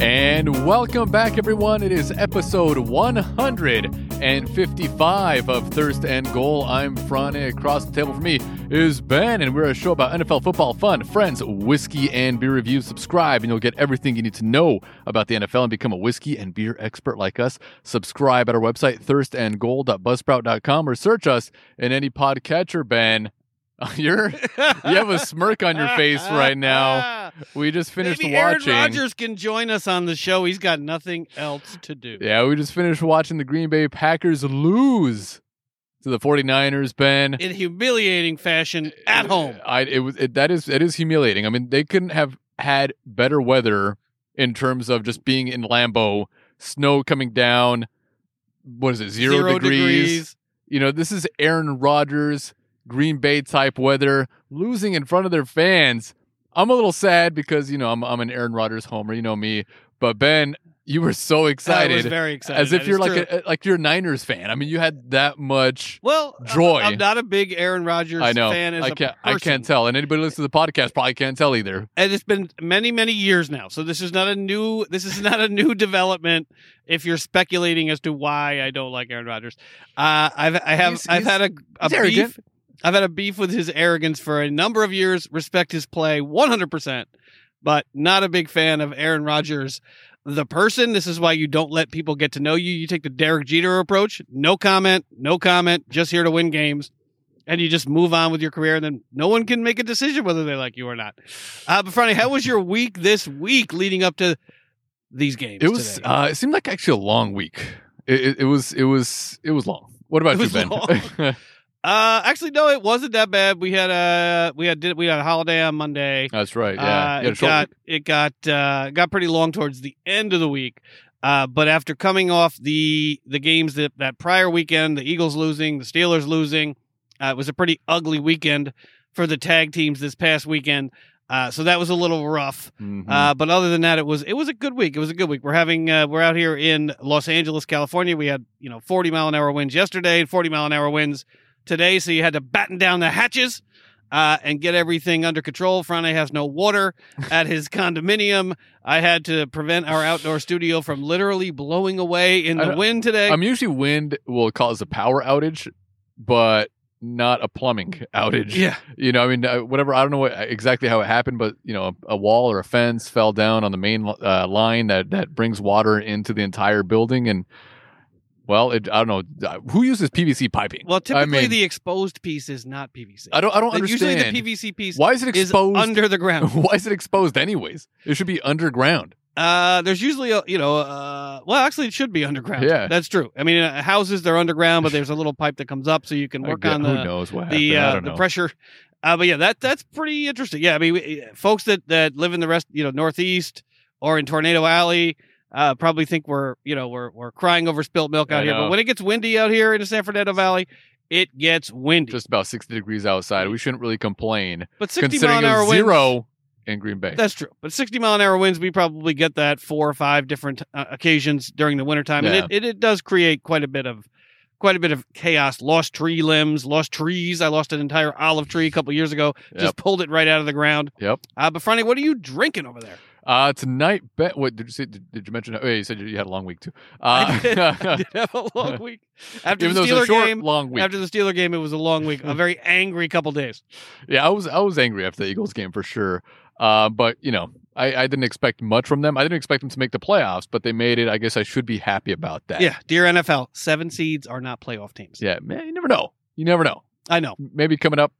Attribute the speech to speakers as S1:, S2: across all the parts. S1: And welcome back, everyone. It is episode 155 of Thirst and Goal. I'm Franny. Across the table from me is Ben, and we're a show about NFL football, fun, friends, whiskey, and beer reviews. Subscribe, and you'll get everything you need to know about the NFL and become a whiskey and beer expert like us. Subscribe at our website, thirstandgold.buzzsprout.com, or search us in any podcatcher, Ben. You're, you have a smirk on your face right now. We just finished
S2: Maybe
S1: watching.
S2: Aaron Rodgers can join us on the show. He's got nothing else to do.
S1: Yeah, we just finished watching the Green Bay Packers lose to the 49ers, Ben.
S2: In humiliating fashion at home.
S1: I it was it, that is it is humiliating. I mean, they couldn't have had better weather in terms of just being in Lambeau, snow coming down. What is it? 0, You know, this is Aaron Rodgers Green Bay type weather losing in front of their fans. I'm a little sad because, you know, I'm I'm an Aaron Rodgers homer, you know me. But Ben, you were so
S2: I was
S1: excited
S2: very excited.
S1: as if
S2: That
S1: you're
S2: is
S1: like
S2: true.
S1: a, uh, like you're a Niners fan. I mean, you had that much.
S2: well, I'm-
S1: joy.
S2: I'm, not a big Aaron Rodgers
S1: I know.
S2: fan as
S1: I
S2: a
S1: can't. I
S2: person.
S1: can't tell, and anybody listening to the podcast probably can't tell either.
S2: And it's been many, many years now. So this is not a new. This is not a new development. If you're speculating as to why I don't like Aaron Rodgers, uh, I've I have
S1: He's-
S2: I've
S1: he's-
S2: had a, a
S1: he's arrogant.
S2: beef. I've had a beef with his arrogance for a number of years. Respect his play 100, percent but not a big fan of Aaron Rodgers, the person. This is why you don't let people get to know you. You take the Derek Jeter approach: no comment, no comment, just here to win games and you just move on with your career, and then no one can make a decision whether they like you or not. Uh, but Friday, how was your week this week leading up to these games?
S1: It was.
S2: today?
S1: Uh, it seemed like actually a long week. It, it, it was. It was. It was long. What about
S2: It
S1: you,
S2: was
S1: Ben?
S2: long. Uh, actually, no, it wasn't that bad. We had a we had we had a holiday on Monday.
S1: That's right. Yeah.
S2: Uh,
S1: You had a
S2: it,
S1: short
S2: got,
S1: week.
S2: it got uh, got pretty long towards the end of the week. Uh, but after coming off the the games that that prior weekend, the Eagles losing, the Steelers losing, uh, it was a pretty ugly weekend for the tag teams this past weekend. Uh, so that was a little rough.
S1: Mhm.
S2: Uh, but other than that, it was it was a good week. It was a good week. We're having uh, we're out here in Los Angeles, California. We had you know 40 mile an hour winds yesterday and 40 mile an hour winds today. So you had to batten down the hatches uh, and get everything under control. Friday has no water at his condominium. I had to prevent our outdoor studio from literally blowing away in
S1: I
S2: the
S1: don't-
S2: wind today.
S1: I'm usually wind will cause a power outage, but not a plumbing outage.
S2: yeah,
S1: You know, I mean, uh, whatever. I don't know what, exactly how it happened, but you know, a, a wall or a fence fell down on the main uh, line that that brings water into the entire building, and well, it, I don't know Uh, who uses PVC piping.
S2: well, typically
S1: mean-
S2: the exposed piece is not PVC.
S1: I don't. I don't
S2: Like, usually
S1: understand.
S2: the PVC piece
S1: Why is it
S2: is
S1: exposed?
S2: under the ground.
S1: Why is it exposed anyways? It should be underground.
S2: Uh, there's usually a, you know, uh, well, actually, it should be underground.
S1: Yeah.
S2: that's true. I mean, uh, houses they're underground, but there's a little pipe that comes up, so you can
S1: I
S2: work
S1: gue-
S2: on
S1: who
S2: the
S1: knows what happened.
S2: the
S1: I
S2: uh,
S1: don't
S2: the
S1: know.
S2: pressure. Uh, but yeah, that that's pretty interesting. Yeah, I mean, we, folks that that live in the rest, you know, northeast or in Tornado Alley, uh, probably think we're you know we're we're crying over spilt milk out
S1: I
S2: here.
S1: know.
S2: But when it gets windy out here in the San Fernando Valley, it gets windy.
S1: Just about sixty degrees outside. We shouldn't really complain,
S2: but 60 mile
S1: considering
S2: an hour
S1: it's
S2: winds,
S1: zero in Green Bay.
S2: That's true. But 60 mile an hour winds, we probably get that four or five different uh, occasions during the wintertime.
S1: Yeah.
S2: And it, it, it does create quite a bit of quite a bit of chaos. Lost tree limbs, lost trees. I lost an entire olive tree a couple years ago.
S1: Yep.
S2: Just pulled it right out of the ground.
S1: Yep.
S2: Uh, but Franny, what are you drinking over there?
S1: Uh, tonight, bet. What did you say? Did, did you mention? Oh, yeah, you said you had a long week too.
S2: I did. I
S1: Uh,
S2: did have a long week. After
S1: even
S2: the
S1: though it was
S2: Steeler
S1: a short,
S2: game.
S1: long week.
S2: After the Steeler game, it was a long week, a very angry couple days.
S1: yeah, I was I was angry after the Eagles game for sure. Uh, but you know, I, I didn't expect much from them. I didn't expect them to make the playoffs, but they made it. I guess I should be happy about that.
S2: Yeah, dear NFL, seven seeds are not playoff teams.
S1: yeah. Man, you never know. You never know.
S2: I know.
S1: Maybe coming up,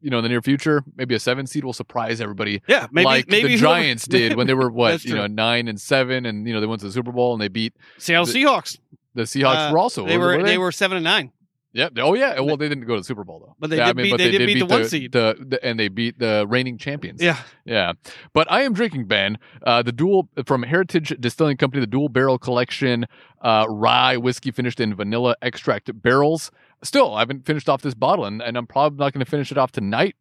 S1: you know, in the near future, maybe a seven seed will surprise everybody.
S2: Yeah, maybe
S1: like
S2: maybe
S1: the
S2: whoever-
S1: Giants did when they were what
S2: That's
S1: you know
S2: true.
S1: nine and seven, and you know they went to the Super Bowl and they beat
S2: Seattle
S1: the-
S2: Seahawks.
S1: the Seahawks.
S2: Uh,
S1: were also
S2: They were
S1: they,
S2: they were seven and nine.
S1: Yep. Oh yeah. Well, they didn't go to the Super Bowl though.
S2: But they
S1: yeah,
S2: did beat- they did beat the one seed.
S1: the- the- and they beat the reigning champions.
S2: Yeah.
S1: Yeah. But I am drinking Ben, uh, the dual from Heritage Distilling Company, the dual barrel collection uh, rye whiskey finished in vanilla extract barrels. Still, I haven't finished off this bottle, and, and I'm probably not going to finish it off tonight.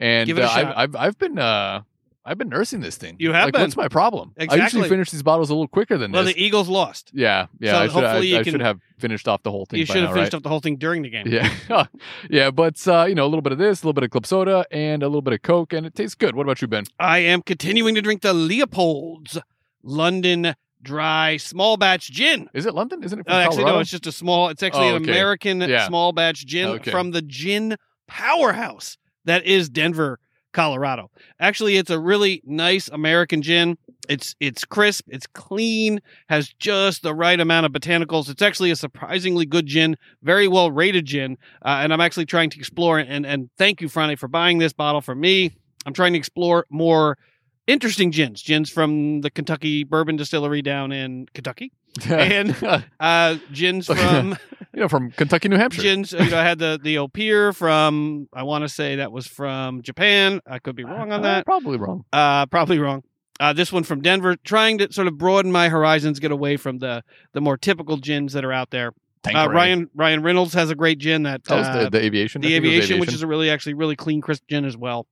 S1: And
S2: Give it a
S1: uh, I've,
S2: shot.
S1: I've I've been uh, I've been nursing this thing.
S2: You have
S1: like,
S2: been.
S1: What's my problem? I usually
S2: Exactly.
S1: finish these bottles a little quicker than
S2: Well,
S1: this.
S2: the Eagles lost.
S1: yeah, yeah.
S2: So
S1: I, should,
S2: hopefully you
S1: I, I
S2: can-
S1: should have finished off the whole thing.
S2: You
S1: by
S2: should
S1: now,
S2: have
S1: right?
S2: finished up the whole thing during the game.
S1: Yeah, yeah, but uh, you know, a little bit of this, a little bit of club soda, and a little bit of Coke, and it tastes good. What about you, Ben?
S2: I am continuing to drink the Leopold's London Dry Small Batch Gin.
S1: Is it London? Isn't it
S2: Uh,
S1: from
S2: actually,
S1: Colorado?
S2: no, it's just a small. It's actually
S1: Oh,
S2: an
S1: okay.
S2: American
S1: Yeah.
S2: small batch gin
S1: Okay.
S2: from the gin powerhouse that is Denver, Colorado. Actually, it's a really nice American gin. It's it's crisp, it's clean, has just the right amount of botanicals. It's actually a surprisingly good gin, very well rated gin, uh, and I'm actually trying to explore and and thank you, Friday, for buying this bottle for me. I'm trying to explore more interesting gins, gins from the Kentucky Bourbon Distillery down in Kentucky and uh gins from
S1: you know, from Kentucky, New Hampshire.
S2: gins you know i had the the opir from i want to say that was from japan i could be wrong on
S1: Uh,
S2: that
S1: Probably wrong.
S2: uh probably wrong uh this one from denver trying to sort of broaden my horizons get away from the the more typical gins that are out there uh,
S1: Tanqueray.
S2: ryan ryan reynolds has a great gin that
S1: That was
S2: uh,
S1: the, the aviation. I
S2: the
S1: think it was
S2: aviation, which is a really actually really clean crisp gin as well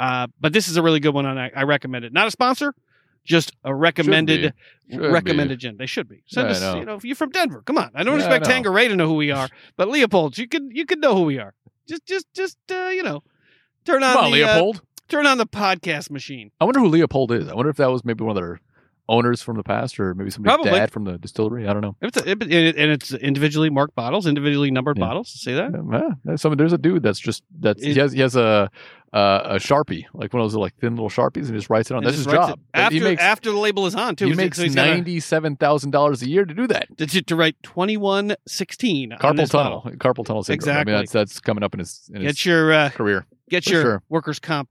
S2: uh but this is a really good one and i, I recommend it not a sponsor just a recommended
S1: Should be.
S2: recommended gin. They should be. Send
S1: Yeah, I
S2: us,
S1: know.
S2: you know, if you're from Denver, come on. I don't
S1: Yeah, I
S2: expect
S1: know.
S2: Tangeray to know who we are, but Leopold's, you could you could know who we are. Just just just uh, you know, turn on
S1: Come on,
S2: the uh,
S1: Leopold.
S2: turn on the podcast machine.
S1: I wonder who Leopold is. I wonder if that was maybe one of their owners from the past, or maybe somebody's
S2: Probably.
S1: dad from the distillery. I don't know.
S2: If it's a, if it, and it's individually marked bottles, individually numbered
S1: Yeah.
S2: bottles. See that?
S1: Um, yeah, there's some- there's a dude that's just that's he
S2: It-
S1: has he has a uh, a sharpie like one of those like thin little sharpies and just writes it on.
S2: And
S1: Oh, that's
S2: just
S1: his
S2: writes it
S1: job.
S2: After
S1: he makes
S2: after the label is on too.
S1: he
S2: So
S1: makes
S2: he's gotta-
S1: ninety seven thousand dollars a year to do that.
S2: to, to write twenty one sixteen on
S1: Carpal
S2: this
S1: tunnel,
S2: bottle.
S1: carpal tunnel syndrome. I
S2: Exactly.
S1: mean, that's that's coming up in his, in his
S2: Get your uh,
S1: career.
S2: get
S1: For
S2: your
S1: sure.
S2: workers' comp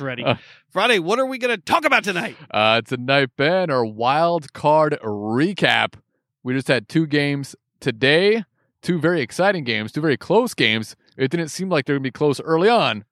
S2: ready.
S1: Uh.
S2: Friday, what are we going to talk about tonight?
S1: Uh, tonight, Ben, our wild card recap. We just had two games today, two very exciting games, two very close games. It didn't seem like they were going to be close early on,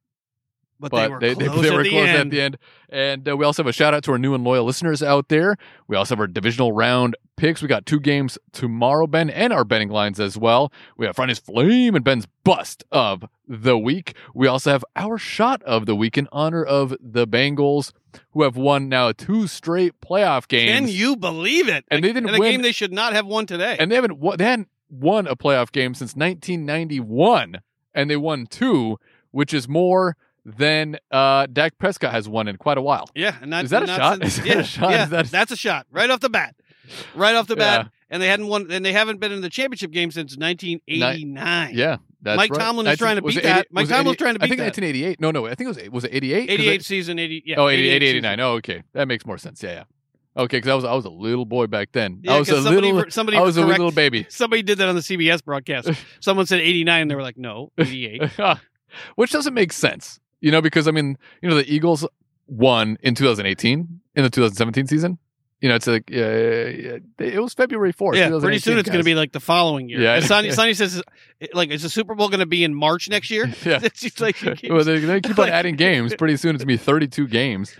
S2: But,
S1: but,
S2: they were
S1: they, they,
S2: close,
S1: they
S2: at,
S1: were
S2: the
S1: close
S2: end.
S1: at the end. And uh, we also have a shout out to our new and loyal listeners out there. We also have our divisional round picks. We got two games tomorrow, Ben, and our betting lines as well. We have Friday's Flame and Ben's Bust of the Week. We also have our shot of the week in honor of the Bengals, who have won now two straight playoff games.
S2: Can you believe it?
S1: and they didn't
S2: in a
S1: win.
S2: game they should not have won today.
S1: and they haven't won, they hadn't won a playoff game since 1991, and they won two, which is more than uh, Dak Prescott has won in quite a while.
S2: yeah, and not,
S1: Is that a
S2: not
S1: shot? Is
S2: since-
S1: that
S2: yeah,
S1: a shot?
S2: yeah,
S1: Is that-
S2: that's a shot right off the bat, right off the bat.
S1: Yeah.
S2: And they hadn't won, and they haven't been in the championship game since 1989.
S1: Yeah, that's
S2: Mike
S1: right.
S2: Tomlin is trying to
S1: was it
S2: beat that. Mike
S1: was it
S2: Tomlin's trying to
S1: I think
S2: beat that.
S1: 1988. No, no, I think it was was it 88? 'Cause
S2: 88
S1: it-
S2: season, 80, yeah,
S1: oh, 88,
S2: season.
S1: 89. Oh, okay, that makes more sense. Yeah, yeah. Okay, because I was I was a little boy back then.
S2: Yeah,
S1: I was a
S2: 'cause somebody,
S1: little
S2: re- somebody
S1: I was a
S2: correct-
S1: little baby.
S2: Somebody did that on the CBS broadcast. Someone said 89, and they were like, no, 88.
S1: Which doesn't make sense, you know, because I mean, you know, the Eagles won in 2018 in the 2017 season. You know, it's like uh, it was February 4th.
S2: yeah, pretty
S1: 2018,
S2: soon it's going
S1: guys.
S2: to be like the following year.
S1: Yeah.
S2: And Sonny, Sonny says, like, is the Super Bowl going to be in March next year?
S1: yeah.
S2: It's just like, you keep-
S1: Well, they, they keep on
S2: Like-
S1: adding games. Pretty soon it's going to be 32 games.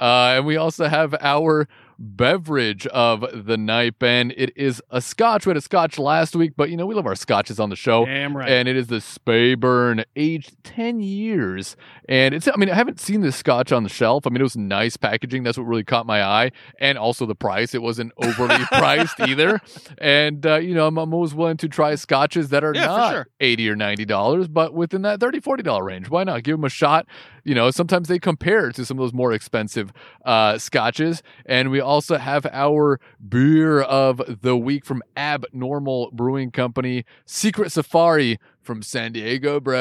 S1: Uh, and we also have our beverage of the night, and It is a scotch. We had a scotch last week, but you know, we love our scotches on the show.
S2: damn right.
S1: and it is the Spayburn, aged ten years. And it's, I mean, I haven't seen this scotch on the shelf. I mean, it was nice packaging. That's what really caught my eye, and also the price. It wasn't overly priced either. And uh, you know, I'm, I'm always willing to try scotches that are
S2: Yeah, for
S1: not
S2: sure.
S1: eighty or ninety dollars, but within that 30 40 dollar range. Why not give them a shot? You know, sometimes they compare to some of those more expensive uh, scotches. And we also have our beer of the week from Abnormal Brewing Company, Secret Safari from San Diego, bro.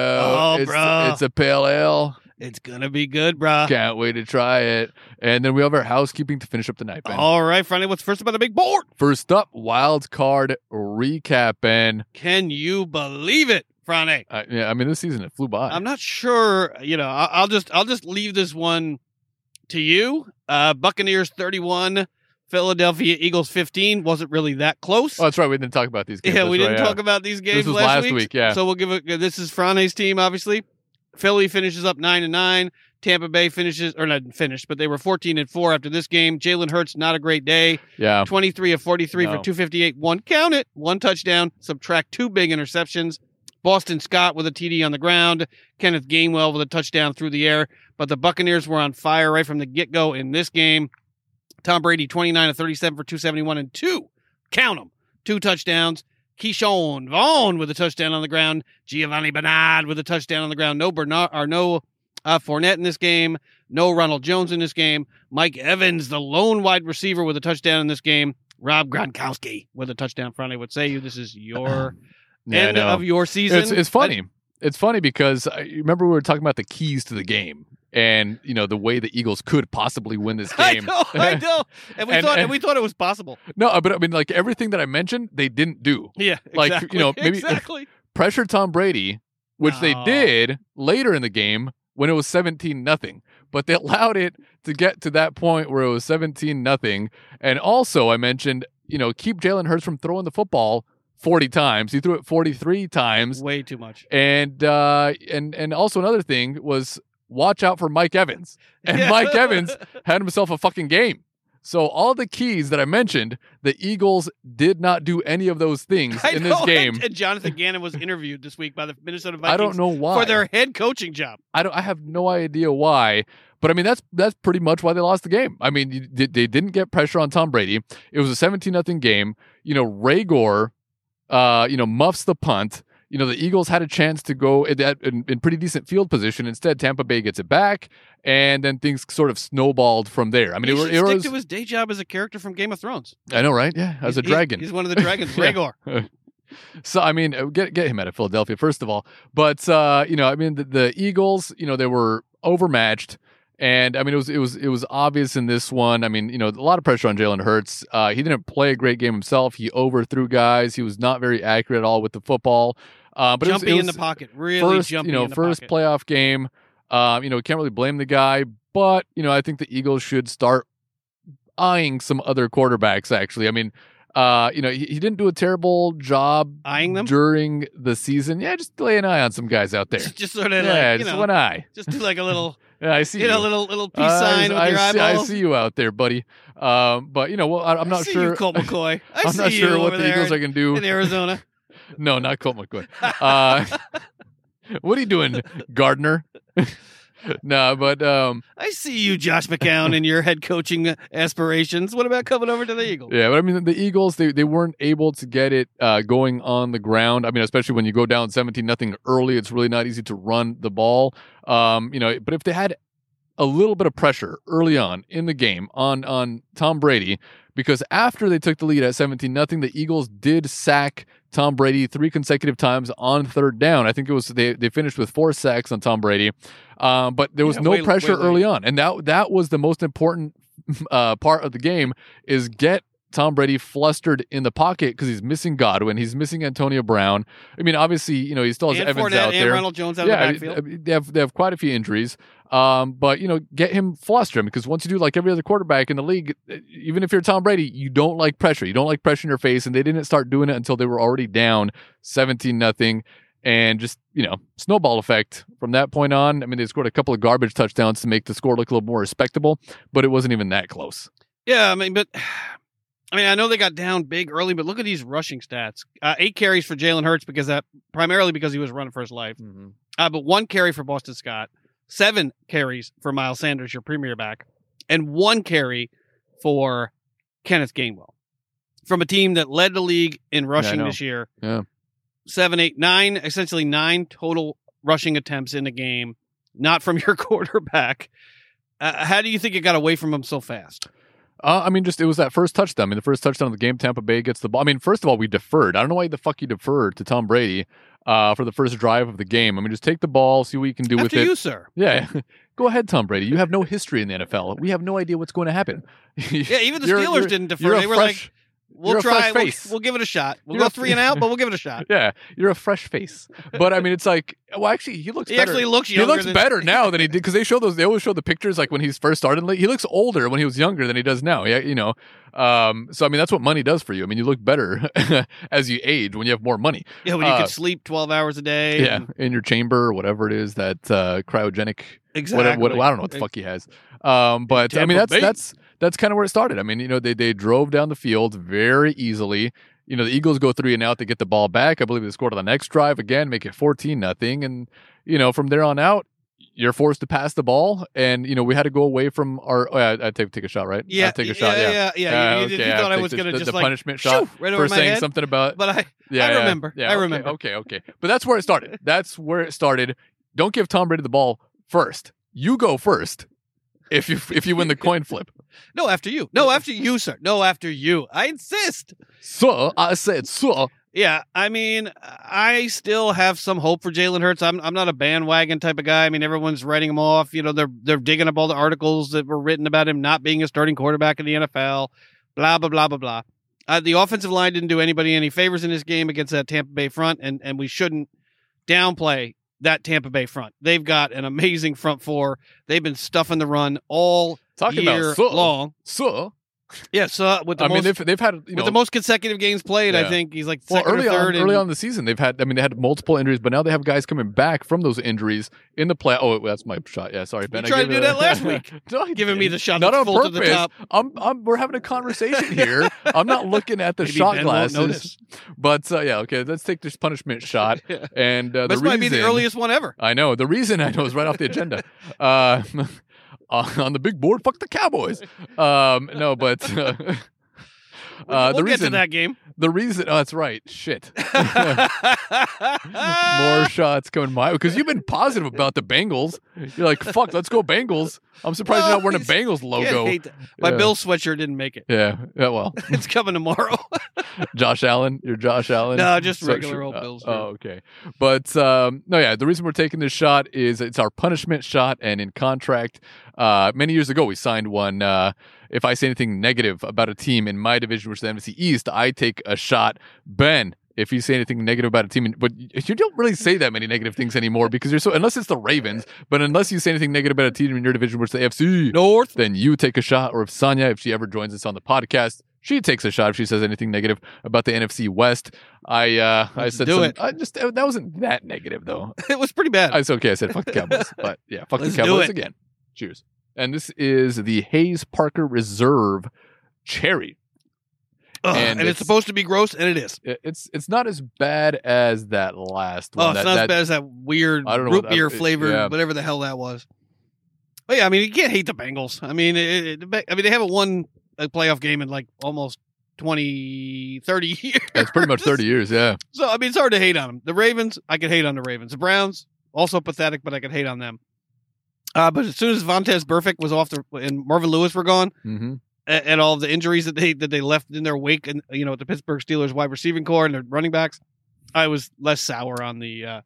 S2: Oh,
S1: it's,
S2: bro.
S1: it's a pale ale.
S2: It's gonna be good, brah.
S1: Can't wait to try it. And then we have our housekeeping to finish up the night. Ben.
S2: All right, Friday. What's first about the big board?
S1: First up, wild card recap. Ben.
S2: Can you believe it, Friday?
S1: I, yeah, I mean, this season it flew by.
S2: I'm not sure. You know, I- I'll just I'll just leave this one to you. Uh, Buccaneers 31, Philadelphia Eagles 15. Wasn't really that close.
S1: oh, that's right. We didn't talk about these games.
S2: yeah,
S1: That's
S2: we didn't
S1: right,
S2: talk about these games
S1: was last week, yeah.
S2: So we'll give it. This is Frane's team, obviously. Philly finishes up nine and nine. Tampa Bay finishes, or not finished, but they were 14 and four after this game. Jalen Hurts, not a great day.
S1: Yeah.
S2: 23 of 43 for
S1: No.
S2: 258. One count it, one touchdown, subtract two big interceptions. Boston Scott with a TD on the ground, Kenneth Gainwell with a touchdown through the air. But the Buccaneers were on fire right from the get go in this game. Tom Brady, 29 of 37 for 271 and two. Count them. Two touchdowns. Keyshawn Vaughn with a touchdown on the ground. Giovanni Bernard with a touchdown on the ground. No Bernard or no uh, Fournette in this game. No Ronald Jones in this game. Mike Evans, the lone wide receiver, with a touchdown in this game. Rob Gronkowski with a touchdown. Friday would say you this is your
S1: Yeah, I
S2: end
S1: know.
S2: of your season.
S1: It's, it's funny. it's funny because I you remember we were talking about the keys to the game and you know the way the Eagles could possibly win this
S2: I, I
S1: game.
S2: know, I know, and we
S1: And-
S2: thought and,
S1: and-
S2: we thought it was possible.
S1: No, uh, but I mean like everything that I mentioned, they didn't do.
S2: Yeah,
S1: Like, you
S2: exactly.
S1: know, maybe-
S2: exactly.
S1: Pressure Tom Brady, which they
S2: No.
S1: did later in the game when it was 17 nothing. But they allowed it to get to that point where it was 17 nothing. And also I mentioned, you know, keep Jalen Hurts from throwing the football 40 times. He threw it 43 times.
S2: Way too much.
S1: and uh, and and also another thing was watch out for Mike Evans. And
S2: Yeah.
S1: Mike Evans had himself a fucking game. So all the keys that I mentioned, the Eagles did not do any of those things
S2: I
S1: in
S2: know,
S1: this game.
S2: And, and Jonathan Gannon was interviewed this week by the Minnesota Vikings
S1: I don't know why.
S2: for their head coaching job.
S1: I don't. I have no idea why. But I mean, that's that's pretty much why they lost the game. I mean, you, they, they didn't get pressure on Tom Brady. It was a 17 nothing game. You know, Ray Gore, uh, you know, muffs the punt. You know, the Eagles had a chance to go in, that- in, in pretty decent field position. Instead, Tampa Bay gets it back, and then things sort of snowballed from there. I mean,
S2: he
S1: it, were-
S2: should
S1: it
S2: stick
S1: was.
S2: to his day job as a character from Game of Thrones.
S1: I know, right? Yeah, as a
S2: He's-
S1: dragon.
S2: He's one of the dragons,
S1: Yeah.
S2: Rhaegar.
S1: So I mean, uh, get get him out of Philadelphia first of all. But uh, you know, I mean, the, the Eagles, you know, they were overmatched, and I mean, it was it was it was obvious in this one. I mean, you know, a lot of pressure on Jalen Hurts. Uh, he didn't play a great game himself. He overthrew guys. He was not very accurate at all with the football. Uh, but it was-
S2: jumpy
S1: it was,
S2: in the pocket, really
S1: first,
S2: jumpy
S1: you know,
S2: in the
S1: first
S2: pocket.
S1: playoff game. Um, you know, can't really blame the guy, but you know, I think the Eagles should start eyeing some other quarterbacks. Actually, I mean, uh, you know, he, he didn't do a terrible job
S2: eyeing them.
S1: during the season. Yeah, just lay an eye on some guys out there.
S2: Just sort of
S1: yeah,
S2: like you
S1: just
S2: know,
S1: one eye.
S2: just do like a little,
S1: Yeah, I see
S2: you know,
S1: you.
S2: little little peace
S1: I-
S2: sign with
S1: I,
S2: your
S1: see, I
S2: eyeballs.
S1: see you out there, buddy. Um, but you know, well, I, am
S2: I
S1: not
S2: see
S1: sure.
S2: You, Colt McCoy. I
S1: I'm
S2: see
S1: not
S2: you
S1: sure what
S2: over
S1: the
S2: there
S1: Eagles are going to do.
S2: in Arizona.
S1: No, not Colt McCoy. Uh, what are you doing, Gardner? no, but um,
S2: I see you, Josh McCown, and your head coaching aspirations. What about coming over to the Eagles?
S1: yeah, but I mean, the Eagles they, they weren't able to get it uh, going on the ground. I mean, especially when you go down seventeen nothing early, it's really not easy to run the ball. Um, you know, but if they had a little bit of pressure early on in the game on on Tom Brady, because after they took the lead at seventeen nothing, the Eagles did sack Tom Brady three consecutive times on third down. I think it was they they finished with four sacks on Tom Brady, um, but there was
S2: Yeah,
S1: no
S2: way- way
S1: pressure
S2: late.
S1: early on, and that that was the most important uh, part of the game is get Tom Brady flustered in the pocket because he's missing Godwin, he's missing Antonio Brown. I mean, obviously, you know he still has
S2: and
S1: Evans
S2: Fournette
S1: out
S2: and
S1: there.
S2: Ronald Jones out
S1: yeah,
S2: of the backfield.
S1: I mean, they have they have quite a few injuries. Um, but you know, get him flustered because once you do like every other quarterback in the league, eh, even if you're Tom Brady, you don't like pressure. You don't like pressure in your face, and they didn't start doing it until they were already down seventeen nothing, and just you know snowball effect from that point on. I mean, they scored a couple of garbage touchdowns to make the score look a little more respectable, but it wasn't even that close.
S2: Yeah, I mean, but I mean, I know they got down big early, but look at these rushing stats: uh, eight carries for Jalen Hurts because that primarily because he was running for his life, uh, but one carry for Boston Scott, seven carries for Miles Sanders, your premier back, and one carry for Kenneth Gainwell from a team that led the league in rushing
S1: know.
S2: this year.
S1: Yeah.
S2: seven, eight, nine, essentially nine total rushing attempts in the game, not from your quarterback. Uh, how do you think it got away from him so fast?
S1: Uh, I mean, just it was that first touchdown. I mean, the first touchdown of the game, Tampa Bay gets the ball. I mean, first of all, we deferred. I don't know why the fuck you deferred to Tom Brady uh, for the first drive of the game. I mean, just take the ball, see what you can do with
S2: After
S1: it.
S2: you, sir.
S1: yeah, go ahead, Tom Brady. You have no history in the NFL. We have no idea what's going to happen.
S2: Yeah, even the
S1: You're-
S2: Steelers
S1: you're-
S2: didn't
S1: You're
S2: defer.
S1: a
S2: They were
S1: fresh,
S2: like, "We'll
S1: you're a
S2: try.
S1: fresh
S2: We'll,
S1: face.
S2: we'll give it a shot. We'll
S1: You're
S2: go
S1: a-
S2: three and out, but we'll give it a shot."
S1: yeah, you're a fresh face. But I mean, it's like, well, actually, he looks.
S2: He
S1: better.
S2: actually looks
S1: He
S2: younger.
S1: looks
S2: than,
S1: better now than he did because they show those. They always show the pictures like when he's first started. Like, he looks older when he was younger than he does now. Yeah, you know. Um, so I mean, that's what money does for you. I mean, you look better as you age when you have more money.
S2: Yeah, when you
S1: Uh,
S2: could sleep twelve hours a day.
S1: Yeah, in your chamber or whatever it is that uh, cryogenic.
S2: exactly.
S1: Whatever, what, I don't know what the fuck he has. Um, but I
S2: Tampa
S1: mean, that's
S2: Bay.
S1: that's that's kind of where it started. I mean, you know, they they drove down the field very easily. you know, the Eagles go three and out to get the ball back. I believe they scored on the next drive again, make it 14 nothing. And, you know, from there on out, you're forced to pass the ball. And, you know, we had to go away from our, oh, yeah, I take, take a shot, right?
S2: Yeah,
S1: I take
S2: yeah,
S1: a shot. Yeah.
S2: yeah,
S1: Uh,
S2: yeah. You, you did-
S1: okay,
S2: you
S1: I
S2: thought I
S1: take
S2: was
S1: the-
S2: gonna
S1: the,
S2: just
S1: the
S2: like
S1: punishment shot
S2: shoo, right over
S1: for
S2: my
S1: saying
S2: head.
S1: something about.
S2: But I,
S1: yeah, yeah.
S2: remember. I
S1: Yeah, okay,
S2: remember.
S1: Okay, okay, But that's where it started. That's where it started. Don't give Tom Brady the ball first. You go first. If you if you win the coin flip,
S2: no, after you, no, after you, sir, no, after you. I insist.
S1: so I said so.
S2: Yeah, I mean, I still have some hope for Jalen Hurts. I'm I'm not a bandwagon type of guy. I mean, everyone's writing him off. You know, they're they're digging up all the articles that were written about him not being a starting quarterback in the NFL. Blah blah blah blah blah. Uh, the offensive line didn't do anybody any favors in this game against that Tampa Bay front, and and we shouldn't downplay that Tampa Bay front. They've got an amazing front four. They've been stuffing the run all
S1: Talking
S2: year
S1: about so
S2: long.
S1: so.
S2: Yeah, so uh, with the
S1: I
S2: most
S1: mean, they've they've had you
S2: with
S1: know
S2: the most consecutive games played, I
S1: Yeah.
S2: think he's like
S1: well
S2: second
S1: early
S2: or
S1: on
S2: third. in-
S1: early on in the season they've had I mean they had multiple injuries, but now they have guys coming back from those injuries in the play. Oh, that's my shot. Yeah, sorry, Ben. I
S2: tried
S1: gave
S2: to
S1: you
S2: do that last week.
S1: No, I
S2: giving me
S1: didn't.
S2: the shot
S1: Not
S2: that's
S1: on
S2: full to the
S1: purpose.
S2: top.
S1: I'm, I'm we're having a conversation here. I'm not looking at the
S2: Maybe
S1: shot
S2: Ben won't
S1: glasses.
S2: notice.
S1: But uh, yeah, okay, let's take this punishment shot.
S2: Yeah.
S1: And uh,
S2: this
S1: the
S2: might
S1: reason,
S2: be the earliest one ever.
S1: I know the reason I know is right off the agenda. Uh, on the big board, fuck the Cowboys. Um, no, but uh, uh,
S2: we'll
S1: the
S2: get
S1: reason
S2: to that game.
S1: the reason oh, that's right. Shit,
S2: Ah!
S1: more shots coming my way because you've been positive about the Bengals. You're like, fuck, let's go Bengals. I'm surprised
S2: Well,
S1: you're not wearing a
S2: he's-
S1: Bengals
S2: Can't
S1: logo.
S2: hate that. My
S1: Yeah.
S2: Bill sweatshirt didn't make it.
S1: Yeah, yeah. Well,
S2: It's coming tomorrow.
S1: Josh Allen, you're Josh Allen.
S2: no, just
S1: So
S2: regular
S1: sure-
S2: old
S1: uh,
S2: Bills.
S1: Oh, okay. But um, no, yeah. The reason we're taking this shot is it's our punishment shot, and in contract, uh, many years ago we signed one. Uh, if I say anything negative about a team in my division, which is the NFC East, I take a shot. Ben, if you say anything negative about a team, in- but you don't really say that many negative things anymore because you're so unless it's the Ravens. But unless you say anything negative about a team in your division, which is the AFC,
S2: North.
S1: then you take a shot. Or if Sonya, if she ever joins us on the podcast, she takes a shot if she says anything negative about the NFC West. I uh, I
S2: Let's
S1: said
S2: do
S1: some-
S2: it.
S1: I just that wasn't that negative though.
S2: It was pretty bad.
S1: It's okay. I said fuck the Cowboys, but yeah, fuck
S2: Let's
S1: the
S2: do
S1: Cowboys
S2: it.
S1: again. Cheers. And this is the Hayes Parker Reserve Cherry.
S2: Ugh,
S1: and
S2: and
S1: it's-
S2: it's supposed to be gross, and it is.
S1: It- It's it's not as bad as that last
S2: Oh,
S1: one.
S2: it's
S1: that,
S2: not as
S1: that-
S2: bad as that weird
S1: I don't know
S2: root
S1: what- I-
S2: beer
S1: it-
S2: flavored,
S1: yeah.
S2: whatever the hell that was. But yeah, I mean, you can't hate the Bengals. I mean, it, it- the Ba- I mean, they haven't won a playoff game in like almost 20, 30 years.
S1: It's pretty much thirty years. Yeah.
S2: So I mean, it's hard to hate on them. The Ravens, I could hate on the Ravens. The Browns, also pathetic, but I could hate on them. Uh, but as soon as Vontez Burfict was off the and Marvin Lewis were gone,
S1: Mm-hmm.
S2: and, and all of the injuries that they that they left in their wake, and you know, with the Pittsburgh Steelers wide receiving core and their running backs, I was less sour on the uh,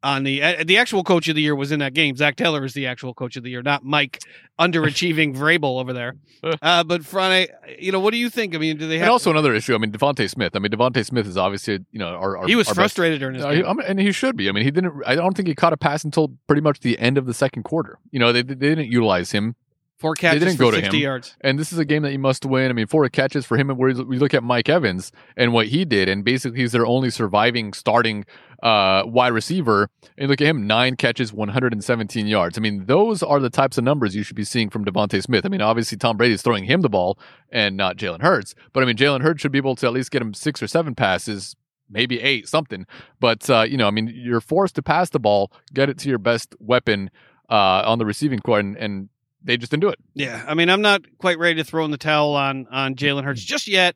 S2: on the uh, the actual coach of the year was in that game. Zach Taylor is the actual coach of the year, not Mike underachieving Vrabel over there. Uh, but Friday, you know, what do you think? I mean, do they
S1: And
S2: have?
S1: also another issue. I mean, Devonte Smith. I mean, Devonte Smith is obviously you know our, our
S2: he was
S1: our best
S2: frustrated during this
S1: No,
S2: game.
S1: he, I mean, and he should be. I mean, he didn't. I don't think he caught a pass until pretty much the end of the second quarter. You know, they, they didn't utilize him,
S2: Four catches
S1: didn't
S2: for
S1: go to
S2: 60
S1: him.
S2: yards.
S1: and this is a game that you must win. I mean, four catches for him. And where we look at Mike Evans and what he did, and basically he's their only surviving starting uh, wide receiver. And look at him, nine catches, 117 yards. I mean, those are the types of numbers you should be seeing from Devonte Smith. I mean, obviously Tom Brady is throwing him the ball and not Jalen Hurts, but I mean, Jalen Hurts should be able to at least get him six or seven passes. Maybe eight, something. But, uh, you know, I mean, you're forced to pass the ball, get it to your best weapon uh, on the receiving core, and, and they just didn't do it.
S2: Yeah, I mean, I'm not quite ready to throw in the towel on on Jalen Hurts just yet.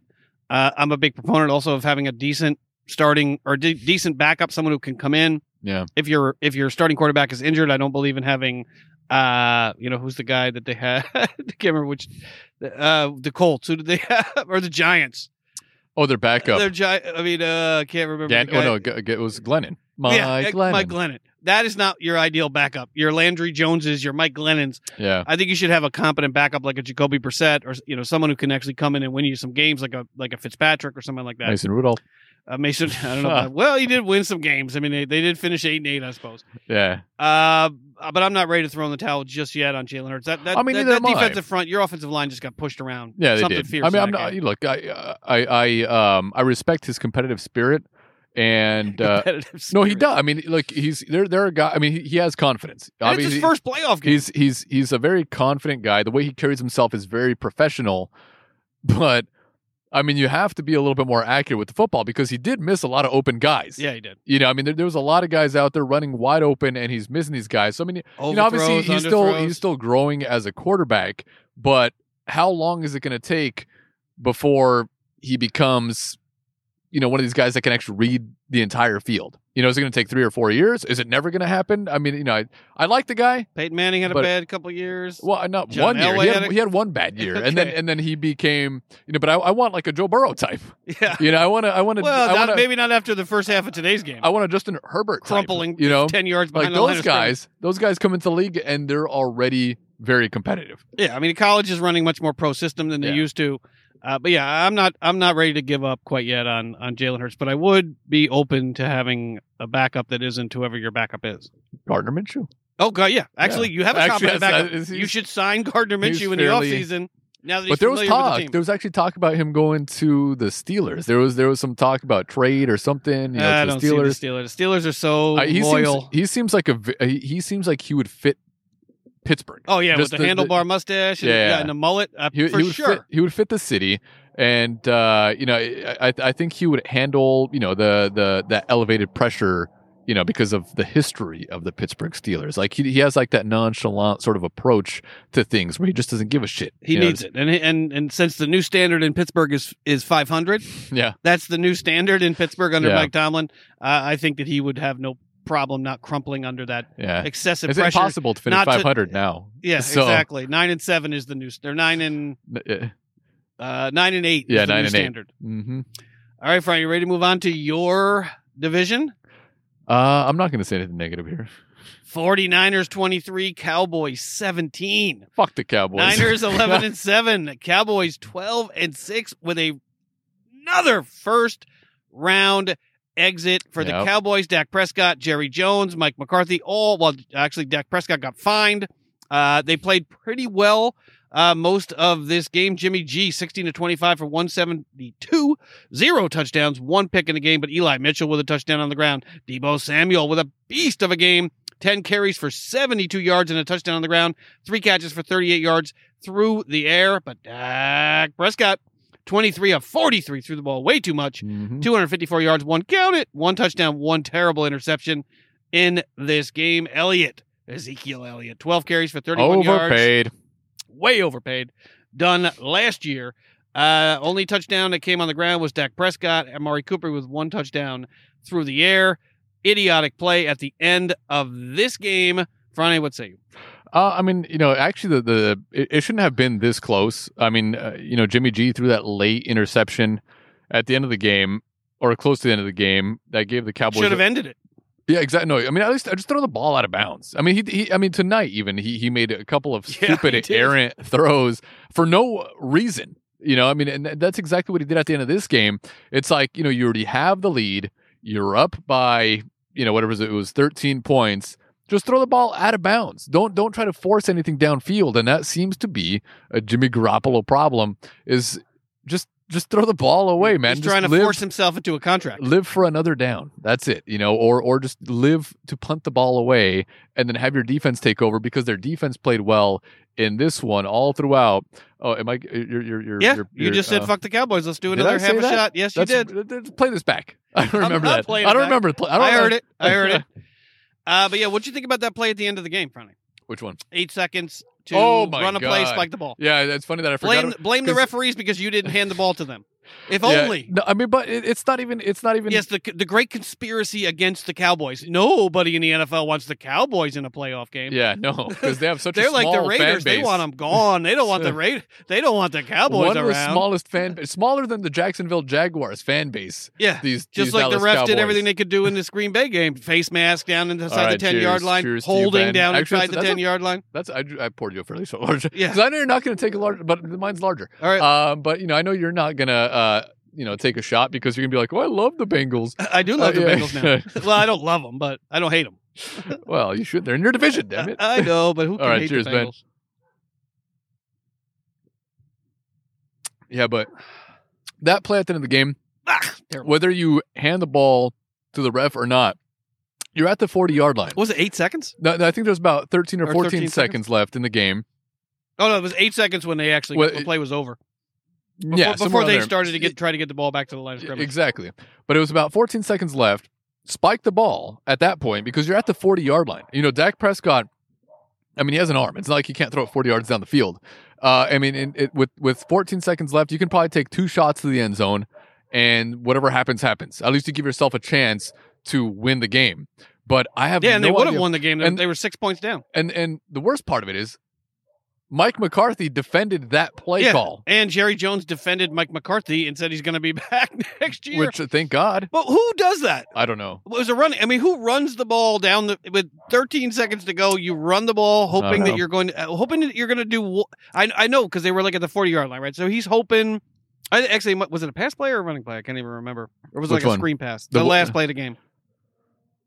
S2: Uh, I'm a big proponent also of having a decent starting or de- decent backup, someone who can come in.
S1: Yeah.
S2: If your if your starting quarterback is injured, I don't believe in having. Uh, you know who's the guy that they had? I can't remember which. Uh, the Colts. Who did they have? Or the Giants?
S1: Oh, their backup.
S2: They're gi- I mean, uh, I can't remember.
S1: Gan-
S2: the
S1: oh
S2: guy.
S1: no, G- G- it was Glennon. Mike
S2: yeah,
S1: Glennon.
S2: Mike Glennon. That is not your ideal backup. Your Landry Joneses, your Mike Glennons.
S1: yeah,
S2: I think you should have a competent backup like a Jacoby Brissett or you know someone who can actually come in and win you some games like a like a Fitzpatrick or something like that.
S1: Mason Rudolph.
S2: Uh, Mason, I don't know. about- well, he did win some games. I mean, they, they did finish eight and eight, I suppose.
S1: Yeah,
S2: Uh, but I'm not ready to throw in the towel just yet on Jalen Hurts. That, that
S1: I mean,
S2: that,
S1: neither
S2: that
S1: am I.
S2: defensive front, your offensive line just got pushed around.
S1: yeah, they
S2: something
S1: did.
S2: fierce.
S1: I mean,
S2: in
S1: I'm
S2: that
S1: not.
S2: game.
S1: Look, I, uh, I, I, um, I respect his competitive spirit, and uh,
S2: Competitive
S1: no, he
S2: spirit.
S1: does. I mean, look, he's there. There are guys. I mean, he, he has confidence.
S2: And it's his
S1: Obviously,
S2: first playoff game.
S1: he's he's he's a very confident guy. The way he carries himself is very professional, but I mean, you have to be a little bit more accurate with the football because he did miss a lot of open guys.
S2: Yeah, he did.
S1: You know, I mean, there, there was a lot of guys out there running wide open, and he's missing these guys. So I mean, you know, obviously
S2: Overthrows,
S1: he's still
S2: underthrows.
S1: he's still growing as a quarterback, but how long is it going to take before he becomes, you know, one of these guys that can actually read the entire field? You know, is it going to take three or four years? Is it never going to happen? I mean, you know, I, I like the guy.
S2: Peyton Manning had a
S1: But-
S2: bad couple years.
S1: Well, not
S2: John
S1: one year.
S2: Elway
S1: He
S2: had
S1: had,
S2: a-
S1: he had one bad year, and then
S2: Okay.
S1: and then he became, you know. But I, I want like a Joe Burrow type.
S2: yeah.
S1: You know, I want to. I want to.
S2: Well,
S1: I
S2: not,
S1: want to.
S2: maybe not after the first half of today's game.
S1: I want a Justin Herbert type,
S2: Crumpling
S1: You know,
S2: Ten yards
S1: like
S2: behind the line
S1: those
S2: of scrimmage.
S1: guys. Those guys come into the league and they're already very competitive.
S2: Yeah, I mean, college is running much more pro system than they
S1: Yeah.
S2: used to. Uh, but yeah, I'm not I'm not ready to give up quite yet on on Jalen Hurts, but I would be open to having a backup that isn't whoever your backup is.
S1: Gardner Minshew.
S2: Oh god, yeah. Actually, you have a
S1: Actually,
S2: competent
S1: that's-
S2: backup.
S1: that is-
S2: you
S1: he's-
S2: should sign Gardner
S1: he's
S2: Minshew in the
S1: fairly-
S2: offseason. Now that he's
S1: But there was
S2: familiar with the
S1: talk.
S2: team.
S1: There was actually talk about him going to the Steelers. There was there was some talk about trade or something. You know,
S2: I
S1: to
S2: don't
S1: the
S2: see
S1: Steelers.
S2: the Steelers. The Steelers are so
S1: Uh, he
S2: loyal.
S1: seems he seems like a v- he he seems like he would fit Pittsburgh.
S2: oh yeah,
S1: just
S2: with the,
S1: the- the-
S2: handlebar mustache and, yeah.
S1: Yeah.
S2: and the mullet uh,
S1: He,
S2: for
S1: he would
S2: sure.
S1: fit, he would fit the city, and uh, you know I, I I think he would handle you know the the that elevated pressure you know because of the history of the Pittsburgh Steelers. Like he he has like that nonchalant sort of approach to things where he just doesn't give a shit.
S2: He
S1: you know,
S2: needs it, and and and since the new standard in Pittsburgh is is 500,
S1: Yeah.
S2: that's the new standard in Pittsburgh under
S1: Yeah.
S2: Mike Tomlin. Uh, I think that he would have no problem not crumpling under that
S1: Yeah.
S2: excessive
S1: It's
S2: pressure.
S1: impossible to finish
S2: not to-
S1: 500 now.
S2: Yeah,
S1: So-
S2: exactly. Nine and seven is the new. They're nine and uh, nine and eight. is
S1: Yeah,
S2: the
S1: nine and
S2: new
S1: eight.
S2: standard.
S1: eh, Mm-hmm.
S2: All right, Frank, you ready to move on to your division?
S1: Uh, I'm not going to say anything negative here.
S2: 49ers 23, Cowboys 17.
S1: Fuck the Cowboys.
S2: Niners 11 and 7, Cowboys 12 and 6 with a another first round exit for the
S1: Yep.
S2: Cowboys. Dak Prescott, Jerry Jones, Mike McCarthy, all well actually Dak Prescott got fined. Uh, they played pretty well uh, most of this game. Jimmy G 16 to 25 for 172, zero touchdowns, one pick in the game, but Eli Mitchell with a touchdown on the ground. Debo Samuel with a beast of a game. 10 carries for 72 yards and a touchdown on the ground three catches for 38 yards through the air. But Dak Prescott, 23 of 43, threw the ball way too much.
S1: Mhm.
S2: 254 yards, one count it, one touchdown, one terrible interception in this game. Elliott, Ezekiel Elliott, 12 carries for 31 yards,
S1: Overpaid.
S2: way overpaid. Done last year. Uh, only touchdown that came on the ground was Dak Prescott. Amari Cooper with one touchdown through the air. Idiotic play at the end of this game. Friday, what say you?
S1: Uh, I mean, you know, actually, the the it, it shouldn't have been this close. I mean, uh, you know, Jimmy G threw that late interception at the end of the game, or close to the end of the game, that gave the Cowboys.
S2: Should have ended it.
S1: yeah, exactly. No, I mean, at least I just throw the ball out of bounds. I mean, he, he I mean, tonight even he he made a couple of
S2: Yeah, he
S1: stupid
S2: did.
S1: errant throws for no reason. You know, I mean, and that's exactly what he did at the end of this game. It's like you know, you already have the lead. You're up by you know whatever it was, it was 13 points. Just throw the ball out of bounds. Don't don't try to force anything downfield. And that seems to be a Jimmy Garoppolo problem. Is just just throw the ball away, man.
S2: He's
S1: Just
S2: trying to
S1: live-
S2: force himself into a contract.
S1: live for another down. That's it, you know, or or just live to punt the ball away and then have your defense take over because their defense played well in this one all throughout. Oh, am I? You're, you're, you're,
S2: yeah,
S1: you're-
S2: you
S1: you're,
S2: just said
S1: uh,
S2: "fuck the Cowboys." Let's do
S1: did
S2: another
S1: I say
S2: half a
S1: that?
S2: shot. Yes, you
S1: that's-
S2: did.
S1: th- th- Play this back. I don't remember
S2: not
S1: that.
S2: playing
S1: I
S2: it
S1: don't
S2: back.
S1: remember. the Play. I,
S2: I,
S1: don't know-
S2: heard it. I heard it. Uh, but yeah, what'd you think about that play at the end of the game, Franny?
S1: Which one?
S2: Eight seconds to
S1: Oh my
S2: run a play,
S1: God.
S2: spike the ball.
S1: Yeah, that's funny that I forgot.
S2: Blame blame the
S1: 'cause-
S2: referees because you didn't hand the ball to them. If
S1: Yeah,
S2: only.
S1: No, I mean, but it, it's not even. It's not even.
S2: Yes, the the great conspiracy against the Cowboys. Nobody in the NFL wants the Cowboys in a playoff game.
S1: Yeah, no, because they have such.
S2: They're
S1: a
S2: like the
S1: small fan
S2: Raiders. They
S1: base.
S2: want them gone. They don't want the Raid. They don't want the Cowboys
S1: One
S2: around.
S1: of the smallest fan, smaller than the Jacksonville Jaguars fan base.
S2: yeah.
S1: These
S2: Just
S1: these
S2: like the
S1: Dallas
S2: refs did
S1: Cowboys.
S2: everything they could do in this Green Bay game. Face mask down inside
S1: All
S2: the
S1: right,
S2: 10
S1: cheers.
S2: yard line,
S1: Cheers to you,
S2: holding
S1: Ben.
S2: down
S1: Actually,
S2: inside the
S1: that's a-
S2: 10 yard line.
S1: That's I, I poured you a fairly short large.
S2: Yeah.
S1: because I know you're not going to take a large, but mine's larger.
S2: All right.
S1: Um, but you know, I know you're not gonna, uh, you know, take a shot because you're gonna be like, "Oh, I love the Bengals."
S2: I do love
S1: Uh,
S2: the
S1: yeah.
S2: Bengals now. well, I don't love them, but I don't hate them.
S1: well, you should. They're in your division, damn it.
S2: I know, but who can
S1: right,
S2: hate
S1: cheers,
S2: the
S1: Ben.
S2: Bengals?
S1: yeah, but that play at the end of the game,
S2: Ah, terrible.
S1: whether you hand the ball to the ref or not, you're at the 40 yard line.
S2: Was it eight seconds?
S1: No, no, I think there's about 13 or
S2: Or
S1: 14
S2: 13
S1: seconds left in the game.
S2: Oh, no, it was eight seconds when they actually,
S1: Well,
S2: the
S1: it-
S2: play was over. Before,
S1: yeah,
S2: before
S1: somewhere
S2: they
S1: there.
S2: started to get try to get the ball back to the line of scrimmage.
S1: Exactly. But it was about 14 seconds left. Spike the ball at that point because you're at the 40 yard line. You know, Dak Prescott, I mean, he has an arm. It's not like he can't throw it 40 yards down the field. Uh, I mean, in, it, with, with 14 seconds left, you can probably take two shots to the end zone and whatever happens, happens. At least you give yourself a chance to win the game. But I have
S2: Yeah, and
S1: no
S2: they would
S1: idea-
S2: have won the game.
S1: And-
S2: they were six points down.
S1: And, and the worst part of it is Mike McCarthy defended that play
S2: Yeah.
S1: call,
S2: And Jerry Jones defended Mike McCarthy and said he's going to be back next year.
S1: which uh, thank God.
S2: but who does that?
S1: I don't know.
S2: It was a run. I mean, who runs the ball down the with 13 seconds to go? You run the ball, hoping
S1: I
S2: that
S1: know.
S2: you're going to, uh, hoping that you're going to do. wh- I I know because they were like at the 40 yard line, right? So he's hoping. I actually was it a pass play or a running play? I can't even remember. Or was it
S1: Which
S2: like
S1: one?
S2: a screen pass?
S1: The
S2: The,
S1: wh-
S2: last play of the game.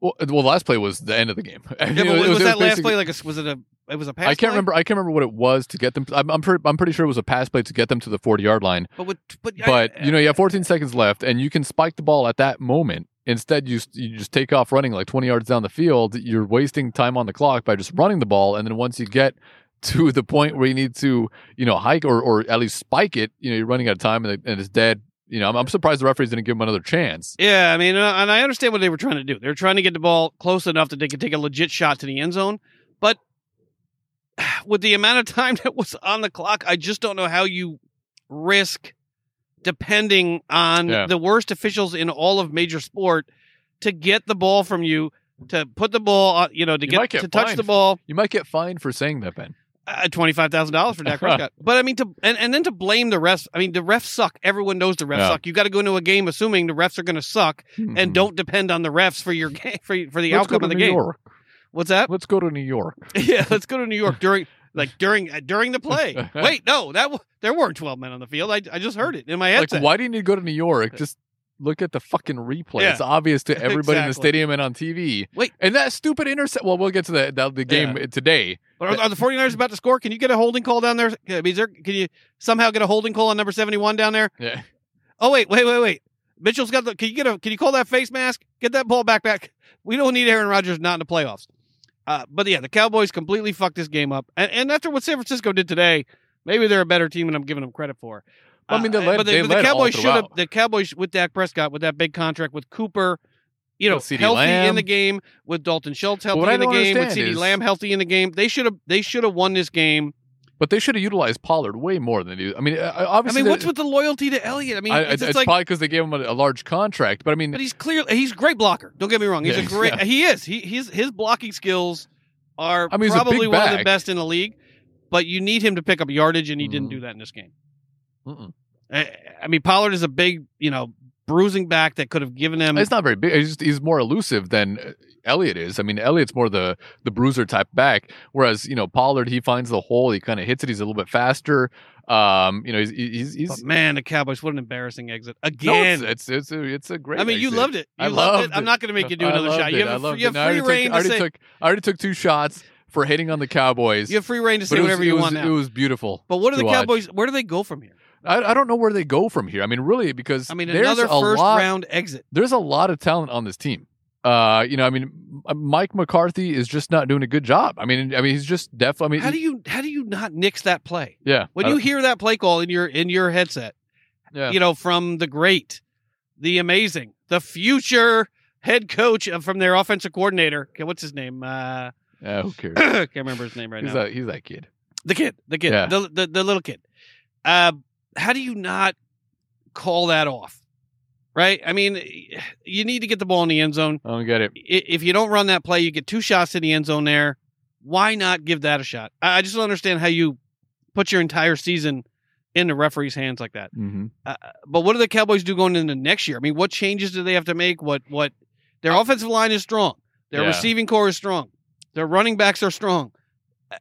S1: Well, uh, well, last play was the end of the game. I mean,
S2: Yeah,
S1: it
S2: but was,
S1: it it
S2: that last
S1: basically-
S2: play like a was it a it was a pass?
S1: I can't
S2: play?
S1: remember. I can't remember what it was to get them. I'm I'm, pre- I'm pretty sure it was a pass play to get them to the 40 yard line.
S2: But with, but, I- uh,
S1: But you know, you have 14 seconds left, and you can spike the ball at that moment. Instead, you s- you just take off running like 20 yards down the field. You're wasting time on the clock by just running the ball, and then once you get to the point where you need to, you know, hike or, or at least spike it, you know, you're running out of time and, it- and it's dead. You know, I'm, I'm surprised the referees didn't give him another chance.
S2: Yeah, I mean, uh, and I understand what they were trying to do. They were trying to get the ball close enough that they could take a legit shot to the end zone. But with the amount of time that was on the clock, I just don't know how you risk depending on
S1: Yeah.
S2: the worst officials in all of major sport to get the ball from you, to put the ball, on- you know, to
S1: You might
S2: get,
S1: get
S2: to touch
S1: fined.
S2: the ball
S1: You might get fined for saying that, Ben.
S2: uh, twenty five thousand dollars for Dak Prescott. but I mean, to and, and then to blame the refs. I mean, the refs suck. Everyone knows the refs
S1: Yeah.
S2: suck. You got to go into a game assuming the refs are going to suck, and don't depend on the refs for your game for, for the
S1: Hmm. Mm-hmm. Let's go
S2: outcome
S1: to
S2: of the
S1: New
S2: game.
S1: York.
S2: What's that?
S1: Let's go to New York.
S2: yeah, let's go to New York during like during uh, during the play. Wait, no, that w- there weren't twelve men on the field. I, I just heard it in my
S1: like,
S2: headset.
S1: why do you need to go to New York? Just look at the fucking replay.
S2: Yeah.
S1: It's obvious to everybody in the
S2: Exactly.
S1: stadium and on TV.
S2: Wait.
S1: and that stupid intercept. Well, we'll get to the the, the game today.
S2: Are, are the 49ers about to score? Can you get a holding call down there? I mean, is there, can you somehow get a holding call on number seventy one down there?
S1: Yeah,
S2: Oh wait, wait, wait, wait. Mitchell's got the. Can you get a? Can you call that face mask? Get that ball back, back. We don't need Aaron Rodgers not in the playoffs. Uh, but yeah, the Cowboys completely fucked this game up. And, and after what San Francisco did today, maybe they're a better team than I'm giving them credit for.
S1: I mean, they
S2: Uh,
S1: led-
S2: but the,
S1: they
S2: but
S1: led all
S2: the Cowboys should have.
S1: throughout.
S2: The Cowboys with Dak Prescott with that big contract with Cooper, you know,
S1: With CeeDee
S2: healthy in
S1: Lamb.
S2: the game with Dalton Schultz healthy
S1: what I
S2: in the
S1: don't
S2: game with
S1: understand
S2: CeeDee
S1: is-
S2: Lamb healthy in the game. They should have. They should have won this game.
S1: but they should have utilized Pollard way more than they do. I mean, uh,
S2: I
S1: obviously,
S2: mean,
S1: they-
S2: what's with the loyalty to Elliott? I mean,
S1: I-
S2: it's,
S1: it's,
S2: it's like
S1: probably because they gave him a, a large contract. But I mean,
S2: But he's clearly he's a great blocker. Don't get me wrong. He's
S1: Yeah,
S2: a great
S1: yeah.
S2: he is. He he's his blocking skills are
S1: I mean, he's a
S2: probably
S1: big
S2: one of the
S1: back.
S2: best in the league, but you need him to pick up yardage and he didn't
S1: Mhm.
S2: do that in this game.
S1: mm-mm.
S2: I, I mean Pollard is a big, you know, bruising back that could have given him
S1: it's not very big. He's, just, he's more elusive than uh, Elliott is. I mean, Elliott's more the the bruiser type back, whereas you know Pollard he finds the hole, he kind of hits it. He's a little bit faster. Um, you know, he's he's,
S2: but
S1: he's
S2: man, the Cowboys, what an embarrassing exit.
S1: no, it's,
S2: Again.
S1: it's it's a, it's a great.
S2: I mean, you
S1: exit.
S2: loved it. You
S1: I
S2: loved
S1: loved
S2: it. I'm
S1: it.
S2: not going to make you do
S1: I
S2: another
S1: loved
S2: shot.
S1: it.
S2: You
S1: I
S2: have, a-
S1: loved
S2: you have
S1: it. And I
S2: free
S1: already
S2: reign
S1: Took, I
S2: to
S1: already
S2: say.
S1: took. I already took two shots for hating on the Cowboys.
S2: You have free reign to say
S1: it was-
S2: whatever
S1: it
S2: you
S1: was-
S2: want now.
S1: It was beautiful.
S2: but what
S1: to
S2: do the
S1: watch.
S2: Cowboys? Where do they go from here?
S1: I, I don't know where they go from here. I mean, really, because
S2: I mean,
S1: there's
S2: another
S1: a
S2: first
S1: lot.
S2: round exit.
S1: There's a lot of talent on this team. Uh, you know, I mean, M- Mike McCarthy is just not doing a good job. I mean, I mean, he's just deaf. I mean,
S2: How do you how do you not nix that play?
S1: yeah.
S2: When
S1: I
S2: you
S1: don't-
S2: hear that play call in your in your headset,
S1: yeah.
S2: you know, from the great, the amazing, the future head coach of, from their offensive coordinator. Okay, what's his name? Uh
S1: yeah, who cares?
S2: can't remember his name right
S1: he's
S2: now.
S1: that he's that kid.
S2: the kid. The kid.
S1: Yeah.
S2: The, the the little kid. Uh how do you not call that off? Right? I mean, you need to get the ball in the end zone.
S1: I don't get it.
S2: I- If you don't run that play, you get two shots in the end zone there. Why not give that a shot? I I just don't understand how you put your entire season in the referee's hands like that.
S1: hmm
S2: But what do the Cowboys do going into next year? I mean, what changes do they have to make? What what their offensive line is strong. Their
S1: Uh, Yeah.
S2: receiving core is strong. Their running backs are strong. Uh,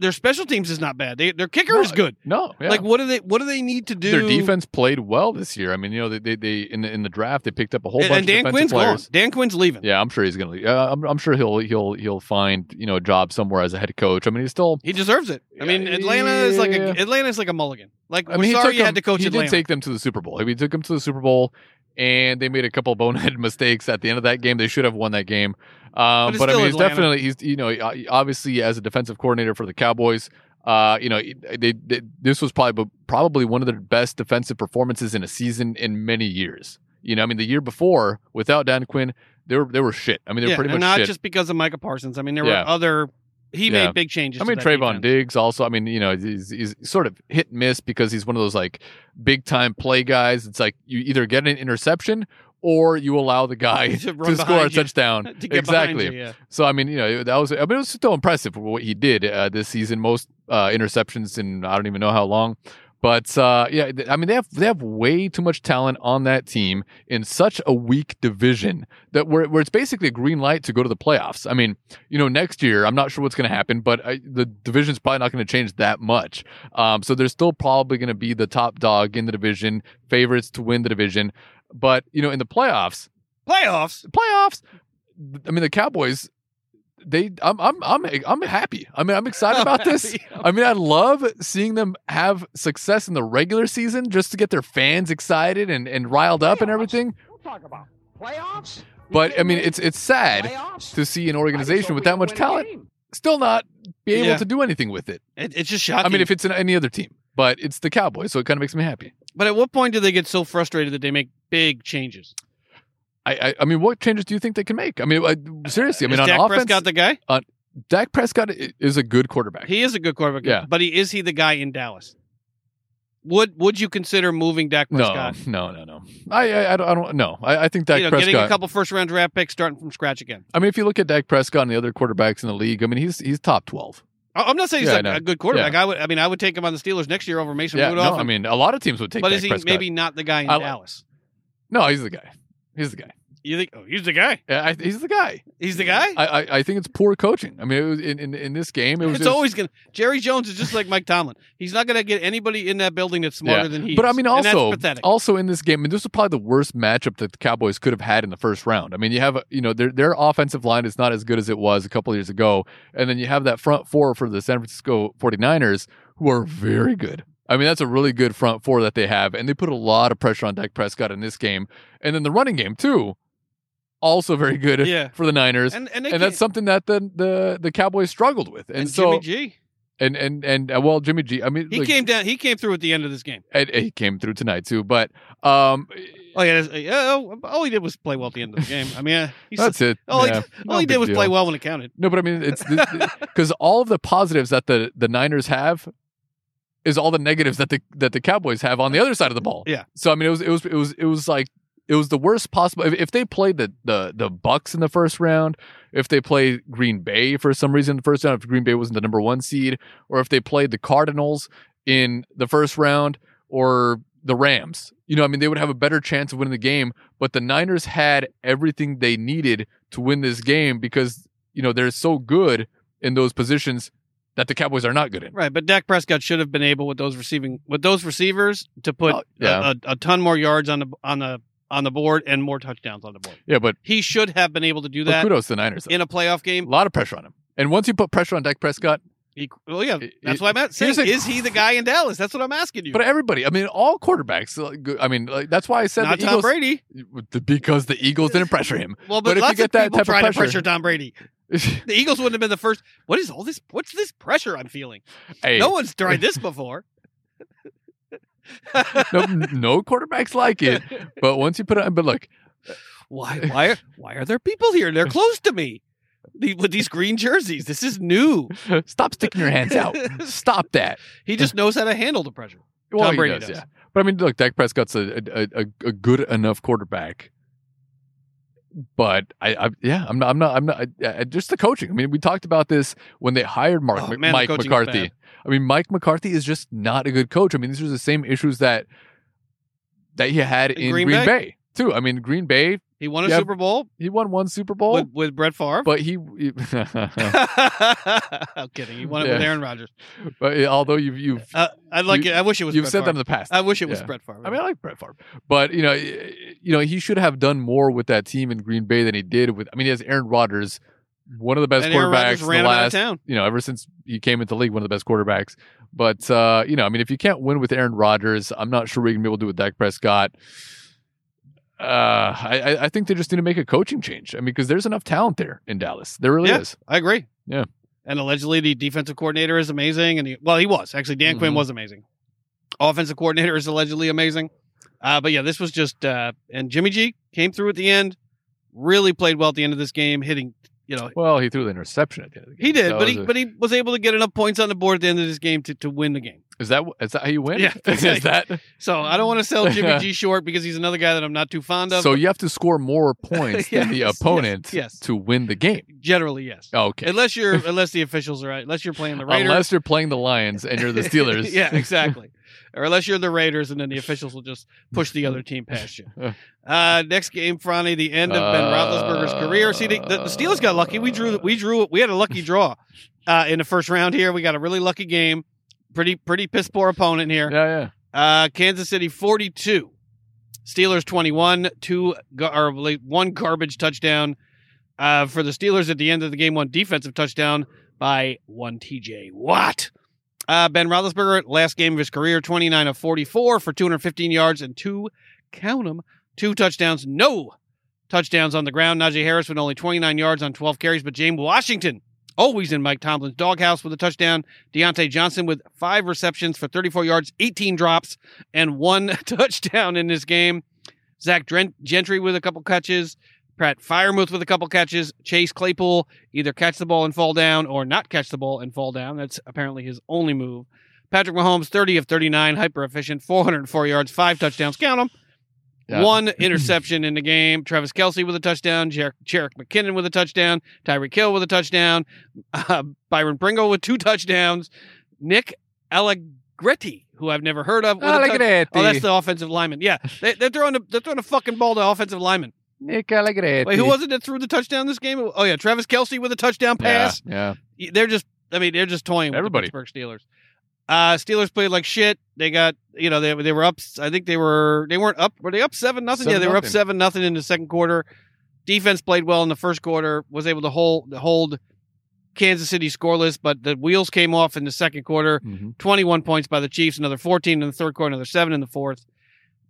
S2: Their special teams is not bad. They, their kicker
S1: No,
S2: is good.
S1: No, yeah.
S2: Like what do they what do they need to do?
S1: their defense played well this year. I mean, you know, they they, they in the in the draft they picked up a whole
S2: and,
S1: bunch
S2: and Dan
S1: of defensive
S2: Quinn's
S1: players.
S2: gone. Dan Quinn's leaving.
S1: Yeah, I'm sure he's gonna. leave. Uh, I'm, I'm sure he'll he'll he'll find you know a job somewhere as a head coach. I mean, he's still.
S2: He deserves it. I mean,
S1: Yeah.
S2: Atlanta is like a,
S1: Yeah.
S2: Atlanta is like a mulligan. Like
S1: I
S2: we're
S1: mean, he
S2: sorry
S1: took
S2: you
S1: him-
S2: had to coach
S1: He
S2: Atlanta.
S1: did take them to the Super Bowl. I mean, he took them to the Super Bowl, and they made a couple bonehead mistakes at the end of that game. They should have won that game. Um,
S2: it's
S1: but I
S2: still
S1: mean, he's
S2: Atlanta.
S1: definitely he's you know uh, obviously as a defensive coordinator for the Cowboys. Uh, you know, they, they, this was probably probably one of their best defensive performances in a season in many years. You know, I mean, the year before without Dan Quinn, they were they were shit. I mean, they were
S2: yeah,
S1: pretty
S2: and
S1: much
S2: not
S1: shit.
S2: just because of Micah Parsons. I mean, there
S1: Yeah.
S2: were other. He
S1: Yeah.
S2: made big changes.
S1: I
S2: to
S1: mean,
S2: that
S1: Trayvon
S2: defense.
S1: Diggs also. I mean, you know, he's, he's sort of hit and miss because he's one of those like big time play guys. It's like you either get an interception or you allow the guy
S2: To
S1: to,
S2: run
S1: score a
S2: behind you.
S1: touchdown.
S2: to get behind
S1: exactly.
S2: you, yeah.
S1: So I mean, you know, that was. I mean, it was still impressive what he did uh, this season. Most uh, interceptions in I don't even know how long. But uh, yeah, th- I mean, they have they have way too much talent on that team in such a weak division that where, where it's basically a green light to go to the playoffs. I mean, you know, next year I'm not sure what's going to happen, but I, the division's probably not going to change that much. Um, so they're still probably going to be the top dog in the division, favorites to win the division. But you know, in the playoffs,
S2: Playoffs.
S1: playoffs. I mean, the Cowboys. They, I'm, I'm, I'm, I'm happy. I mean, I'm excited about this. I mean, I love seeing them have success in the regular season just to get their fans excited and, and riled up and
S3: Playoffs?
S1: everything.
S3: We'll talk about playoffs.
S1: But I mean, it's it's sad
S3: playoffs
S1: to see an
S3: I just hope
S1: organization with
S3: we
S1: that
S3: can
S1: much
S3: win a
S1: talent
S3: game.
S1: still not be able
S2: Yeah.
S1: to do anything with it.
S2: It, it's just shocking.
S1: I mean, if it's in any other team, but it's the Cowboys, so it kind of makes me happy.
S2: but at what point do they get so frustrated that they make big changes?
S1: I, I, I mean, what changes do you think they can make? I mean, I, seriously, I mean,
S2: is
S1: on
S2: Dak
S1: offense,
S2: Prescott the guy?
S1: Dak Prescott i- is a good quarterback.
S2: He is a good quarterback.
S1: Yeah.
S2: But he is he the guy in Dallas? Would Would you consider moving Dak
S1: No,
S2: Prescott?
S1: no, no, no. I, I, I don't, I don't know. I, I think Dak
S2: you know, getting a
S1: Prescott.
S2: couple first round draft picks, starting from scratch again.
S1: I mean, if you look at Dak Prescott and the other quarterbacks in the league, I mean, he's he's top twelve.
S2: I- I'm not saying he's
S1: Yeah, I
S2: like
S1: know.
S2: a good quarterback. I would. I mean, I would take him on the Steelers next year over Mason
S1: yeah,
S2: Rudolph.
S1: no, I
S2: and-
S1: mean, a lot of teams would take.
S2: but
S1: Dak
S2: is he
S1: Prescott.
S2: maybe not the guy in
S1: I like-
S2: Dallas?
S1: No, he's the guy. He's the guy.
S2: You think? Oh, he's the guy.
S1: Yeah, I, he's the guy.
S2: He's the guy.
S1: I, I, I think it's poor coaching. I mean, it was in, in, in this game, it was.
S2: it's
S1: just-
S2: always gonna. Jerry Jones is just like Mike Tomlin. He's not gonna get anybody in that building that's smarter
S1: Yeah.
S2: than he.
S1: But I
S2: is.
S1: mean,
S2: And that's
S1: also,
S2: pathetic.
S1: also in this game, I mean, this was probably the worst matchup that the Cowboys could have had in the first round. I mean, you have, you know, their their offensive line is not as good as it was a couple of years ago, and then you have that front four for the San Francisco 49ers, who are very good. I mean, that's a really good front four that they have, and they put a lot of pressure on Dak Prescott in this game, and then the running game too, also very good
S2: yeah,
S1: for the Niners. And-
S2: and and, they
S1: that's
S2: can't-
S1: something that the, the the Cowboys struggled with, and,
S2: and
S1: so
S2: Jimmy G.
S1: and and and uh, well, Jimmy G. I mean,
S2: He
S1: like,
S2: came down. He came through at the end of this game.
S1: and he came through tonight too. But um,
S2: Oh yeah, that's- yeah, oh, all he did was play well at the end of the game. I mean, uh, he's,
S1: that's it.
S2: all
S1: Yeah,
S2: he all
S1: no
S2: he did
S1: big
S2: was
S1: deal.
S2: play well when it counted.
S1: No, but I mean, it's because all of the positives that the the Niners have is all the negatives that the that the Cowboys have on the other side of the ball.
S2: Yeah.
S1: So I mean, it was it was it was it was like it was the worst possible. If, if they played the the the Bucks in the first round, if they played Green Bay for some reason in the first round, if Green Bay wasn't the number one seed, or if they played the Cardinals in the first round, or the Rams, you know, I mean, they would have a better chance of winning the game. But the Niners had everything they needed to win this game because you know they're so good in those positions that the Cowboys are not good in.
S2: Right, but Dak Prescott should have been able with those receiving with those receivers to put
S1: Oh, yeah.
S2: a, a, a ton more yards on the on the on the board and more touchdowns on the board.
S1: Yeah, but,
S2: He should have been able to do
S1: but
S2: that
S1: kudos to the Niners. though.
S2: in a playoff
S1: A
S2: game.
S1: lot of pressure on him. And once you put pressure on Dak Prescott,
S2: He, well, yeah,
S1: It-
S2: that's
S1: it-
S2: why I'm at, saying,
S1: here's a-
S2: is he the guy in Dallas? That's what I'm asking you.
S1: but everybody, I mean, all quarterbacks. like, go- I mean, like, that's why I said
S2: not
S1: the
S2: Tom
S1: Eagles
S2: Brady.
S1: because the Eagles didn't pressure him.
S2: Well,
S1: But
S2: but,
S1: if you
S2: lots
S1: get
S2: of
S1: that
S2: people
S1: type of
S2: try
S1: pressure-
S2: to pressure Tom Brady.
S1: hey,
S2: The Eagles wouldn't have been the first. What is all this? What's this pressure I'm feeling? No
S1: no,
S2: one's tried this before.
S1: no, quarterbacks like it. But once you put it, but look,
S2: why? Why? Are, why are there people here? They're close to me. The- With these green jerseys, this is new.
S1: stop sticking your hands out. Stop that.
S2: He just knows how to handle the pressure.
S1: Well,
S2: Tom
S1: he
S2: Brady
S1: does,
S2: does.
S1: yeah. But I mean, look, Dak Prescott's a a, a, a good enough quarterback. But I, I, yeah, I'm not, I'm not, I'm not. I, I, just the coaching. I mean, we talked about this when they hired Mark
S2: Oh,
S1: Mc-
S2: man, the
S1: Mike
S2: coaching is
S1: McCarthy.
S2: bad.
S1: I mean, Mike McCarthy is just not a good coach. I mean, these are the same issues that that he had in, Green, Bay. too. I mean, Green Bay,
S2: He won a
S1: Yeah.
S2: Super Bowl
S1: he won one Super Bowl,
S2: with, with Brett Favre.
S1: but he,
S2: I'm kidding. He won it with
S1: Yeah.
S2: Aaron Rodgers.
S1: but although you've you've
S2: Uh, I like
S1: You-
S2: it. I wish it was.
S1: you've
S2: Brett
S1: said
S2: Favre.
S1: that in the past.
S2: I wish it was
S1: Yeah.
S2: Brett Favre.
S1: I mean, I like Brett Favre, but you know, y- you know, he should have done more with that team in Green Bay than he did with. I mean, he has Aaron Rodgers, one of the best
S2: and Aaron
S1: quarterbacks
S2: Rodgers
S1: in
S2: ran
S1: the
S2: him out of
S1: last.
S2: town.
S1: You know, ever since he came into the league, one of the best quarterbacks. But uh, you know, I mean, if you can't win with Aaron Rodgers, I'm not sure we're gonna be able to do with Dak Prescott. Uh, I, I- I think they just need to make a coaching change. I mean, because there's enough talent there in Dallas. There really
S2: Yeah.
S1: is.
S2: I agree.
S1: Yeah.
S2: and allegedly the defensive coordinator is amazing. And he, well, he was actually Dan Quinn
S1: Mhm.
S2: was amazing. Offensive coordinator is allegedly amazing. Uh, but yeah, this was just uh, and Jimmy G came through at the end, really played well at the end of this game, hitting you know
S1: Well, he threw the interception at the end. Of the game.
S2: he did,
S1: So
S2: but
S1: it
S2: he
S1: was a-
S2: but he was able to get enough points on the board at the end of this game to, to win the game.
S1: is that is that how you win?
S2: Yeah.
S1: is that
S2: So I don't want to sell Jimmy G short because he's another guy that I'm not too fond of.
S1: so? You have to score more points than the
S2: Yes, yes,
S1: opponent
S2: yes.
S1: to win the game. Oh,
S2: generally, yes.
S1: Okay,
S2: Unless you're unless the officials are right, unless you're playing the Raiders.
S1: unless you're playing the Lions and you're the Steelers.
S2: yeah, exactly. or unless you're the Raiders, and then the officials will just push the other team past you. Uh, next game, Franny, the end of Ben Roethlisberger's career. See, the, the, the Steelers got lucky. We drew. We drew. We had a lucky draw uh, in the first round here. We got a really lucky game. Pretty pretty piss poor opponent here.
S1: yeah, yeah.
S2: Uh, Kansas City 42, Steelers 21, two gar- or like one garbage touchdown uh, for the Steelers at the end of the game, one defensive touchdown by one TJ Watt. Uh, ben Roethlisberger, last game of his career, 29 of 44 for 215 yards and two, count 'em, two touchdowns, no touchdowns on the ground. Najee Harris with only 29 yards on 12 carries, but James Washington, always in Mike Tomlin's doghouse with a touchdown. Deontay Johnson with five receptions for 34 yards, 18 drops, and one touchdown in this game. Zach Dren- Gentry with a couple catches. Pratt Firemouth with a couple catches. Chase Claypool either catch the ball and fall down or not catch the ball and fall down. That's apparently his only move. Patrick Mahomes, 30 of 39, hyper efficient, 404 yards, five touchdowns. Count them.
S1: Yeah.
S2: One interception in the game. Travis Kelsey with a touchdown. Jer- Jarek McKinnon with a touchdown. Tyreek Hill with a touchdown. Uh, Byron Pringle with two touchdowns. Nick Allegretti, who I've never heard of. with a
S1: Ah,
S2: touch-
S1: Allegretti.
S2: Oh, that's the offensive lineman. Yeah, they, they're throwing a, they're throwing a fucking ball to offensive lineman.
S1: Nick Allegretti.
S2: Wait, who was it that eh. threw the touchdown this game? Oh yeah, Travis Kelsey with a touchdown pass.
S1: Yeah,
S2: They're just, I mean, they're just toying with
S1: Everybody.
S2: the Pittsburgh Steelers. Uh, Steelers played like shit. They got, you know, they they were up. I think they were they weren't up. Were they up seven nothing? Yeah, they were up
S1: 7-0.
S2: seven nothing in the second quarter. Defense played well in the first quarter. Was able to hold hold Kansas City scoreless, but the wheels came off in the second quarter.
S1: yeah. Mhm.
S2: 21 points by the Chiefs, another 14 in the third quarter, another seven in the fourth.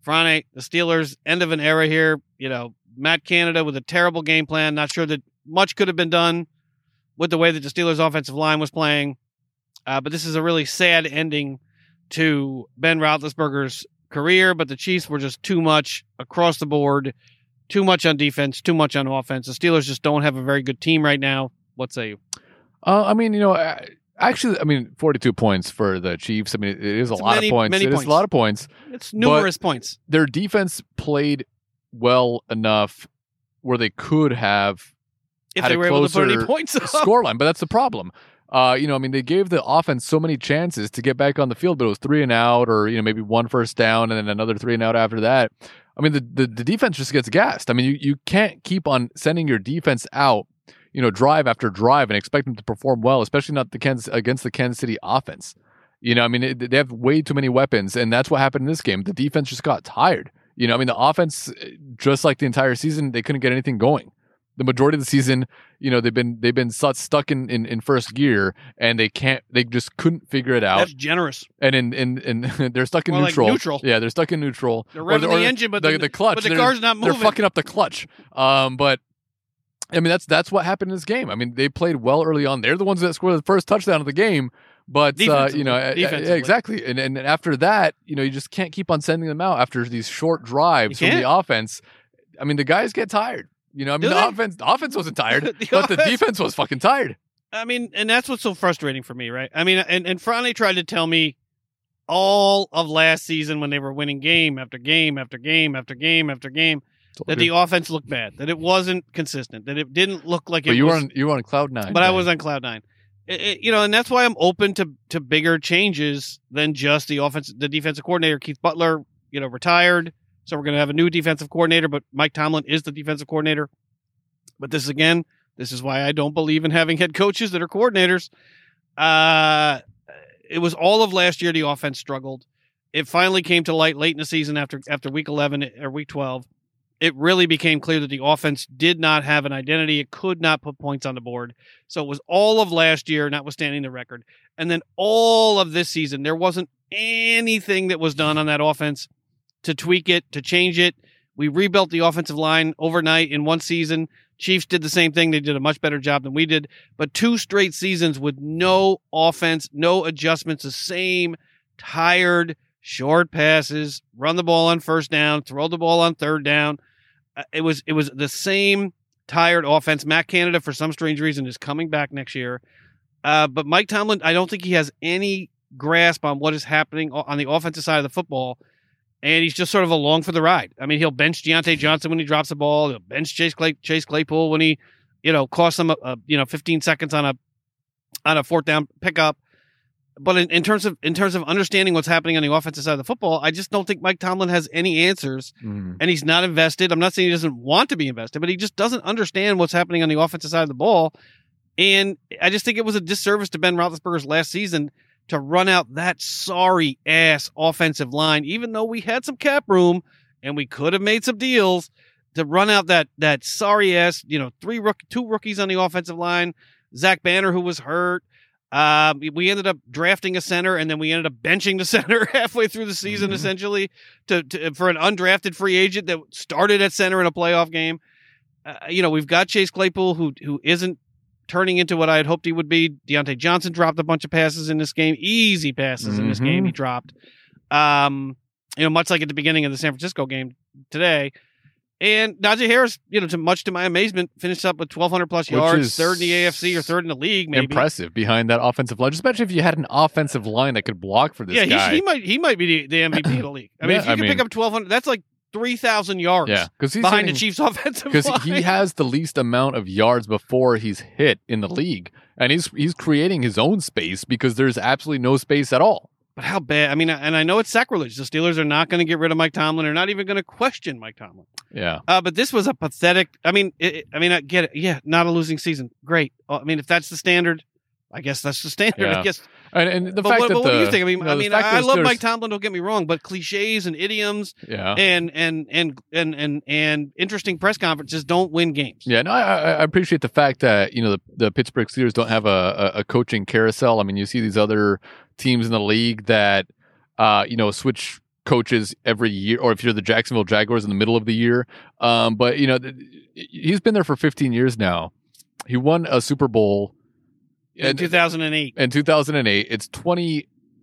S2: Friday, the Steelers, end of an era here. You know, Matt Canada with a terrible game plan. Not sure that much could have been done with the way that the Steelers' offensive line was playing. Uh, but this is a really sad ending to Ben Roethlisberger's career. But the Chiefs were just too much across the board, too much on defense, too much on offense. The Steelers just don't have a very good team right now. What say you?
S1: Uh, I mean, you know, I- actually, I mean, forty-two points for the Chiefs. I mean, it is a
S2: It's
S1: lot
S2: many-
S1: of points.
S2: many
S1: It is
S2: points.
S1: a lot of points.
S2: It's numerous points.
S1: Their defense played well enough where they could have
S2: If
S1: had
S2: they
S1: a
S2: were able to put any
S1: closer
S2: points up.
S1: scoreline, but that's the problem. Uh, you know, I mean, they gave the offense so many chances to get back on the field, but it was three and out, or you know, maybe one first down and then another three and out after that. I mean, the the, the defense just gets gassed. I mean, you you can't keep on sending your defense out, you know, drive after drive and expect them to perform well, especially not the Kansas against the Kansas City offense. You know, I mean, it, they have way too many weapons, and that's what happened in this game. The defense just got tired. You know, I mean, the offense, eh, just like the entire season, they couldn't get anything going. The majority of the season, you know they've been they've been su- stuck in, in in first gear and they can't they just couldn't figure it out
S2: That's generous.
S1: and in in, in they're stuck in
S2: More like
S1: neutral.
S2: neutral.
S1: yeah they're stuck in neutral
S2: They're
S1: Or
S2: revving
S1: the-
S2: the,
S1: or
S2: engine, but
S1: the,
S2: the,
S1: the clutch
S2: but the
S1: they're,
S2: car's not
S1: they're
S2: moving.
S1: fucking up the clutch um but I mean that's that's what happened in this game I mean they played well early on they're the ones that scored the first touchdown of the game but uh, you know uh,
S2: Defensively.
S1: uh, yeah,
S2: Defensively.
S1: exactly and and after that you know you just can't keep on sending them out after these short drives from the offense I mean the guys get tired you know I
S2: Do
S1: mean the
S2: they?
S1: offense the offense wasn't tired
S2: The
S1: but the
S2: offense-
S1: defense was fucking tired.
S2: I mean, and that's what's so frustrating for me, right? I mean, and and Franny tried to tell me all of last season when they were winning game after game after game after game after game that the offense looked bad, that it wasn't consistent, that it didn't look like
S1: but
S2: it
S1: you were
S2: was
S1: on you were on cloud nine.
S2: But I
S1: man.
S2: was on cloud nine. It- it- you know, and that's why I'm open to to bigger changes than just the offense. The defensive coordinator Keith Butler, you know, retired, so we're going to have a new defensive coordinator. But Mike Tomlin is the defensive coordinator. But this again, this is why I don't believe in having head coaches that are coordinators. Uh, it was all of last year the offense struggled. It finally came to light late in the season after after week eleven or week twelve. It really became clear that the offense did not have an identity. It could not put points on the board. So it was all of last year, notwithstanding the record. And then all of this season, there wasn't anything that was done on that offense to tweak it, to change it. We rebuilt the offensive line overnight in one season Chiefs did the same thing. They did a much better job than we did. But two straight seasons with no offense, no adjustments, the same tired short passes, run the ball on first down, throw the ball on third down. Uh, It was it was the same tired offense. Matt Canada, for some strange reason, is coming back next year. Uh, but Mike Tomlin, I don't think he has any grasp on what is happening o- on the offensive side of the football. And he's just sort of along for the ride. I mean, he'll bench Deontay Johnson when he drops the ball. He'll bench Chase, Clay, Chase Claypool when he, you know, costs him, a, a, you know, 15 seconds on a on a fourth down pickup. But in, in terms of in terms of understanding what's happening on the offensive side of the football, I just don't think Mike Tomlin has any answers
S1: Mm.
S2: and he's not invested. I'm not saying he doesn't want to be invested, but he just doesn't understand what's happening on the offensive side of the ball. And I just think it was a disservice to Ben Roethlisberger's last season to run out that sorry ass offensive line, even though we had some cap room and we could have made some deals to run out that that sorry ass, you know, three rook, two rookies on the offensive line, Zach Banner who was hurt. Um, we ended up drafting a center, and then we ended up benching the center halfway through the season,
S1: Mhm.
S2: essentially to, to for an undrafted free agent that started at center in a playoff game. Uh, you know, we've got Chase Claypool who who isn't turning into what I had hoped he would be. Deontay Johnson dropped a bunch of passes in this game, easy passes in this
S1: Mhm.
S2: game. He dropped, um, you know, much like at the beginning of the San Francisco game today. And Najee Harris, you know, to much to my amazement, finished up with 1,200 plus
S1: Which
S2: yards,
S1: is
S2: third in the AFC or third in the league, maybe.
S1: Impressive behind that offensive line. Just imagine if you had an offensive line that could block for this
S2: yeah,
S1: guy.
S2: He, he might he might be the, the MVP of the league. I mean,
S1: Yeah,
S2: if you
S1: I
S2: can pick
S1: mean-
S2: up 1,200, that's like 3,000 yards
S1: yeah, because he's
S2: behind the
S1: hitting-
S2: Chiefs' offensive
S1: because
S2: line.
S1: he has the least amount of yards before he's hit in the league, and he's he's creating his own space because there's absolutely no space at all.
S2: But how bad? I mean, and I know it's sacrilege. The Steelers are not going to get rid of Mike Tomlin. They're not even going to question Mike Tomlin.
S1: Yeah,
S2: Uh, but this was a pathetic. I mean, it, it- I mean, I get it. Yeah, not a losing season. Great. Uh, I mean, if that's the standard, I guess that's the standard. I
S1: Yeah.
S2: guess.
S1: and, and the
S2: but
S1: fact
S2: what,
S1: that
S2: but what
S1: the,
S2: do you think? I mean,
S1: you know,
S2: I
S1: the
S2: mean,
S1: fact
S2: I, I
S1: that
S2: love
S1: the
S2: Mike
S1: Steelers-
S2: Tomlin. Don't get me wrong, but cliches and idioms
S1: Yeah,
S2: and and and and and and interesting press conferences don't win games.
S1: Yeah, no, I, I I appreciate the fact that you know the, the Pittsburgh Steelers don't have a, a, a coaching carousel. I mean, you see these other teams in the league that uh, you know switch coaches every year, or if you're the Jacksonville Jaguars in the middle of the year. Um, but you know, th- he's been there for 15 years now. He won a Super Bowl
S2: In 2008,
S1: in 2008. It's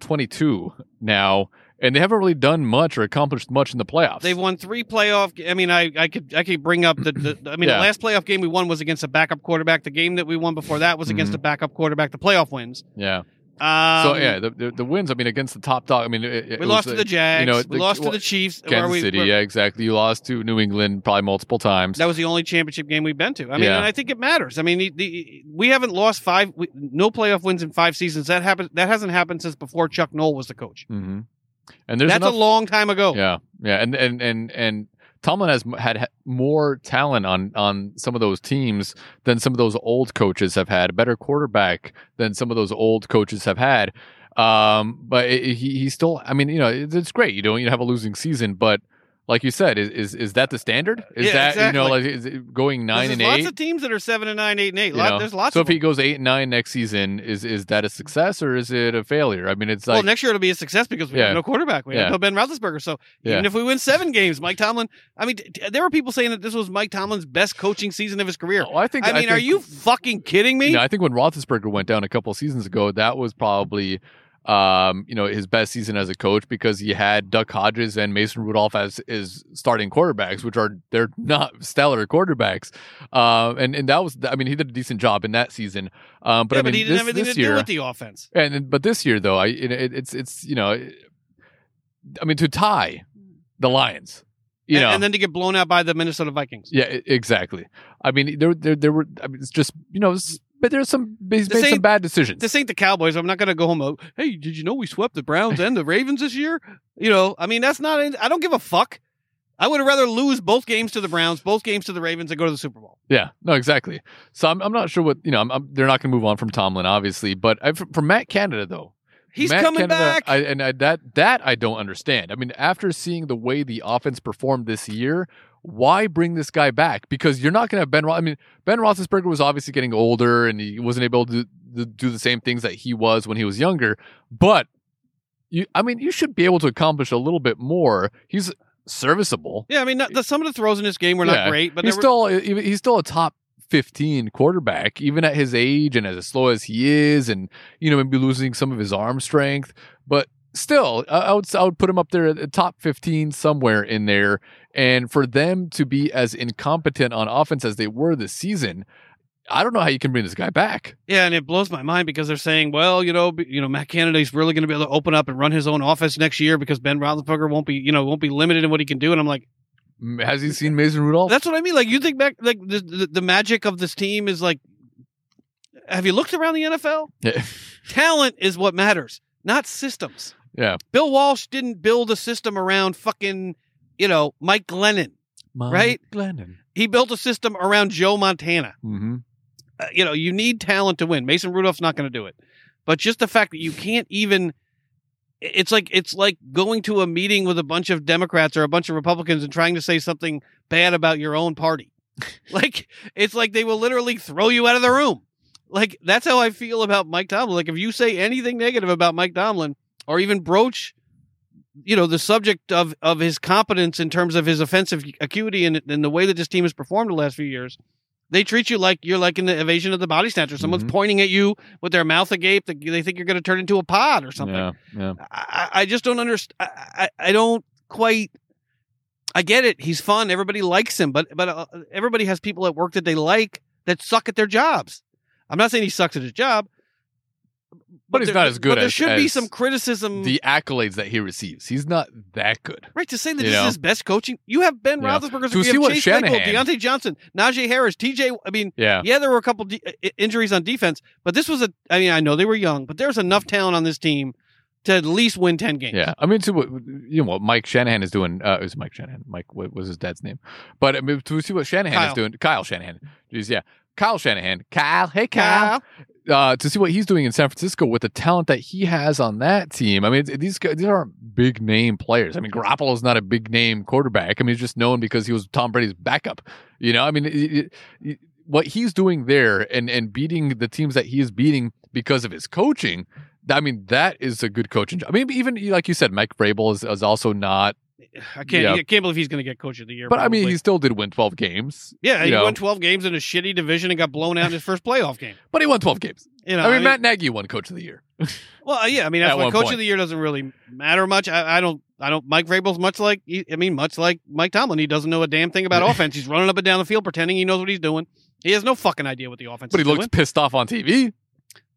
S1: 2022 now, and they haven't really done much or accomplished much in the playoffs.
S2: they've won three playoff. I mean, I, I could I could bring up the, the I mean,
S1: Yeah.
S2: the last playoff game we won was against a backup quarterback. The game that we won before that was against
S1: Mhm.
S2: a backup quarterback. The playoff wins.
S1: yeah.
S2: Um,
S1: so yeah, the, the the wins. I mean, against the top dog. I mean, it, it
S2: we
S1: was,
S2: lost
S1: uh,
S2: to the Jags.
S1: you know,
S2: we
S1: the-
S2: lost
S1: well,
S2: to the Chiefs. where
S1: Kansas
S2: we-
S1: City.
S2: where-
S1: Yeah, exactly. You lost to New England probably multiple times.
S2: That was the only championship game we've been to. I mean,
S1: Yeah.
S2: and I think it matters. I mean, the, the, we haven't lost five, we, no playoff wins in five seasons. That happened. That hasn't happened since before Chuck Noll was the coach.
S1: hmm And there's
S2: That's
S1: enough,
S2: a long time ago.
S1: yeah, yeah, and and and and Tomlin has m- had ha- more talent on on some of those teams than some of those old coaches have had. A better quarterback than some of those old coaches have had. Um, but it, it- he he still. I mean, you know, it's, it's great. You don't you have a losing season, but. Like you said, is, is is that the standard? Is
S2: Yeah,
S1: that you know
S2: exactly.
S1: like is it going nine
S2: There's
S1: and
S2: lots
S1: eight?
S2: of teams that are seven and nine, eight and eight.
S1: you
S2: Lot-
S1: know?
S2: There's lots.
S1: So
S2: of
S1: if he
S2: them.
S1: goes eight and nine next season, is is that a success or is it a failure? I mean, it's
S2: well,
S1: like
S2: next year it'll be a success because we
S1: Yeah.
S2: have no quarterback. We
S1: Yeah.
S2: have no Ben Roethlisberger. So even
S1: Yeah.
S2: if we win seven games, Mike Tomlin. I mean, t- t- there were people saying that this was Mike Tomlin's best coaching season of his career.
S1: Oh, I think.
S2: I mean, are
S1: think-
S2: you fucking kidding me?
S1: No, I think when Roethlisberger went down a couple seasons ago, that was probably. Um, you know his best season as a coach because he had Duck Hodges and Mason Rudolph as his starting quarterbacks, which are they're not stellar quarterbacks. Um, and and that was I mean he did a decent job in that season. Um, but
S2: yeah,
S1: I mean
S2: but he didn't
S1: this,
S2: have anything
S1: this
S2: to
S1: year,
S2: do with the offense.
S1: And then- but this year though, I it, it- it's it's you know, I mean to tie the Lions, you
S2: Mm. and,
S1: know,
S2: and then to get blown out by the Minnesota Vikings.
S1: yeah, e- exactly. I mean there there there were I mean, it's just you know, s- but there's some he's
S2: This
S1: made some
S2: ain't-
S1: bad decisions.
S2: This ain't the Cowboys. I'm not going to go home. uh, Hey, did you know we swept the Browns and the Ravens this year? You know, I mean, that's not. I don't give a fuck. I would have rather lose both games to the Browns, both games to the Ravens, and go to the Super Bowl.
S1: Yeah, no, exactly. So I'm I'm not sure what you know. I'm, I'm, they're not going to move on from Tomlin, obviously, but I, from, from Matt Canada though.
S2: He's
S1: Matt
S2: coming
S1: Canada,
S2: back.
S1: I, and I, that that I don't understand. I mean, after seeing the way the offense performed this year, why bring this guy back? Because you're not going to have Ben. Ro- I mean, Ben Roethlisberger was obviously getting older, and he wasn't able to do, do the same things that he was when he was younger. But you, I mean, you should be able to accomplish a little bit more. He's serviceable.
S2: yeah, I mean, not, the, some of the throws in this game were not
S1: Yeah.
S2: great, but
S1: he's
S2: there were-
S1: still he- he's still a top 15 quarterback, even at his age and as slow as he is, and you know maybe losing some of his arm strength, but still, I, I would I would put him up there at the top 15 somewhere in there. And for them to be as incompetent on offense as they were this season, I don't know how you can bring this guy back.
S2: Yeah, and it blows my mind because they're saying, well, you know, b- you know, Matt Kennedy's really going to be able to open up and run his own offense next year because Ben Roethlisberger won't be, you know, won't be limited in what he can do. And I'm like,
S1: M- Has he seen Mason Rudolph?
S2: that's what I mean. Like, you think back, like the, the, the magic of this team is like, have you looked around the NFL?
S1: Yeah.
S2: Talent is what matters, not systems.
S1: Yeah.
S2: Bill Walsh didn't build a system around fucking, you know, Mike Glennon. Right?
S1: Glennon.
S2: He built a system around Joe Montana.
S1: hmm
S2: uh, you know, you need talent to win. Mason Rudolph's not going to do it. But just the fact that you can't even it's like it's like going to a meeting with a bunch of Democrats or a bunch of Republicans and trying to say something bad about your own party. like it's like they will literally throw you out of the room. Like that's how I feel about Mike Tomlin. Like if you say anything negative about Mike Tomlin or even broach you know the subject of of his competence in terms of his offensive acuity and, and the way that this team has performed the last few years they treat you like you're like in the evasion of the body snatcher someone's
S1: Mhm.
S2: pointing at you with their mouth agape that they think you're going to turn into a pod or something
S1: Yeah. Yeah.
S2: I, I I just don't understand I, I I don't quite i get it he's fun everybody likes him but but uh, everybody has people at work that they like that suck at their jobs i'm not saying he sucks at his job
S1: But he's
S2: there-
S1: not as good
S2: but there
S1: as-
S2: should be
S1: as
S2: some criticism
S1: The accolades that he receives, he's not that good.
S2: Right to say that
S1: You
S2: this
S1: know?
S2: is his best coaching. You have Ben
S1: Yeah.
S2: Roethlisberger,
S1: To
S2: you
S1: see
S2: have
S1: what
S2: Chase Claypool,
S1: Shanahan-
S2: Deontay Johnson, Najee Harris, TJ. I mean,
S1: Yeah.
S2: yeah, there were a couple de- uh, i- i- injuries on defense, but this was a. I mean, I know they were young, but there's enough talent on this team to at least win ten games.
S1: Yeah, I mean, to what you know, what Mike Shanahan is doing. Uh, it was Mike Shanahan. Mike, what was his dad's name? But I mean, to see what Shanahan
S2: Kyle.
S1: is doing, Kyle Shanahan. Jeez, yeah, Kyle Shanahan. Kyle, hey Kyle. Uh, to see what he's doing in San Francisco with the talent that he has on that team. I mean, it's- these guys- these aren't big name players. I mean, Garoppolo's not a big name quarterback. I mean, he's just known because he was Tom Brady's backup. You know, I mean, it, it, it- what he's doing there and and beating the teams that he is beating because of his coaching. I mean, that is a good coaching job. I mean, even like you said, Mike Vrabel is, is also not,
S2: I can't.
S1: Yeah.
S2: I can't believe he's going to get coach of the year.
S1: but I mean,
S2: probably.
S1: he still did win 12 games,
S2: yeah,
S1: you
S2: he
S1: know.
S2: won twelve games in a shitty division and got blown out in his first playoff game.
S1: but he won 12 games.
S2: You know,
S1: I mean, Matt Nagy won coach of the year.
S2: Well, uh, yeah, I mean, that's
S1: At
S2: why
S1: one
S2: coach
S1: point.
S2: of the year doesn't really matter much. I, I don't, I don't. Mike Vrabel's much like, he- I mean, much like Mike Tomlin, he doesn't know a damn thing about offense. He's running up and down the field pretending he knows what he's doing. He has no fucking idea what the offense.
S1: But he
S2: is
S1: looks
S2: doing.
S1: pissed off on TV.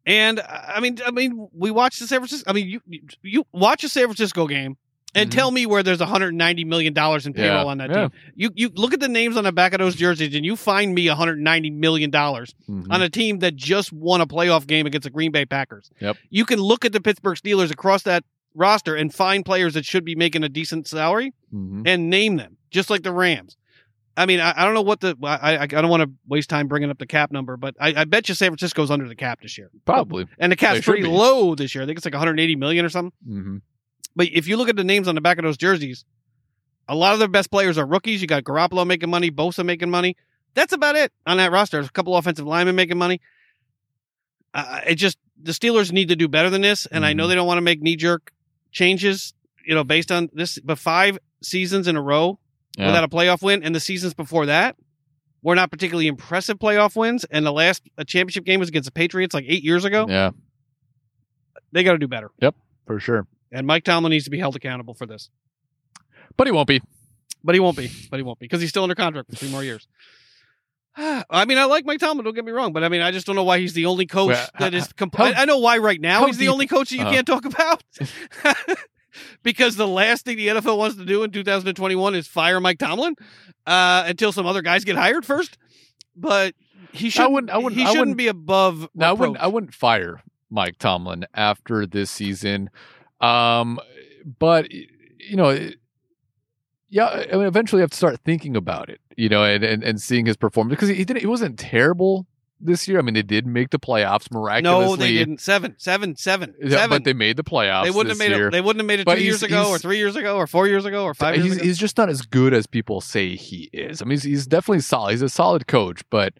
S2: And uh, I I mean, I mean, we watch the San Francisco. I mean, you you- you watch a San Francisco game and
S1: Mhm.
S2: tell me where there's 190 million dollars in
S1: Yeah,
S2: payroll on that
S1: yeah.
S2: team. You you look at the names on the back of those jerseys and you find me 190 million dollars
S1: Mm-hmm.
S2: on a team that just won a playoff game against the Green Bay Packers.
S1: Yep.
S2: You can look at the Pittsburgh Steelers across that roster and find players that should be making a decent salary
S1: Mhm.
S2: and name them, just like the Rams. I mean, I, I don't know what the I I, I don't want to waste time bringing up the cap number, but I, I bet you San Francisco's under the cap this year,
S1: Probably.
S2: and the cap's
S1: They should
S2: pretty
S1: be.
S2: low this year. I think it's like 180 million or something.
S1: hmm
S2: But if you look at the names on the back of those jerseys, a lot of their best players are rookies. You got Garoppolo making money, Bosa making money. That's about it on that roster. There's a couple offensive linemen making money. Uh, it just the Steelers need to do better than this, and I know
S1: Mhm.
S2: they don't want to make knee jerk changes, you know, based on this. But five seasons in a row
S1: Yeah.
S2: without a playoff win, and the seasons before that were not particularly impressive playoff wins. And the last a championship game was against the Patriots like eight years ago.
S1: Yeah,
S2: They got to do better,
S1: for sure.
S2: and Mike Tomlin needs to be held accountable for this.
S1: But he won't be.
S2: But he won't be. But he won't be because he's still under contract for three more years. I mean, I like Mike Tomlin. Don't get me wrong, but I mean, I just don't know why he's the only coach
S1: Well,
S2: that is.
S1: how-
S2: Comp-
S1: how-
S2: I, I know why right now
S1: how
S2: he's the
S1: deep-
S2: only coach that you
S1: Uh-huh.
S2: can't talk about because the last thing the NFL wants to do in 2021 is fire Mike Tomlin uh, until some other guys get hired first. But he should.
S1: wouldn't- I wouldn't-
S2: He
S1: I
S2: shouldn't
S1: wouldn't-
S2: be above.
S1: No, I wouldn't. I
S2: reproach.
S1: wouldn't fire Mike Tomlin after this season. Um, but you know, it- yeah, I mean, eventually you have to start thinking about it. You know, and and, and seeing his performance because he, didn't. He wasn't terrible this year. I mean, they did make the playoffs miraculously.
S2: no, they didn't. Seven, seven, seven,
S1: Yeah,
S2: seven.
S1: But they made the playoffs.
S2: They wouldn't have
S1: this
S2: made
S1: year.
S2: it. They wouldn't have made it
S1: But
S2: two
S1: he's-
S2: years ago, or
S1: he's-
S2: three years ago, or four years ago, or five years
S1: he's,
S2: ago.
S1: he's just not as good as people say he is. I mean, he's, he's definitely solid. He's a solid coach, but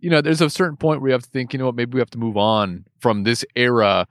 S1: you know, there's a certain point where you have to think, you know what, maybe we have to move on from this era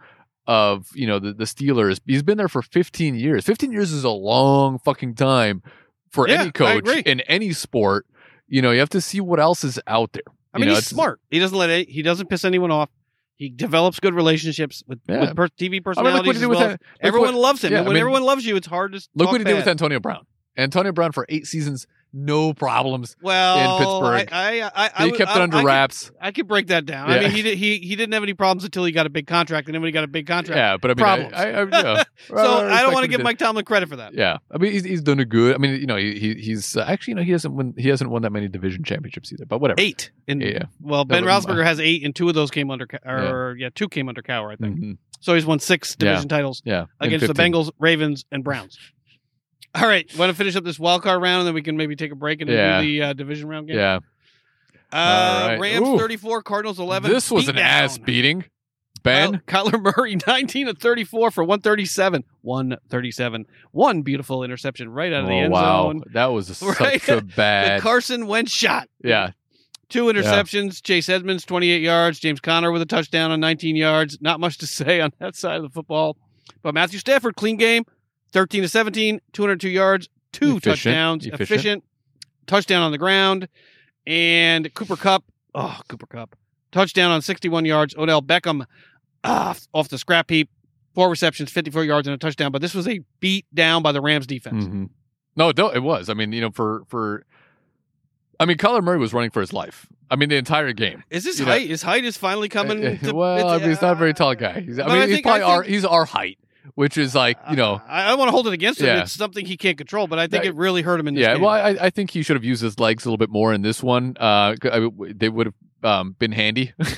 S1: of you know the, the Steelers. He's been there for 15 years. 15 years is a long fucking time for
S2: Yeah, I
S1: any coach
S2: agree.
S1: in any sport. You know, you have to see what else is out there.
S2: I
S1: You
S2: mean,
S1: know,
S2: he's
S1: it's-
S2: smart. He doesn't let it, he doesn't piss anyone off. He develops good relationships with,
S1: Yeah.
S2: with per- TV
S1: I mean,
S2: personalities.
S1: look what he
S2: as
S1: did with
S2: well.
S1: that. look
S2: Everyone
S1: what-
S2: loves him.
S1: yeah, I
S2: and when
S1: mean,
S2: everyone loves you, it's hard to
S1: Look
S2: talk
S1: what he did with
S2: bad.
S1: Antonio Brown. Antonio Brown for eight seasons, no problems.
S2: Well,
S1: Pittsburgh.
S2: I, I, I, I
S1: he
S2: would-
S1: kept
S2: I-
S1: it under
S2: I could-
S1: wraps.
S2: I could break that down.
S1: Yeah.
S2: I mean, he did, he he didn't have any problems until he got a big contract, and then when he got a big contract,
S1: yeah, but I mean,
S2: Problems.
S1: I, I, I, yeah.
S2: so I don't
S1: respect what
S2: want to
S1: he
S2: give
S1: did.
S2: Mike Tomlin credit for that.
S1: Yeah, I mean, he's, he's done a good. I mean, you know, he, he he's uh, actually, you know, he hasn't won he hasn't won that many division championships either. But whatever.
S2: Eight, and
S1: Yeah.
S2: well, Ben
S1: but-
S2: Roethlisberger has eight, and two of those came under Ca- or yeah, two came under Cowher, I think.
S1: Mhm.
S2: So he's won six
S1: Yeah.
S2: division titles
S1: Yeah, in
S2: against the
S1: 15.
S2: Bengals, Ravens, and Browns. All right, want to finish up this wild card round, and then we can maybe take a break and then
S1: Yeah.
S2: do the uh, division round game.
S1: Yeah, All
S2: Uh,
S1: right.
S2: Rams
S1: Ooh.
S2: thirty-four, Cardinals eleven.
S1: this was an
S2: Beatdown.
S1: ass beating. Ben,
S2: Ky- Kyler Murray, 19 of 34 for 137. 137. One beautiful interception right out of the
S1: Oh,
S2: end
S1: wow,
S2: zone.
S1: that was a,
S2: Right?
S1: such a
S2: The
S1: bad.
S2: Carson Wentz shot.
S1: yeah,
S2: Two interceptions. Chase Edmonds, 28 yards. James Conner with a touchdown on 19 yards. Not much to say on that side of the football. But Matthew Stafford, clean game, 13 to 17, 202 yards, two
S1: Efficient.
S2: touchdowns,
S1: Efficient.
S2: efficient. touchdown on the ground. And Cooper Cup, oh, Cooper Cup, touchdown on 61 yards. Odell Beckham ah, off the scrap heap, four receptions, 54 yards, and a touchdown. But this was a beat down by the Rams defense.
S1: Mhm. no, no, it was. I mean, you know, for for, I mean, Kyler Murray was running for his life. I mean, the entire game.
S2: Is his
S1: You know-
S2: height? his height is finally coming.
S1: Uh, uh,
S2: to-
S1: well, I
S2: it's-
S1: mean, he's not a very tall
S2: uh,
S1: guy. He's, I
S2: but
S1: mean,
S2: I
S1: he's
S2: think- I
S1: probably our
S2: think-
S1: he's our height, which is like you know.
S2: I, I don't want to hold it against him.
S1: Yeah.
S2: It's something he can't control, but I think
S1: Yeah.
S2: it really hurt him in this
S1: Yeah,
S2: game.
S1: well, I, I think he should have used his legs a little bit more in this one. Uh, c- I w- they would have um, been handy.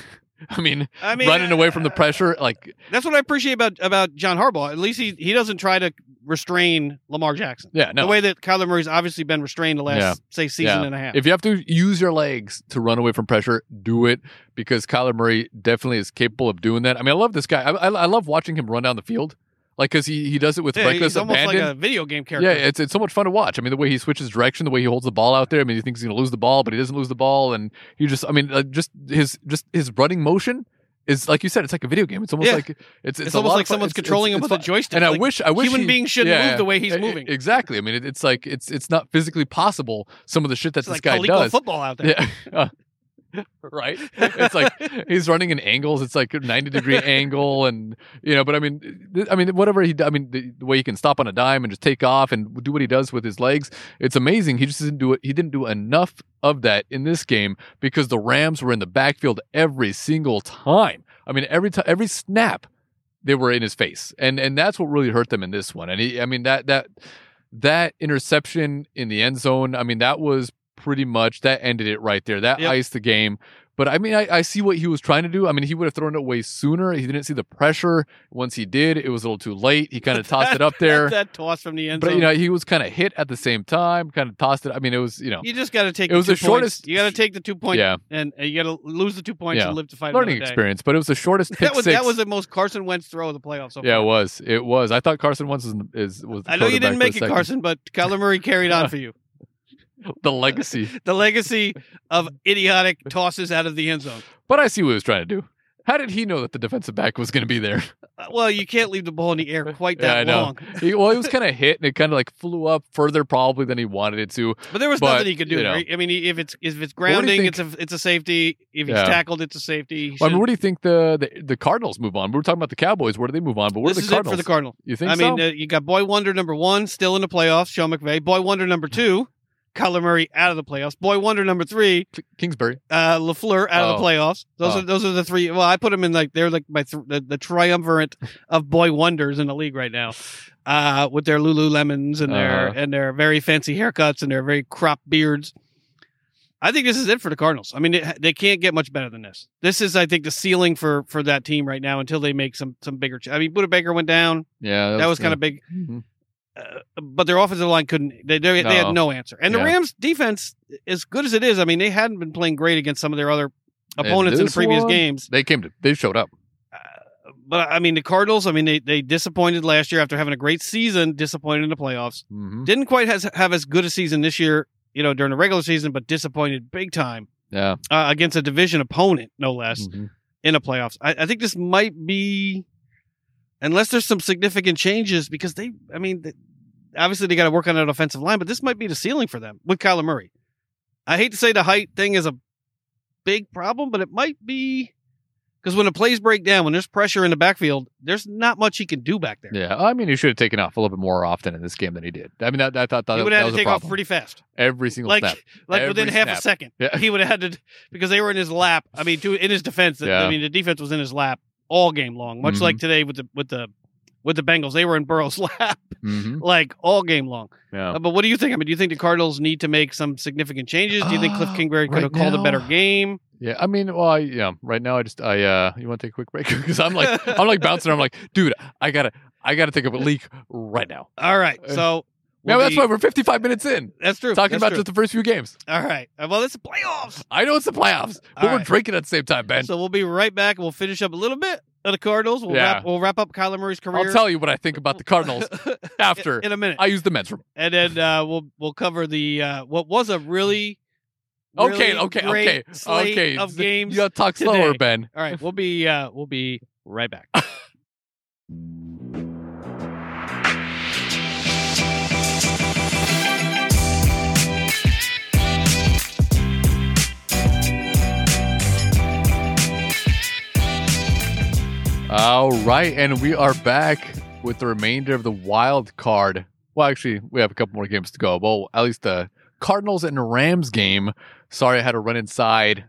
S1: I mean,
S2: I mean,
S1: running away from the
S2: uh,
S1: pressure, like
S2: That's what I appreciate about about John Harbaugh. At least he he doesn't try to restrain Lamar Jackson
S1: yeah,
S2: the
S1: no.
S2: way that Kyler Murray's obviously been restrained the last
S1: Yeah.
S2: say season
S1: Yeah.
S2: and a half.
S1: If you have to use your legs to run away from pressure, do it because Kyler Murray definitely is capable of doing that. I mean, I love this guy. I, I, I love watching him run down the field, like because he, he does it with
S2: yeah,
S1: reckless
S2: he's almost
S1: abandon.
S2: like a video game
S1: yeah,
S2: character.
S1: it's it's so much fun to watch. I mean, the way he switches direction, the way he holds the ball out there. I mean, he thinks he's gonna lose the ball, but he doesn't lose the ball, and he just, I mean, uh, just his just his running motion is like you said, it's like a video game. It's almost
S2: Yeah.
S1: like it's it's,
S2: it's,
S1: a
S2: almost
S1: lot
S2: like
S1: of fun. It's-
S2: someone's
S1: it's-
S2: controlling
S1: it's
S2: him
S1: fun.
S2: with a joystick.
S1: And I
S2: Like,
S1: wish I wish
S2: human
S1: he-
S2: beings shouldn't
S1: yeah,
S2: move the way he's
S1: e-
S2: moving.
S1: Exactly. I mean, it, it's like it's it's not physically possible. Some of the shit that
S2: it's
S1: this
S2: like
S1: guy
S2: Coleco
S1: does.
S2: football out there.
S1: Yeah. Uh, right. It's like he's running in angles. It's like a ninety degree angle, and you know. But I mean, th- I mean, whatever he. d- I mean, the, the way he can stop on a dime and just take off and do what he does with his legs. It's amazing. He just didn't do it. He didn't do enough of that in this game because the Rams were in the backfield every single time. I mean, every time, every snap, they were in his face, and and that's what really hurt them in this one. And he, I mean, that that that interception in the end zone. I mean, that was pretty much that ended it right there. That
S2: Yep.
S1: iced the game. But I mean, I, I see what he was trying to do. I mean, he would have thrown it away sooner. He didn't see the pressure. Once he did, it was a little too late. He kind of tossed it up there.
S2: that toss from the end
S1: But
S2: zone.
S1: you know, he was kind of hit at the same time. Kind of tossed it. I mean, it was you know,
S2: you just got to take.
S1: It was
S2: the,
S1: the
S2: two points.
S1: shortest-
S2: You got to take the two point,
S1: yeah,
S2: and and you got to lose the two points
S1: Yeah.
S2: and live to fight.
S1: learning
S2: another day.
S1: experience. But it was the shortest pick
S2: That was
S1: six.
S2: that was the most Carson Wentz throw of the playoffs. So
S1: yeah,
S2: far.
S1: it was. It was. I thought Carson Wentz was is was. The
S2: I know you
S1: quarterback
S2: didn't
S1: for
S2: make
S1: a
S2: it,
S1: second.
S2: Carson, but Kyler Murray carried on for you.
S1: The legacy.
S2: The legacy of idiotic tosses out of the end zone.
S1: But I see what he was trying to do. How did he know that the defensive back was going to be there?
S2: Uh, Well, you can't leave the ball in the air quite
S1: Yeah, I
S2: that
S1: know.
S2: long.
S1: He, well, he was kind of hit, and it kind of like flew up further probably than he wanted it to.
S2: But there was
S1: But,
S2: nothing he could do.
S1: you know.
S2: right? I mean, if it's if it's
S1: do you
S2: grounding, it's a it's a safety. If he's
S1: Yeah.
S2: tackled, it's a safety. He
S1: Well, I mean,
S2: should-
S1: where do you think the, the the Cardinals move on? We were talking about the Cowboys. Where do they move on? But where
S2: this
S1: do
S2: is
S1: the Cardinals?
S2: it for the Cardinals.
S1: you think
S2: I mean,
S1: so?
S2: uh, you got Boy Wonder number one still in the playoffs, Sean McVay. Boy Wonder number two, Kyler Murray out of the playoffs. Boy Wonder number three,
S1: K- Kingsbury.
S2: uh, Lafleur out of
S1: Oh.
S2: the playoffs. Those
S1: Oh.
S2: are those are the three. Well, I put them in like they're like my th- the, the triumvirate of boy wonders in the league right now, uh, with their Lululemons and their
S1: Uh-huh.
S2: and their very fancy haircuts and their very crop beards. I think this is it for the Cardinals. I mean, it, they can't get much better than this. This is, I think, the ceiling for for that team right now until they make some some bigger. Ch- I mean, Buda Baker went down.
S1: Yeah,
S2: That was kind of big,
S1: Mhm.
S2: uh, but their offensive line couldn't. They they, they
S1: No.
S2: had no answer. And the
S1: Yeah.
S2: Rams defense, as good as it is, I mean, they hadn't been playing great against some of their other opponents in the
S1: this
S2: previous
S1: one-
S2: games.
S1: They came to. They showed up.
S2: But I mean, the Cardinals. I mean, they they disappointed last year after having a great season. Disappointed in the playoffs.
S1: hmm
S2: Didn't quite has, have as good a season this year. You know, during the regular season, but disappointed big time
S1: Yeah.
S2: uh, against a division opponent, no less,
S1: Mhm.
S2: in the playoffs. I, I think this might be, unless there's some significant changes, because they. I mean, th- obviously they got to work on that offensive line, but this might be the ceiling for them with Kyler Murray. I hate to say the height thing is a big problem, but it might be because when the plays break down, when there's pressure in the backfield, there's not much he can do back there.
S1: Yeah, I mean, he should have taken off a little bit more often in this game than he did. I mean, that, that, that, that,
S2: he would
S1: that
S2: have
S1: was a
S2: had to take off
S1: problem.
S2: pretty fast,
S1: Every single
S2: like
S1: snap.
S2: like
S1: Every
S2: within half
S1: snap.
S2: a second.
S1: Yeah.
S2: He would have had to because they were in his lap. I mean, to, in his defense,
S1: Yeah.
S2: I mean the defense was in his lap all game long, much
S1: Mhm.
S2: like today with the with the with the Bengals. They were in Burrow's lap
S1: Mhm.
S2: like all game long.
S1: Yeah.
S2: Uh, but what do you think? I mean, do you think the Cardinals need to make some significant changes? Do you think Cliff
S1: Uh,
S2: Kingsbury could
S1: right
S2: have called
S1: now-
S2: a better game?
S1: Yeah, I mean, well, I, yeah. Right now, I just, I, uh, you want to take a quick break because I'm like, I'm like bouncing. I'm like, dude, I gotta, I gotta take a leak right now.
S2: All right,
S1: Uh,
S2: so
S1: Yeah,
S2: we'll
S1: that's
S2: be-
S1: why we're 55 minutes in
S2: that's true.
S1: talking
S2: that's
S1: about
S2: true.
S1: just the first few games.
S2: all right. Uh, Well, it's the playoffs,
S1: I know it's the playoffs, but
S2: All
S1: we're
S2: right.
S1: drinking at the same time, Ben.
S2: so we'll be right back. We'll finish up a little bit of the Cardinals. We'll
S1: Yeah.
S2: wrap. We'll wrap up Kyler Murray's career.
S1: I'll tell you what I think about the Cardinals after
S2: in a minute,
S1: I use the men's room.
S2: and then uh, we'll we'll cover the uh, what was a really, really
S1: Okay, okay,
S2: great
S1: okay,
S2: slate
S1: okay.
S2: of games.
S1: You gotta talk slower,
S2: today.
S1: Ben.
S2: All right, we'll be uh, we'll be right back.
S1: All right, and we are back with the remainder of the wild card. Well, actually, we have a couple more games to go. Well, at least the Cardinals and Rams game. Sorry, I had to run inside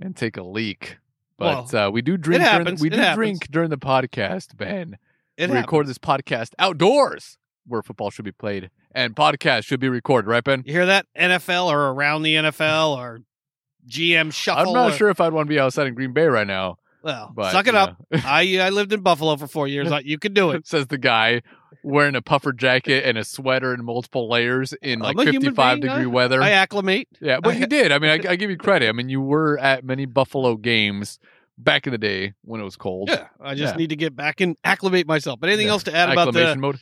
S1: and take a leak, but uh, we do drink. During,
S2: happens,
S1: we
S2: it
S1: do
S2: happens.
S1: drink during the podcast, Ben.
S2: It
S1: we
S2: happened.
S1: record this podcast outdoors, where football should be played and podcasts should be recorded, right, Ben?
S2: You hear that? NFL or around the NFL or GM shuffle.
S1: I'm not
S2: or-
S1: sure if I'd want to be outside in Green Bay right now,
S2: Well,
S1: but uh,
S2: suck it
S1: yeah.
S2: up. I I lived in Buffalo for four years. Like, You could do it.
S1: says the guy wearing a puffer jacket and a sweater in multiple layers in
S2: I'm
S1: like
S2: a human
S1: 55
S2: being,
S1: degree
S2: I-
S1: weather.
S2: I acclimate.
S1: yeah, but
S2: I-
S1: you did. I mean, I, I give you credit. I mean, you were at many Buffalo games back in the day when it was cold.
S2: Yeah, I just
S1: Yeah.
S2: need to get back and acclimate myself. But anything
S1: Yeah.
S2: else to add about
S1: Acclimation
S2: the
S1: mode,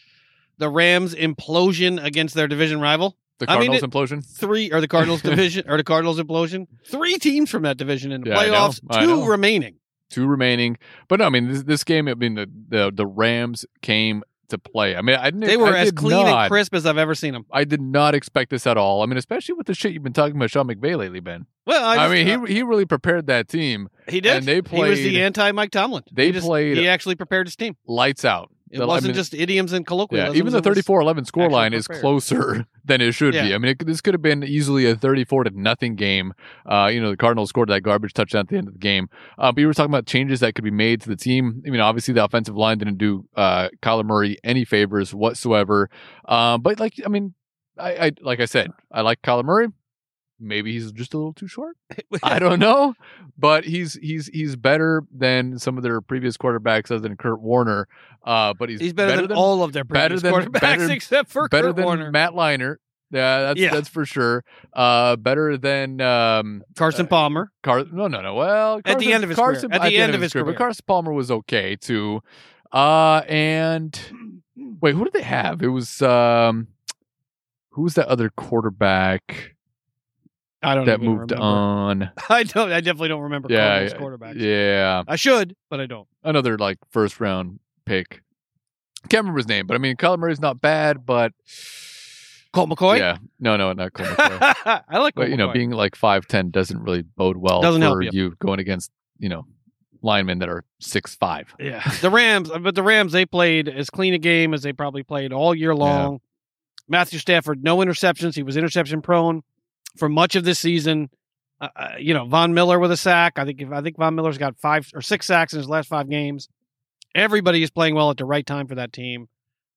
S2: the Rams implosion against their division rival?
S1: the
S2: I mean,
S1: Cardinals implosion.
S2: Three or the Cardinals division or the Cardinals implosion? Three teams from that division in the
S1: Yeah, I know,
S2: playoffs.
S1: I know.
S2: Two remaining.
S1: two remaining. But no, I mean this, this game. I mean the, the the Rams came to play. I mean I didn't.
S2: They were
S1: I
S2: as
S1: did not,
S2: clean and crisp as I've ever seen them.
S1: I did not expect this at all. I mean, especially with the shit you've been talking about Sean McVay lately, Ben.
S2: Well, I,
S1: I,
S2: just- uh
S1: mean, he he really prepared that team.
S2: he did.
S1: and they
S2: he was
S1: played-
S2: the anti Mike Tomlin. He
S1: they
S2: just-
S1: played-
S2: He actually prepared his team.
S1: Lights out.
S2: It
S1: The- I
S2: wasn't
S1: mean-
S2: just idioms and
S1: Yeah,
S2: colloquialisms.
S1: even the
S2: It was-
S1: 34-11 score
S2: actually
S1: line is
S2: prepared.
S1: closer than it should be.
S2: Yeah.
S1: I mean, it, could- this could have been easily a 34 to nothing game. Uh, you know, the Cardinals scored that garbage touchdown at the end of the game. Uh, but you were talking about changes that could be made to the team. I mean, obviously the offensive line didn't do uh, Kyler Murray any favors whatsoever. Uh, but like, I mean, I, I like I said, I like Kyler Murray. Maybe he's just a little too short. I don't know, but he's he's he's better than some of their previous quarterbacks, other than Kurt Warner. Uh, but he's,
S2: He's better, than, all of their
S1: better
S2: previous
S1: than-
S2: quarterbacks
S1: better-
S2: except for
S1: better
S2: Kurt
S1: than
S2: Warner.
S1: Matt Liner. Yeah, that's
S2: Yeah.
S1: that's for sure. Uh, better than um,
S2: Carson Palmer.
S1: Car. No, no, no. Well,
S2: At the
S1: Carson-
S2: end of his
S1: Carson,
S2: career. At the end of his
S1: but
S2: career.
S1: Carson Palmer was okay too. Uh, and wait, who did they have? It was um, who was that other quarterback
S2: I don't
S1: that
S2: even
S1: moved
S2: remember.
S1: on?
S2: I don't. I definitely don't remember
S1: Yeah,
S2: Cardinals
S1: yeah,
S2: quarterbacks.
S1: Yeah,
S2: I should, but I don't.
S1: another like first round pick. Can't remember his name, but I mean, Kyler Murray's not bad, but
S2: Colt McCoy.
S1: yeah, no, no, not Colt McCoy.
S2: I like Colt
S1: but you know,
S2: McCoy.
S1: being like five ten doesn't really bode well
S2: Doesn't
S1: for
S2: help you.
S1: going against you know linemen that are six five.
S2: yeah. the Rams, uh, but the Rams they played as clean a game as they probably played all year long. Matthew Stafford, no interceptions. He was interception prone for much of this season. Uh, uh, you know, Von Miller with a sack. I think if, I think Von Miller's got five or six sacks in his last five games. Everybody is playing well at the right time for that team,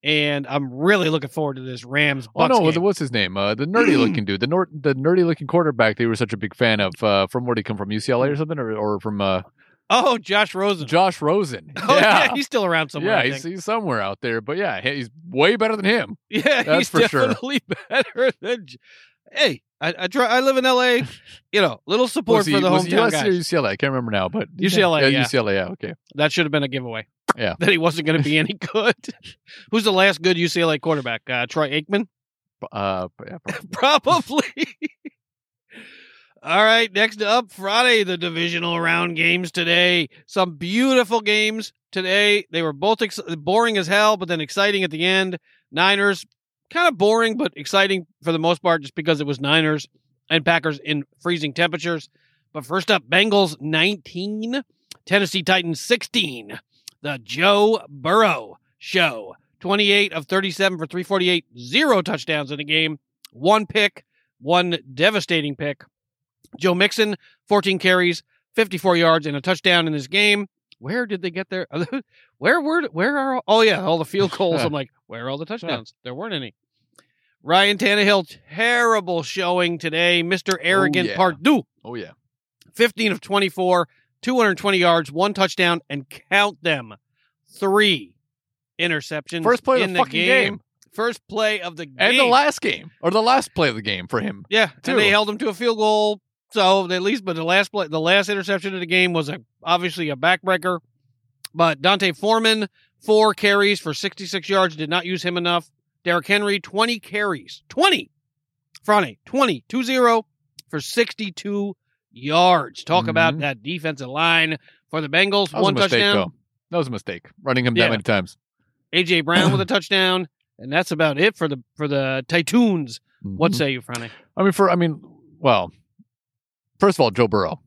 S2: and I'm really looking forward to this Rams.
S1: Oh
S2: Bucks
S1: no,
S2: game.
S1: what's his name? Uh, the nerdy looking dude, the nor- the nerdy looking quarterback. They were such a big fan of uh, from where did he come from? UCLA or something, or, or from uh,
S2: oh Josh Rosen.
S1: Josh Rosen.
S2: oh, yeah. he's still around somewhere.
S1: yeah,
S2: I
S1: he's,
S2: think.
S1: he's somewhere out there. But yeah, he- he's way better than him.
S2: Yeah,
S1: That's
S2: he's
S1: for sure.
S2: definitely better than. J- Hey, I, I try. I live in L.A. You know, little support
S1: was he,
S2: for the
S1: was he
S2: hometown
S1: USC or
S2: guys.
S1: UCLA? I can't remember now, but
S2: UCLA, yeah.
S1: UCLA. Yeah, okay.
S2: That should have been a giveaway.
S1: Yeah.
S2: that he wasn't going to be any good. Who's the last good UCLA quarterback? Uh, Troy Aikman,
S1: Uh, but yeah, probably.
S2: probably. All right, next up Friday, the divisional round games today. Some beautiful games today. They were both ex- boring as hell, but then exciting at the end. Niners kind of boring, but exciting for the most part, just because it was Niners and Packers in freezing temperatures. But first up, Bengals 19, Tennessee Titans 16. The Joe Burrow Show 28 of 37 for 348, zero touchdowns in the game, one pick, one devastating pick. Joe Mixon 14 carries, 54 yards, and a touchdown in this game. Where did they get their? Where were? Where are? all- Oh yeah, all the field goals. I'm like, where are all the touchdowns? There weren't any. Ryan Tannehill, terrible showing today. Mr. Arrogant
S1: yeah.
S2: Part Two.
S1: Oh yeah.
S2: 15 of 24, 220 yards, one touchdown, and count them three interceptions.
S1: First play of
S2: in
S1: the fucking game.
S2: First play of the game.
S1: And the last game or the last play of the game for him.
S2: Yeah,
S1: too.
S2: and they held him to a field goal. So at least, but the last play, the last interception of the game was a, obviously a backbreaker. But Dante Foreman, four carries for 66 yards, did not use him enough. Derrick Henry, 20 carries, 20, Friday, 20, 2 0 for 62 yards. Talk about
S1: Mhm.
S2: that defensive line for the Bengals.
S1: That was
S2: One
S1: a mistake
S2: touchdown.
S1: though. That was a mistake. Running him
S2: Yeah.
S1: that many times.
S2: AJ Brown with a touchdown. And that's about it for the for the Titans. What
S1: Mhm.
S2: say you, Franny?
S1: I mean, for I mean, well, first of all, Joe Burrow,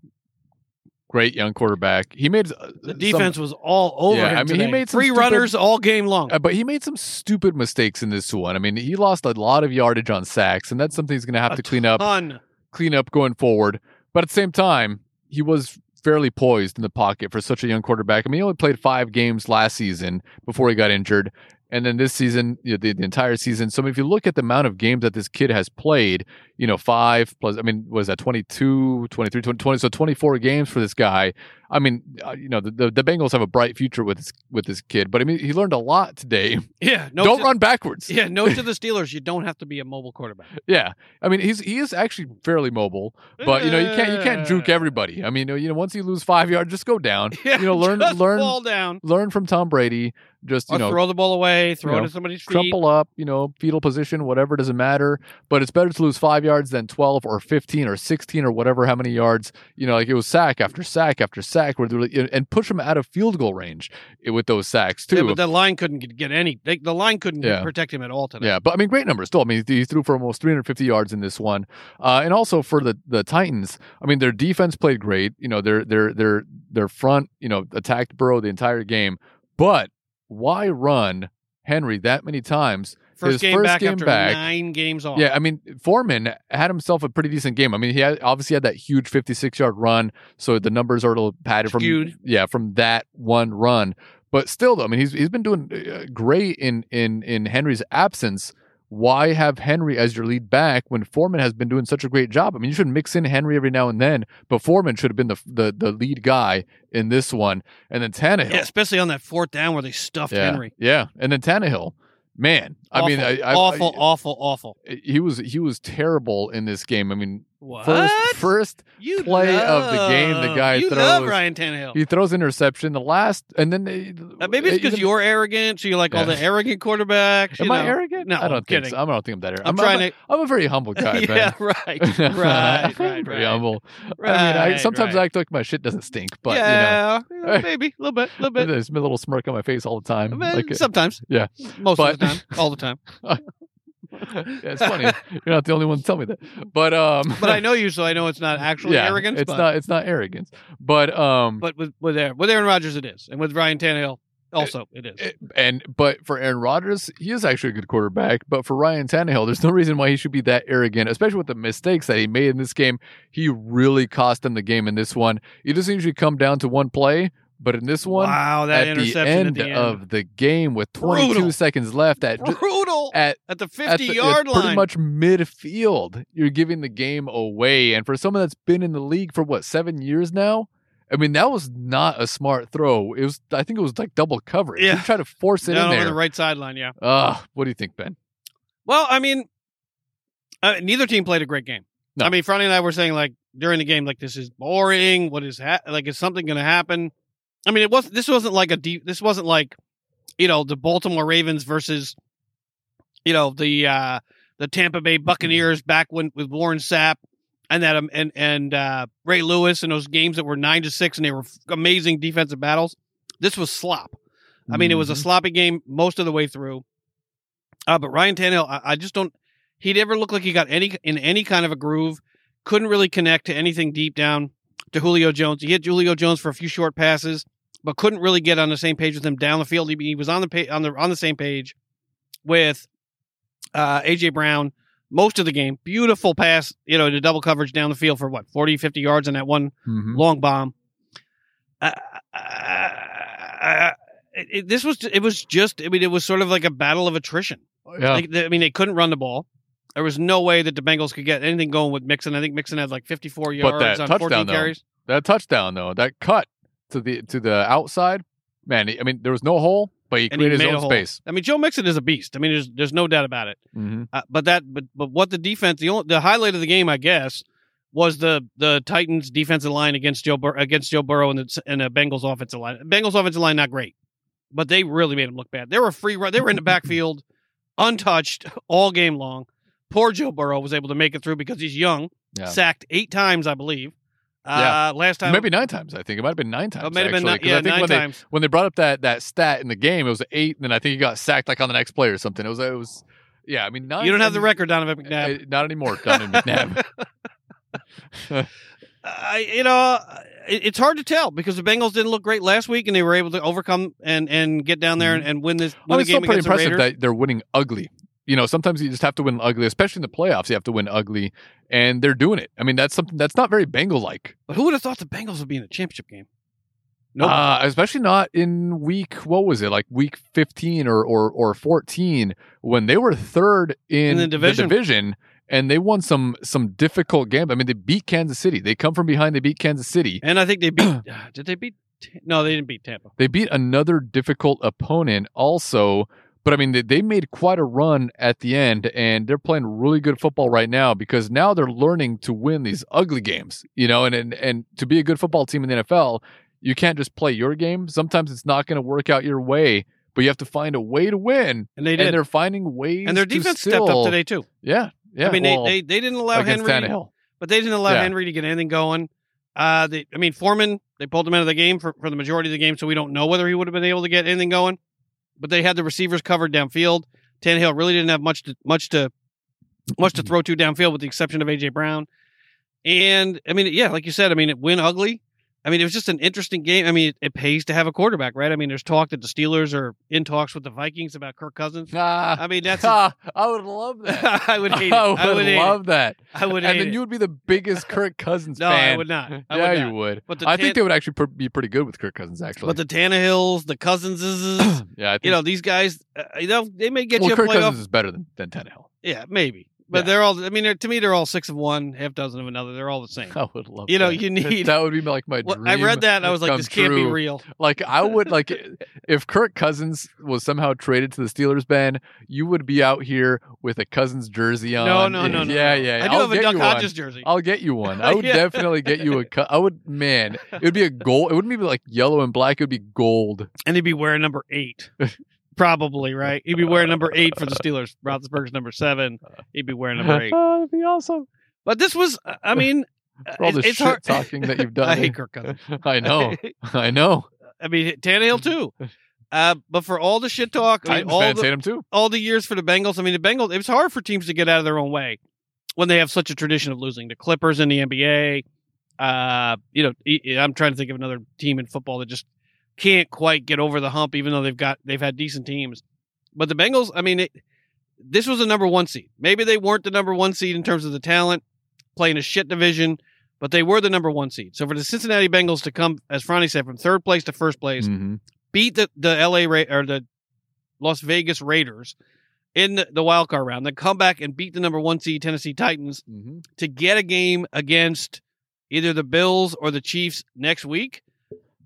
S1: great young quarterback. He made uh,
S2: The
S1: some-
S2: defense was all over
S1: Yeah,
S2: him.
S1: I mean, he
S2: today.
S1: made some
S2: three
S1: stupid-
S2: runners all game long.
S1: uh, but he made some stupid mistakes in this one. I mean, he lost a lot of yardage on sacks, and that's something he's going to have
S2: A
S1: to clean up,
S2: Ton.
S1: clean up going forward. But at the same time, he was fairly poised in the pocket for such a young quarterback. I mean, he only played five games last season before he got injured, and then this season, you know, the, the entire season. So if you look at the amount of games that this kid has played, you know, five plus, I mean, was that 22, 23, 20, 20, so 24 games for this guy. I mean, uh, you know, the, the, the Bengals have a bright future with this, with this kid, but I mean, he learned a lot today.
S2: Yeah. No
S1: Don't
S2: to,
S1: run backwards.
S2: Yeah. No to the Steelers. You don't have to be a mobile quarterback.
S1: Yeah. I mean, he's, he is actually fairly mobile, but you know, you can't, you can't
S2: Eh.
S1: juke everybody. I mean, you know, once you lose five yards, just go down,
S2: Yeah,
S1: you know, learn-
S2: just
S1: learn-
S2: fall down.
S1: learn from Tom Brady, just, you
S2: Or
S1: know,
S2: throw the ball away. Throw
S1: you
S2: it
S1: know,
S2: at somebody's feet.
S1: crumple up, you know, fetal position, whatever doesn't matter. But it's better to lose five yards than twelve or fifteen or sixteen or whatever how many yards. You know, like it was sack after sack after sack, where they were, and push them out of field goal range eh, with those sacks too.
S2: Yeah, but the line couldn't get, get any. They, the line couldn't
S1: Yeah.
S2: protect him at all today.
S1: Yeah, but I mean, great numbers still. I mean, he threw for almost 350 yards in this one, uh, and also for the the Titans. I mean, their defense played great. You know, their their their their front, you know, attacked Burrow the entire game. But why run Henry that many times?
S2: First
S1: His
S2: game
S1: first
S2: back
S1: game
S2: after
S1: back.
S2: nine games off.
S1: Yeah, I mean, Foreman had himself a pretty decent game. I mean, he had, obviously had that huge 56 yard run, so the numbers are a little padded from
S2: Skewed.
S1: yeah from that one run. But still, though, I mean, he's he's been doing uh, great in in in Henry's absence. Why have Henry as your lead back when Foreman has been doing such a great job? I mean, you should mix in Henry every now and then, but Foreman should have been the the, the lead guy in this one, and then Tannehill.
S2: Yeah, especially on that fourth down where they stuffed
S1: yeah,
S2: Henry.
S1: yeah, and then Tannehill. Man, I mean, I,
S2: Awful,
S1: I,
S2: awful, awful, awful.
S1: eh, he was he was terrible in this game. I mean,
S2: What?
S1: first first
S2: you
S1: play of the game, the
S2: love-
S1: guy
S2: you love
S1: throws-
S2: Ryan Tannehill.
S1: he throws interception. The last and then they,
S2: Oh. Uh, maybe it's because
S1: even-
S2: you're arrogant, so you like all
S1: Yeah.
S2: the arrogant quarterbacks.
S1: Am
S2: you
S1: I
S2: know.
S1: arrogant?
S2: No,
S1: I don't
S2: I'm
S1: think
S2: kidding.
S1: so. I don't think I'm that arrogant.
S2: I'm, trying to.
S1: I'm a very humble guy,
S2: yeah,
S1: man.
S2: right, right, right,
S1: Pretty
S2: right.
S1: humble. I mean, I,
S2: Right,
S1: sometimes
S2: right.
S1: I act like my shit doesn't stink, but
S2: yeah,
S1: know.
S2: yeah, maybe a little bit,
S1: you
S2: a little
S1: know,
S2: bit.
S1: there's a little smirk on my face all the
S2: I
S1: time.
S2: mean,
S1: Like, uh,
S2: sometimes,
S1: yeah.
S2: most of the
S1: But-
S2: time, all the time.
S1: yeah, it's funny. You're not the only one to tell me that, but um,
S2: But I know you, so I know it's not actually
S1: yeah,
S2: arrogance.
S1: It's
S2: but,
S1: not. It's not arrogance, but um,
S2: But with with Aaron, with Aaron Rodgers, it is, and with Ryan Tannehill, also it is.
S1: It- and but for Aaron Rodgers, he is actually a good quarterback. But for Ryan Tannehill, there's no reason why he should be that arrogant, especially with the mistakes that he made in this game. He really cost them the game in this one. It doesn't usually come down to one play, but in this one,
S2: wow, that
S1: at, the
S2: interception
S1: end
S2: at the end
S1: of the game with 22
S2: Brutal.
S1: seconds left at ju-
S2: brutal at,
S1: at
S2: the
S1: at
S2: fifty
S1: the- at
S2: yard
S1: pretty
S2: line.
S1: much midfield, you're giving the game away. And for someone that's been in the league for what seven years now. I mean, that was not a smart throw. It was, I think it was like double coverage.
S2: Yeah.
S1: He tried to force it
S2: down
S1: in there.
S2: over the right sideline. Yeah.
S1: Uh, what do you think, Ben?
S2: Well, I mean, uh, neither team played a great game.
S1: No.
S2: I mean, Franny and I were saying like during the game, like this is boring. What is ha- like? Is something going to happen? I mean, it was. This wasn't like a deep. This wasn't like you know the Baltimore Ravens versus you know the uh the Tampa Bay Buccaneers back when with Warren Sapp and that um, and and uh, Ray Lewis and those games that were nine to six and they were f- amazing defensive battles. This was slop. I mean, it was a sloppy game most of the way through. Uh, but Ryan Tannehill, I, I just don't. He never looked like he got any in any kind of a groove. Couldn't really connect to anything deep down. to Julio Jones. He hit Julio Jones for a few short passes, but couldn't really get on the same page with him down the field. He, he was on the pa- on the on the same page with uh, AJ Brown most of the game. Beautiful pass, you know, to double coverage down the field for what 40, 50 yards on that one
S1: Mhm.
S2: long bomb. Uh, uh, it, it- this was it was just I mean it was sort of like a battle of attrition.
S1: Yeah.
S2: Like, they- I mean they couldn't run the ball. There was no way that the Bengals could get anything going with Mixon. I think Mixon had like 54 yards
S1: that
S2: on
S1: touchdown,
S2: 14
S1: though.
S2: carries.
S1: that touchdown though, that cut to the to the outside, man. I mean, there was no hole, but he
S2: And he
S1: created
S2: made
S1: his
S2: a
S1: own
S2: hole.
S1: space.
S2: I mean Joe Mixon is a beast. I mean there's there's no doubt about it.
S1: Mm-hmm.
S2: Uh, but that but but what the defense the only, the highlight of the game I guess was the the Titans defensive line against Joe Bur- against Joe Burrow and the and the Bengals offensive line. Bengals offensive line not great, but they really made him look bad. They were a free run. They were in the backfield, untouched all game long. Poor Joe Burrow was able to make it through because he's young.
S1: Yeah.
S2: Sacked eight times, I believe. Uh,
S1: Yeah.
S2: last time
S1: Maybe nine times. I think it might have been nine times.
S2: it might have been
S1: actually,
S2: nine,
S1: 'cause
S2: yeah,
S1: I think
S2: nine
S1: when they
S2: times.
S1: when they brought up that that stat in the game, it was eight, and then I think he got sacked like on the next play or something. It was it was yeah. I mean, nine.
S2: you don't have the
S1: and-
S2: record, Donovan McNabb.
S1: eh, not anymore, Donovan McNabb.
S2: I, you know, it, it's hard to tell because the Bengals didn't look great last week, and they were able to overcome and and get down there and, and win this win
S1: Well,
S2: the
S1: it's Mm-hmm. still
S2: game
S1: pretty
S2: against the
S1: impressive
S2: Raiders.
S1: that they're winning ugly. You know, sometimes you just have to win ugly, especially in the playoffs. You have to win ugly, and they're doing it. I mean, that's something that's not very Bengal like.
S2: but who would have thought the Bengals would be in a championship game? Nope.
S1: Uh, especially not in week what was it like week fifteen or or, or fourteen when they were third in,
S2: In the division.
S1: division, and they won some some difficult games. I mean, they beat Kansas City. They come from behind. They beat Kansas City.
S2: And I think they beat. uh, did they beat? Ta- No, they didn't beat Tampa.
S1: They beat another difficult opponent also. But I mean, they, they made quite a run at the end, and they're playing really good football right now because now they're learning to win these ugly games. You know, and and, and to be a good football team in the NFL, you can't just play your game. Sometimes it's not going to work out your way, but you have to find a way to win.
S2: And they
S1: and
S2: did.
S1: they're finding ways.
S2: And, their
S1: to
S2: defense stepped
S1: still-
S2: up today too.
S1: Yeah, yeah.
S2: I mean,
S1: well,
S2: they, they they didn't allow
S1: against
S2: Henry,
S1: Tannehill.
S2: but they didn't allow
S1: Yeah.
S2: Henry to get anything going. Uh, they, I mean, Foreman they pulled him out of the game for, for the majority of the game, so we don't know whether he would have been able to get anything going. But they had the receivers covered downfield. Tannehill really didn't have much to much to much to throw to downfield, with the exception of AJ Brown. And I mean, yeah, like you said, I mean, it went ugly. I mean, it was just an interesting game. I mean, it, it pays to have a quarterback, right? I mean, there's talk that the Steelers are in talks with the Vikings about Kirk Cousins.
S1: Ah,
S2: I mean, that's I
S1: ah, I would love that.
S2: would hate it.
S1: I would,
S2: I would hate
S1: love
S2: it.
S1: that.
S2: I would hate
S1: and then
S2: it.
S1: you would be the biggest Kirk Cousins
S2: No,
S1: fan.
S2: I would not. I
S1: yeah,
S2: would
S1: you
S2: not.
S1: would.
S2: But the
S1: I
S2: Tan-
S1: think they would actually pr- be pretty good with Kirk Cousins, actually.
S2: But the Tannehills, the Cousins,
S1: yeah, I think,
S2: you know, these guys, uh, you know, they may get
S1: well,
S2: you a
S1: Kirk
S2: playoff.
S1: Cousins is better than, than Tannehill.
S2: Yeah, maybe. But
S1: Yeah.
S2: they're all, I mean, they're, to me, they're all six of one, half dozen of another. They're all the same.
S1: I would love.
S2: You know,
S1: that.
S2: you need-
S1: that would be like my
S2: Well,
S1: dream.
S2: I read that and I was like,
S1: come
S2: this can't be
S1: true.
S2: real.
S1: Like I would like if Kirk Cousins was somehow traded to the Steelers, Ben, you would be out here with a Cousins jersey on.
S2: No, no, no, no.
S1: yeah,
S2: no.
S1: yeah.
S2: I do
S1: I'll
S2: have a
S1: get
S2: Duck
S1: you one.
S2: Hodges jersey.
S1: I'll get you one. I would
S2: Yeah.
S1: definitely get you a. Cu- I would, man. It would be a gold. It wouldn't be like yellow and black. It would be gold.
S2: and he'd be wearing number eight. Probably, right? He'd be wearing number eight for the Steelers. Roethlisberger's number seven. He'd be wearing number eight.
S1: Oh, that'd be awesome.
S2: But this was, uh, I mean,
S1: For all
S2: it's-
S1: the
S2: it's
S1: shit
S2: hard.
S1: talking that you've done.
S2: I hate Kirk Cousins.
S1: I know. I know.
S2: I mean, Tannehill too. Uh, but for all the shit talk, I mean,
S1: Titans
S2: all
S1: fans
S2: the,
S1: hate him too.
S2: all the years for the Bengals. I mean, the Bengals, it was hard for teams to get out of their own way when they have such a tradition of losing. The Clippers in the NBA, uh, you know, e- I'm trying to think of another team in football that just can't quite get over the hump, even though they've got they've had decent teams. But the Bengals, I mean, it, this was a number one seed. Maybe they weren't the number one seed in terms of the talent, playing a shit division, but they were the number one seed. So for the Cincinnati Bengals to come, as Franny said, from third place to first place
S1: Mhm.
S2: beat the the LA Ra- or the Las Vegas Raiders in the, the wild card round, then come back and beat the number one seed Tennessee Titans
S1: Mhm.
S2: to get a game against either the Bills or the Chiefs next week.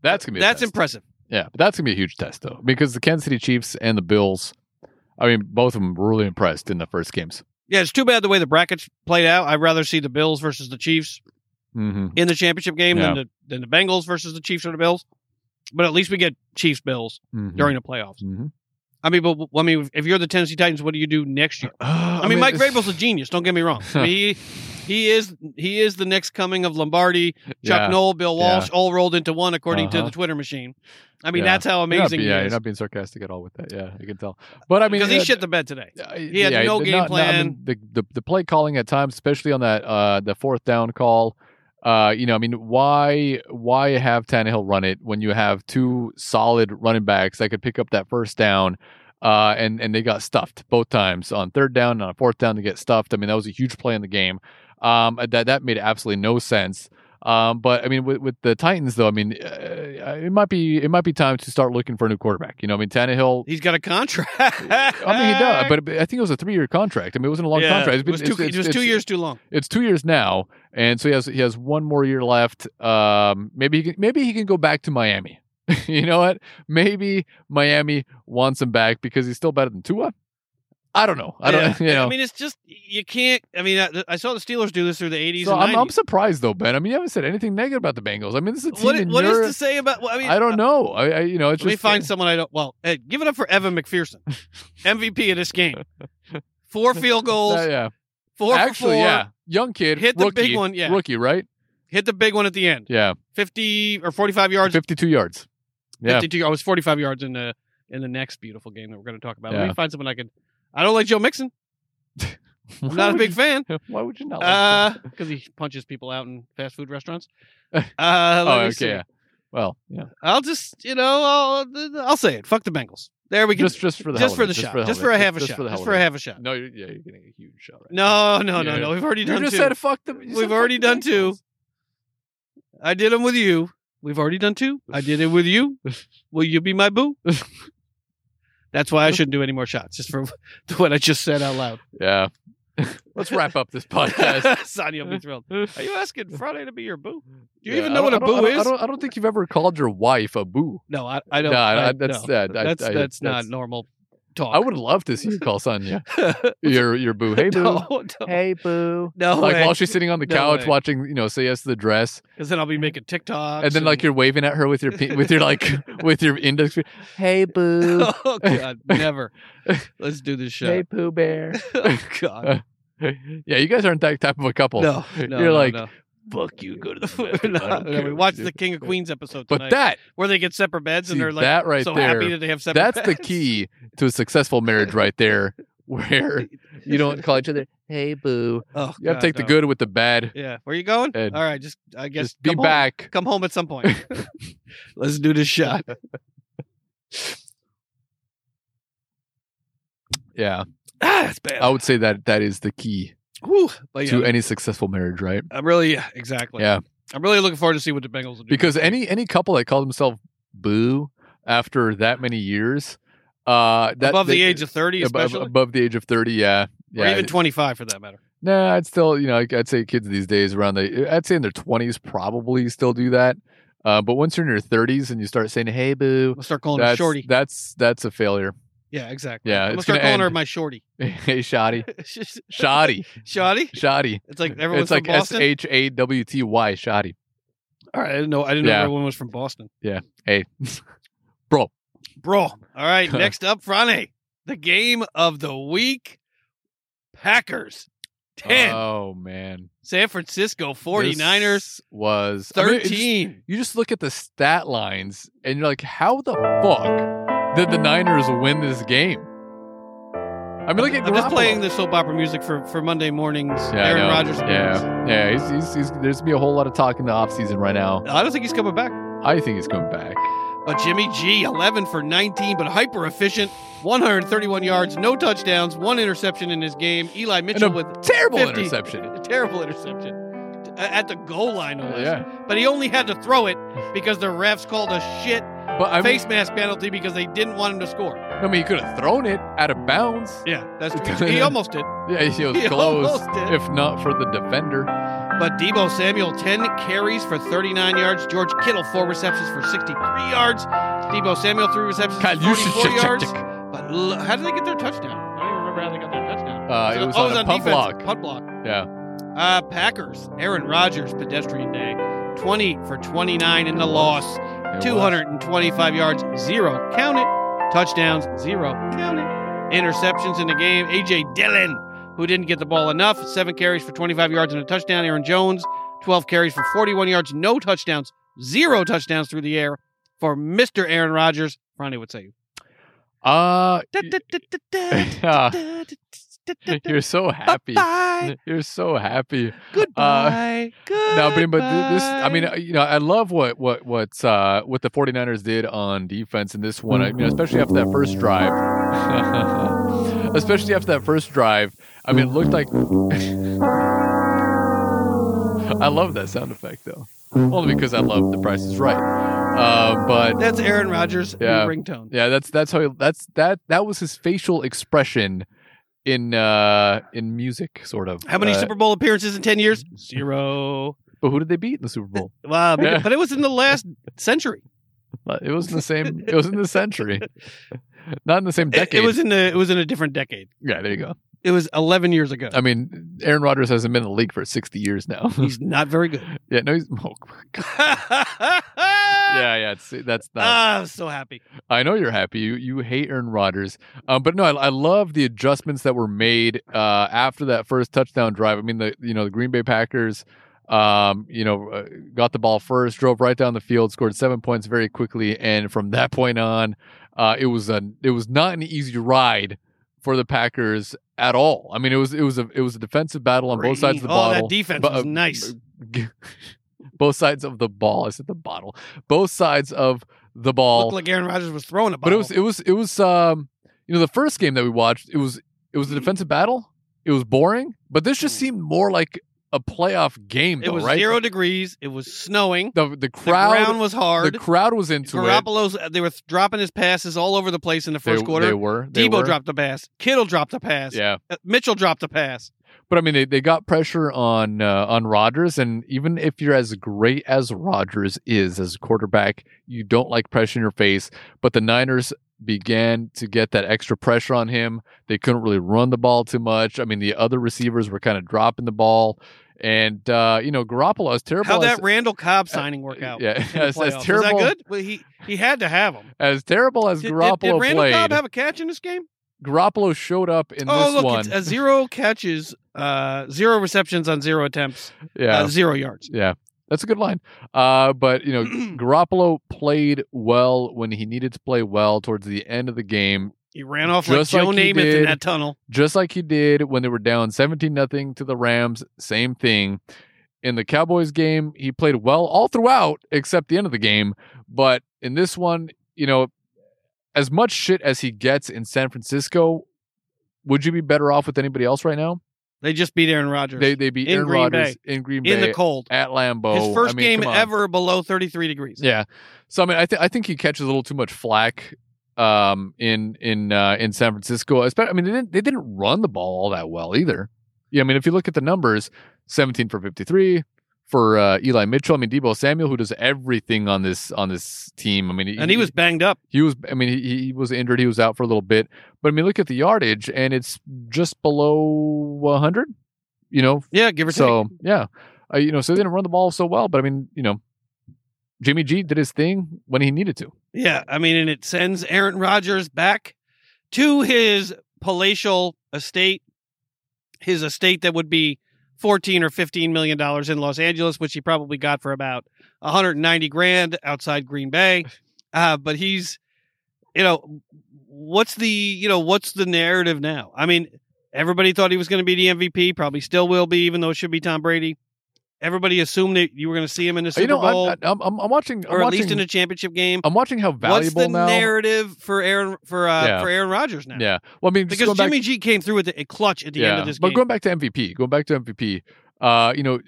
S1: That's gonna be a
S2: that's
S1: test.
S2: impressive.
S1: yeah, but that's gonna be a huge test though because the Kansas City Chiefs and the Bills. I mean, both of them were really impressed in the first games.
S2: Yeah, it's too bad the way the brackets played out. I'd rather see the Bills versus the Chiefs
S1: Mm-hmm.
S2: in the championship game than
S1: Yeah.
S2: the than the Bengals versus the Chiefs or the Bills. But at least we get Chiefs Bills
S1: Mm-hmm.
S2: during
S1: Hmm.
S2: the playoffs. I mean, but I mean, if you're the Tennessee Titans, what do you do next year? I, mean, Mike Vrabel's a genius. Don't get me wrong. I mean, he he is he is the next coming of Lombardi, Chuck
S1: yeah.
S2: Noll, Bill
S1: Yeah.
S2: Walsh, all rolled into one, according to
S1: Uh-huh.
S2: the Twitter machine. I mean,
S1: Yeah.
S2: that's how
S1: You're not
S2: amazing
S1: be-
S2: he
S1: yeah,
S2: is.
S1: you're not being sarcastic at all with that. Yeah, I can tell. But I mean,
S2: because he
S1: uh,
S2: shit the bed today.
S1: Uh,
S2: He had no
S1: the-
S2: game
S1: I mean, the, the the play calling at times, especially on that uh the fourth down call, Uh, you know, I mean, why why have Tannehill run it when you have two solid running backs that could pick up that first down? Uh, and and they got stuffed both times on third down and on fourth down to get stuffed. I mean, that was a huge play in the game. Um, that that made absolutely no sense. Um, but I mean, with, with the Titans though, I mean, uh, it might be it might be time to start looking for a new quarterback. You know, I mean, Tannehill.
S2: He's got a contract.
S1: I mean, he does, but but I think it was a three-year contract. I mean, it wasn't a long
S2: Uh, Yeah,
S1: contract. It's
S2: it was,
S1: been-
S2: two,
S1: it's-
S2: it was
S1: it's-
S2: two years too long.
S1: it's two years now, and so he has he has one more year left. Um, maybe he can, maybe he can go back to Miami. you know what? Maybe Miami wants him back because he's still better than Tua. I don't know. I don't.
S2: Yeah.
S1: You know.
S2: I mean, it's just you can't. I mean, I, I saw the Steelers do this through the '80s
S1: so
S2: and
S1: I'm,
S2: 90s.
S1: I'm surprised though, Ben. I mean, you haven't said anything negative about the Bengals. I mean, this is a team.
S2: what
S1: in
S2: what is
S1: your-
S2: to say about? Well, I mean,
S1: I don't know. I, I you know, it's
S2: uh, Let me
S1: just
S2: find someone I don't. Well, hey, give it up for Evan McPherson, MVP of this game. Four field goals,
S1: Uh, yeah.
S2: four for
S1: Actually,
S2: four.
S1: yeah. Young kid,
S2: Hit the big
S1: rookie-
S2: one, yeah.
S1: Rookie, right?
S2: Hit the big one at the end,
S1: Yeah,
S2: fifty or forty-five yards.
S1: fifty-two yards. yeah.
S2: Fifty-two. I was forty-five yards in the in the next beautiful game that we're going to talk about. Let
S1: Yeah.
S2: me find someone I can. I don't like Joe Mixon. I'm not a big fan
S1: Why would you not? like
S2: because he punches people out in fast food restaurants. Uh, let
S1: him? oh,
S2: me
S1: okay.
S2: see.
S1: Yeah. Well, yeah.
S2: I'll just you know I'll I'll say it. Fuck the Bengals. There we go.
S1: Just, just for the hell
S2: just for
S1: of
S2: the
S1: it.
S2: shot.
S1: hell
S2: Just
S1: of
S2: for
S1: it.
S2: a half a
S1: Just
S2: shot.
S1: for the
S2: Just
S1: hell
S2: for
S1: of
S2: a
S1: it.
S2: half a shot.
S1: No, you're, yeah, you're getting a huge shot. Right
S2: No, no, no,
S1: Yeah.
S2: no. We've already
S1: now.
S2: done
S1: You just
S2: two.
S1: said fuck them.
S2: We've already done two. I did them with you. We've already done two. I did it with you. Will you be my boo? That's why I shouldn't do any more shots, just for what I just said out loud.
S1: Yeah. Let's wrap up this podcast.
S2: Sonia will be thrilled. Are you asking Friday to be your boo? Do you
S1: Yeah,
S2: even
S1: I
S2: know what
S1: don't-
S2: a
S1: I don't-
S2: boo
S1: I don't-
S2: is?
S1: I don't, I don't think you've ever called your wife a boo.
S2: No, I, I don't.
S1: Nah,
S2: I,
S1: I- that's-
S2: no.
S1: that- I-
S2: that's,
S1: I-
S2: that's not
S1: that's-
S2: normal talk.
S1: I would love to see you call Sonia
S2: no,
S1: your your boo. Hey boo.
S2: no,
S1: Hey boo.
S2: no
S1: Like
S2: way.
S1: while she's sitting on the
S2: No
S1: couch
S2: way.
S1: watching, you know, say yes to the dress,
S2: 'Cause then I'll be making TikToks.
S1: and then like you're waving at her with your pe- with your like with your index. finger, Hey boo.
S2: oh god, never. Let's do this show.
S1: Hey poo bear.
S2: oh god.
S1: yeah, you guys aren't that type of a couple.
S2: No, no,
S1: You're
S2: no,
S1: like,
S2: no.
S1: Fuck you. Go to the
S2: No,
S1: bathroom. I don't
S2: no,
S1: care
S2: we
S1: what
S2: watched
S1: you
S2: the
S1: do."
S2: King of Queens episode
S1: But
S2: tonight,
S1: that
S2: where they get separate beds
S1: See,
S2: and they're like
S1: that right
S2: so
S1: there.
S2: happy that they have separate.
S1: that's the
S2: beds.
S1: key to a successful marriage right there where you don't call each other hey boo
S2: Oh,
S1: you have
S2: God,
S1: to take the
S2: no.
S1: good with the bad
S2: Yeah, where you going?
S1: Ed,
S2: All right, just I guess
S1: just be
S2: come home.
S1: back
S2: Come home at some point. Let's do this shot.
S1: yeah
S2: ah, it's bad.
S1: i would say that that is the key
S2: Whew. But yeah,
S1: Uh, to any successful marriage right
S2: I'm really yeah, exactly.
S1: Yeah.
S2: I'm really looking forward to see what the Bengals will do
S1: because
S2: next
S1: any
S2: week.
S1: any couple that called themselves boo after that many years uh that
S2: above the
S1: they-
S2: age of
S1: ab-
S2: 30,
S1: ab-
S2: especially,
S1: above the age of 30 yeah yeah
S2: or even 25 for that matter.
S1: Nah, I'd still, you know, I'd I'd say kids these days around the, I'd say in their twenties probably still do that. Uh, but once you're in your thirties and you start saying, "Hey, boo,"
S2: We'll start calling her
S1: that's
S2: shorty.
S1: that's that's a failure.
S2: yeah, exactly.
S1: yeah,
S2: I'm gonna
S1: it's
S2: start
S1: gonna
S2: calling her
S1: end.
S2: my shorty.
S1: hey, shoddy, shoddy,
S2: Shoddy.
S1: shoddy.
S2: It's like everyone's
S1: it's like
S2: from
S1: S
S2: Boston.
S1: H A W T Y, shoddy.
S2: All right, I didn't know. I didn't
S1: Yeah.
S2: know everyone was from Boston,
S1: Hey,
S2: bro. All right, next up, Friday, the game of the week: Packers ten,
S1: oh man,
S2: San Francisco 49ers
S1: This was I mean, it's-
S2: thirteen.
S1: you just look at the stat lines and you're like, how the fuck did the Niners win this game? I mean, look at
S2: I'm just
S1: Garoppolo.
S2: playing the soap opera music for, for Monday mornings.
S1: Yeah, I
S2: Aaron
S1: know.
S2: Rodgers. appearance.
S1: Yeah, yeah. He's, he's, he's, there's gonna be a whole lot of talk in the offseason right now.
S2: I don't think he's coming back.
S1: I think he's coming back.
S2: But Jimmy G, 11 for 19, but hyper efficient, 131 yards, no touchdowns, one interception in his game. Eli Mitchell
S1: a
S2: with
S1: Terrible
S2: 50.
S1: interception.
S2: a terrible interception A- at the goal line, no
S1: Uh,
S2: less.
S1: yeah,
S2: But he only had to throw it because the refs called a shit
S1: but I mean,
S2: face mask penalty because they didn't want him to score.
S1: I mean, he could have thrown it out of bounds.
S2: Yeah, that's he almost did.
S1: Yeah, he was
S2: He
S1: close.
S2: almost did.
S1: If not for the defender,
S2: But Debo Samuel, 10 carries for 39 yards. George Kittle, four receptions for 63 yards. Debo Samuel, three receptions
S1: Kyle,
S2: for
S1: you should
S2: 44
S1: check, check,
S2: yards.
S1: check.
S2: But l- how did they get their touchdown? I don't even remember how they got their touchdown.
S1: Uh, it was
S2: oh,
S1: on a punt
S2: defense.
S1: block.
S2: Punt block.
S1: Yeah.
S2: Uh, Packers, Aaron Rodgers, pedestrian day, 20 for 29 in the loss,
S1: It was.
S2: 225 yards, zero, count it. Touchdowns, zero, count it. Interceptions in the game, A.J. Dillon, who didn't get the ball enough, seven carries for 25 yards and a touchdown. Aaron Jones, 12 carries for 41 yards, no touchdowns, zero touchdowns through the air for Mr. Aaron Rodgers. Ronnie would say,
S1: Uh,
S2: Da, da, da, da, da,
S1: yeah.
S2: da, da,
S1: Ah. You're so happy.
S2: Bye.
S1: You're so happy.
S2: Goodbye. Goodbye.
S1: No, but, but this, I mean, uh, you know, I love what what what's uh, what the 49ers did on defense in this one. I mean, especially after that first drive. especially after that first drive, I mean, it looked like. I love that sound effect though, only because I love The Price Is Right. Uh, but
S2: that's Aaron Rodgers'
S1: Yeah.
S2: new ringtone.
S1: yeah, that's that's how he, that's that that was his facial expression in uh in music, sort of.
S2: How many
S1: Uh,
S2: Super Bowl appearances in ten years? Zero.
S1: But who did they beat in the Super Bowl?
S2: Wow, but-
S1: Yeah.
S2: but it was in the last century.
S1: Uh, It was in the same. It was in the century, not in the same
S2: It,
S1: decade.
S2: it was in the it was in a different decade.
S1: Yeah, there you go.
S2: It was eleven years ago.
S1: I mean, Aaron Rodgers hasn't been in the league for sixty years now.
S2: He's not very good.
S1: yeah, no, he's. Oh, God.
S2: yeah,
S1: Yeah, yeah, it's, that's not.
S2: Ah, I'm so happy.
S1: I know you're happy. You you hate Aaron Rodgers, um, but no, I, I love the adjustments that were made uh, after that first touchdown drive. I mean, the you know the Green Bay Packers, um, you know, uh, got the ball first, drove right down the field, scored seven points very quickly, and from that point on, uh, it was a it was not an easy ride for the Packers at all. I mean, it was it was a it was a defensive battle on both sides of the
S2: oh,
S1: bottle.
S2: that defense
S1: But,
S2: was
S1: uh,
S2: nice.
S1: both sides of the ball. I said the bottle. Both sides of the ball.
S2: Looked like Aaron Rodgers was throwing a ball.
S1: But it was it was it was um you know the first game that we watched it was it was a
S2: Mm-hmm.
S1: defensive battle. It was boring, but this just seemed more like a playoff game,
S2: Mm. It
S1: though,
S2: was
S1: right?
S2: zero degrees. It was snowing.
S1: the the
S2: The
S1: crowd
S2: ground was
S1: the,
S2: hard.
S1: crowd was into it.
S2: Garoppolo's uh, they were dropping his passes all over the place in the
S1: They,
S2: first quarter.
S1: they were they
S2: Debo
S1: were.
S2: dropped a pass. Kittle dropped a pass.
S1: Yeah,
S2: Uh, Mitchell dropped a pass.
S1: but I mean they, they got pressure on uh, on Rodgers, and even if you're as great as Rodgers is as a quarterback, you don't like pressure in your face. But the Niners began to get that extra pressure on him. They couldn't really run the ball too much. I mean, the other receivers were kind of dropping the ball, and uh, you know Garoppolo is terrible.
S2: How
S1: as, uh,
S2: that Randall Cobb signing work out?
S1: Yeah,
S2: in the
S1: as, as
S2: playoffs.
S1: terrible
S2: Was that good? Well, he he had to have him.
S1: as terrible as
S2: Did, did-
S1: Garoppolo
S2: did Randall
S1: played.
S2: Cobb have a catch in this game?
S1: Garoppolo showed up in
S2: oh,
S1: this
S2: look,
S1: one.
S2: it's uh, zero catches, uh, zero receptions on zero attempts,
S1: yeah,
S2: uh, zero yards.
S1: yeah, that's a good line. Uh, but you know,
S2: he
S1: Garoppolo played well when he needed to play well towards the end of the game,
S2: ran off
S1: Just
S2: like Joe
S1: like he
S2: Namath in
S1: did.
S2: that tunnel.
S1: just like he did when they were down 17 nothing to the Rams. Same thing. In the Cowboys game, he played well all throughout except the end of the game. But in this one, you know, as much shit as he gets in San Francisco, would you be better off with anybody else right now?
S2: They just beat Aaron Rodgers
S1: They they beat
S2: In
S1: Aaron
S2: Green
S1: Rodgers in Green Bay
S2: in the cold.
S1: at Lambeau.
S2: His first
S1: I mean,
S2: game
S1: come on.
S2: ever below 33 degrees.
S1: Yeah. So I mean, I think I think he catches a little too much flack um, in in uh, in San Francisco. Especially, I mean, they didn't they didn't run the ball all that well either. Yeah, I mean, if you look at the numbers, seventeen for fifty three for uh, Eli Mitchell. I mean, Debo Samuel, who does everything on this on this team. I mean,
S2: And he was banged up.
S1: he was I mean, he, he was injured. He was out for a little bit. But I mean, look at the yardage, and it's just below hundred. You know,
S2: Yeah, give or
S1: so yeah, uh, you know, so they didn't run the ball so well, but I mean, you know, Jimmy G did his thing when he needed to. Uh,
S2: take. Yeah, I mean, and it sends Aaron Rodgers back to his palatial estate, his estate that would be 14 or 15 million dollars in Los Angeles, which he probably got for about 190 grand outside Green Bay. Uh, but he's, you know, what's the, you know, what's the narrative now? I mean, everybody thought he was going to be the MVP, probably still will be, even though it should be Tom Brady. Everybody assumed that you were going to see him in the Super
S1: you know,
S2: Bowl.
S1: I'm, I'm, I'm, I'm watching, I'm
S2: or at
S1: watching,
S2: least in a championship game.
S1: I'm watching how
S2: What's
S1: valuable
S2: the
S1: now.
S2: narrative for Aaron for uh,
S1: Yeah.
S2: for Aaron Rodgers now?
S1: yeah, well, I mean, just
S2: because
S1: going back-
S2: Jimmy G came through with a clutch at the end of this
S1: but
S2: game.
S1: going back to MVP, going back to MVP, uh, you know,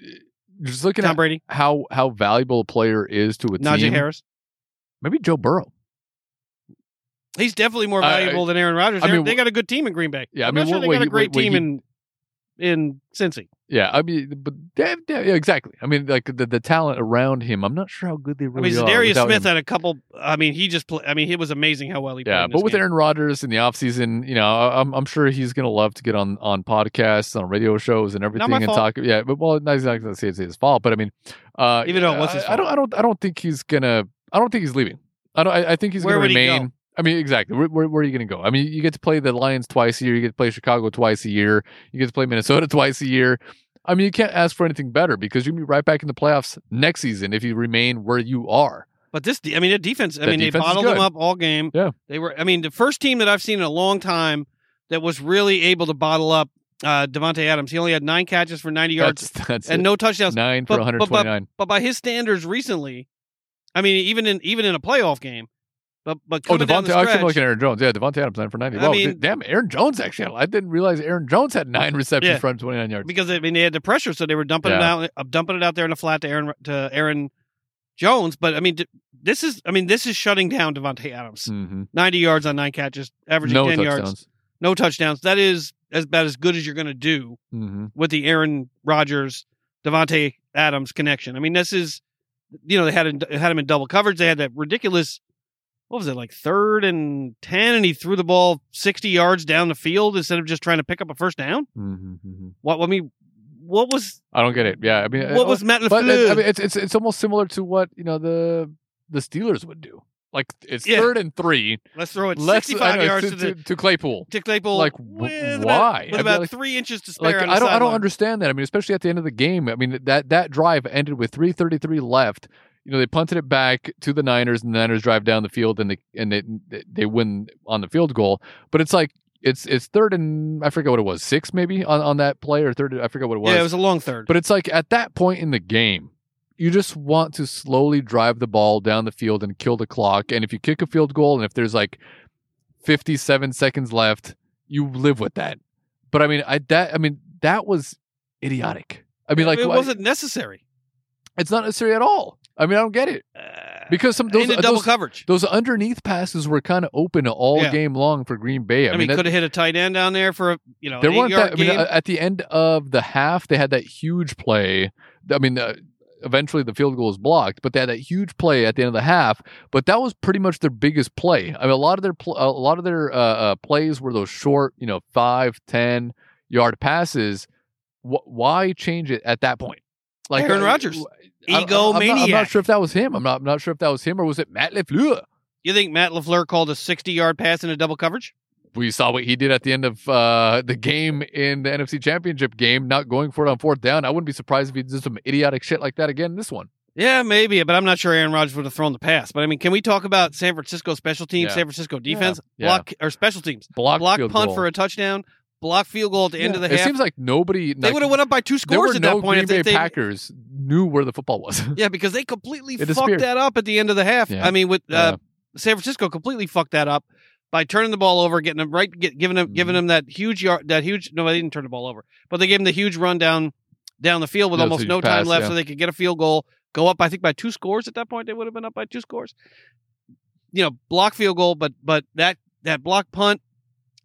S1: just looking
S2: Tom
S1: at
S2: Brady,
S1: how how valuable a player is to a
S2: Najee
S1: team.
S2: Harris,
S1: Maybe Joe Burrow.
S2: he's definitely more
S1: I-
S2: valuable than Aaron Rodgers.
S1: I mean,
S2: Aaron- they got a good team in Green Bay.
S1: Yeah, I
S2: I'm
S1: mean,
S2: not sure
S1: what-
S2: they
S1: what
S2: got
S1: he-
S2: a great
S1: what he-
S2: team in in Cincy.
S1: Yeah, I mean, but yeah, yeah, exactly. I mean, like the, the talent around him. I'm not sure how good they
S2: I
S1: really
S2: mean,
S1: are.
S2: Darius
S1: without
S2: Smith
S1: him.
S2: had a couple. I mean, he just. Play, I mean, it was amazing how well he played.
S1: Yeah,
S2: in
S1: but
S2: this
S1: with
S2: game.
S1: Aaron Rodgers in the offseason, you know, I- I'm, I'm sure he's going to love to get on on podcasts, on radio shows, and everything,
S2: my
S1: and
S2: fault.
S1: talk. Yeah, but well, no, he's not going to say it's his fault, but I mean, uh,
S2: Even though it was his
S1: I, I don't, I don't, I don't think he's gonna. I don't think he's leaving. I don't. I, I think he's
S2: Where
S1: going
S2: would
S1: to
S2: he go?
S1: remain. I mean, exactly. Where, where, where are you going to go? I mean, you get to play the Lions twice a year. You get to play Chicago twice a year. You get to play Minnesota twice a year. I mean, you can't ask for anything better because you'll be right back in the playoffs next season if you remain where you are.
S2: But this, I mean, the defense. I
S1: That
S2: mean,
S1: defense
S2: they
S1: is
S2: bottled them
S1: good.
S2: up all game.
S1: Yeah.
S2: they were. I mean, the first team that I've seen in a long time that was really able to bottle up uh, Devonte Adams. He only had nine catches for 90 yards
S1: That's, that's
S2: and
S1: it.
S2: no touchdowns.
S1: nine for
S2: but- but- but-
S1: 129.
S2: But by his standards, recently, I mean, even in even in a playoff game, but but
S1: Oh,
S2: coming down
S1: Devontae.
S2: the
S1: I actually
S2: stretch,
S1: am looking at Aaron Jones. Yeah, Devontae Adams nine for ninety.
S2: I
S1: Wow,
S2: mean-
S1: d- damn, Aaron Jones actually. had- I didn't realize Aaron Jones had nine receptions
S2: Yeah.
S1: for 129 yards.
S2: because I mean they had the pressure, so they were dumping it
S1: Yeah.
S2: out, uh, dumping it out there in the flat to Aaron to Aaron Jones. But I mean, d- this is I mean this is shutting down Devonte Adams.
S1: Mhm.
S2: 90 yards on nine catches, averaging
S1: No
S2: 10 yards,
S1: touchdowns.
S2: no touchdowns. That is as about as good as you're going to do
S1: Mm-hmm.
S2: with the Aaron Rodgers, Devonte Adams connection. I mean, this is, you know, they had it- had him in double coverage. They had that ridiculous, what was it like third and ten, and he threw the ball sixty yards down the field instead of just trying to pick up a first down.
S1: Mm-hmm.
S2: What I mean, what was
S1: I don't get it. Yeah, I mean, uh, oh,
S2: what was Matt
S1: But
S2: Lafleur?
S1: it, I mean, it's it's it's almost similar to what you know the the Steelers would do. Like it's
S2: Yeah.
S1: third and three.
S2: Let's throw it
S1: Let's I
S2: sixty-five
S1: know,
S2: yards
S1: to,
S2: to, the
S1: to- to Claypool.
S2: to Claypool.
S1: like, wh- why?
S2: with About,
S1: I
S2: with
S1: mean,
S2: about
S1: like-
S2: three inches to spare.
S1: Like
S2: on the
S1: I don't I don't
S2: sideline.
S1: understand that. I mean, especially at the end of the game. I mean that that drive ended with 3:33 left. You know, they punted it back to the Niners, and the Niners drive down the field, and they and they they win on the field goal. But it's like it's it's third and I forget what it was six maybe on on that play or third I forget what it was.
S2: Yeah, it was a long third.
S1: But it's like at that point in the game, you just want to slowly drive the ball down the field and kill the clock. And if you kick a field goal and if there's like 57 seconds left, you live with that. But I mean, I that I mean that was idiotic. I mean, like
S2: it
S1: why-
S2: wasn't necessary
S1: It's not necessary at all. I mean, I don't get it
S2: Uh,
S1: because some those
S2: into double
S1: those,
S2: coverage.
S1: those underneath passes were kind of open all
S2: Yeah.
S1: game long for Green Bay. I,
S2: I mean,
S1: that-
S2: could have hit a tight end down there for a you know
S1: There
S2: eight
S1: weren't
S2: yard
S1: that. I mean,
S2: game.
S1: a- at the end of the half, they had that huge play. I mean, uh, eventually the field goal was blocked, but they had that huge play at the end of the half. But that was pretty much their biggest play. I mean, a lot of their pl- a lot of their uh, uh, plays were those short, you know, five, ten yard passes. Wh- why change it at that point?
S2: Aaron
S1: uh,
S2: Rodgers.
S1: I- I- I'm not- I'm not,
S2: Egomaniac.
S1: sure if that was him. I'm not. I'm not sure if that was him or was it Matt Lafleur.
S2: you think Matt Lafleur called a sixty-yard pass into double coverage?
S1: we saw what he did at the end of uh, the game in the NFC Championship game, not going for it on fourth down. I wouldn't be surprised if he did some idiotic shit like that again. in This one,
S2: Yeah, maybe, but I'm not sure Aaron Rodgers would have thrown the pass. But I mean, can we talk about San Francisco special teams,
S1: Yeah.
S2: San Francisco defense,
S1: Yeah.
S2: block or special teams,
S1: block,
S2: block
S1: field
S2: punt
S1: goal.
S2: for a touchdown, block field goal at the
S1: Yeah.
S2: end of the
S1: It
S2: half?
S1: seems like nobody.
S2: they
S1: like,
S2: would have went up by two
S1: there were
S2: scores at
S1: no
S2: that point.
S1: Green
S2: if they-
S1: Bay
S2: they-
S1: Packers knew where the football was.
S2: yeah, because they completely
S1: It
S2: fucked
S1: disappeared.
S2: that up at the end of the half.
S1: Yeah.
S2: I mean, with
S1: Yeah.
S2: uh, San Francisco completely fucked that up by turning the ball over, getting them right, get, giving them giving
S1: Mm-hmm.
S2: them that huge yard, that huge. No, they didn't turn the ball over, but they gave them the huge run down down the field with
S1: Yeah,
S2: almost
S1: so you
S2: no time
S1: pass,
S2: left,
S1: yeah.
S2: so they could get a field goal, go up. I think by two scores at that point, they would have been up by two scores. You know, block field goal, but but that that block punt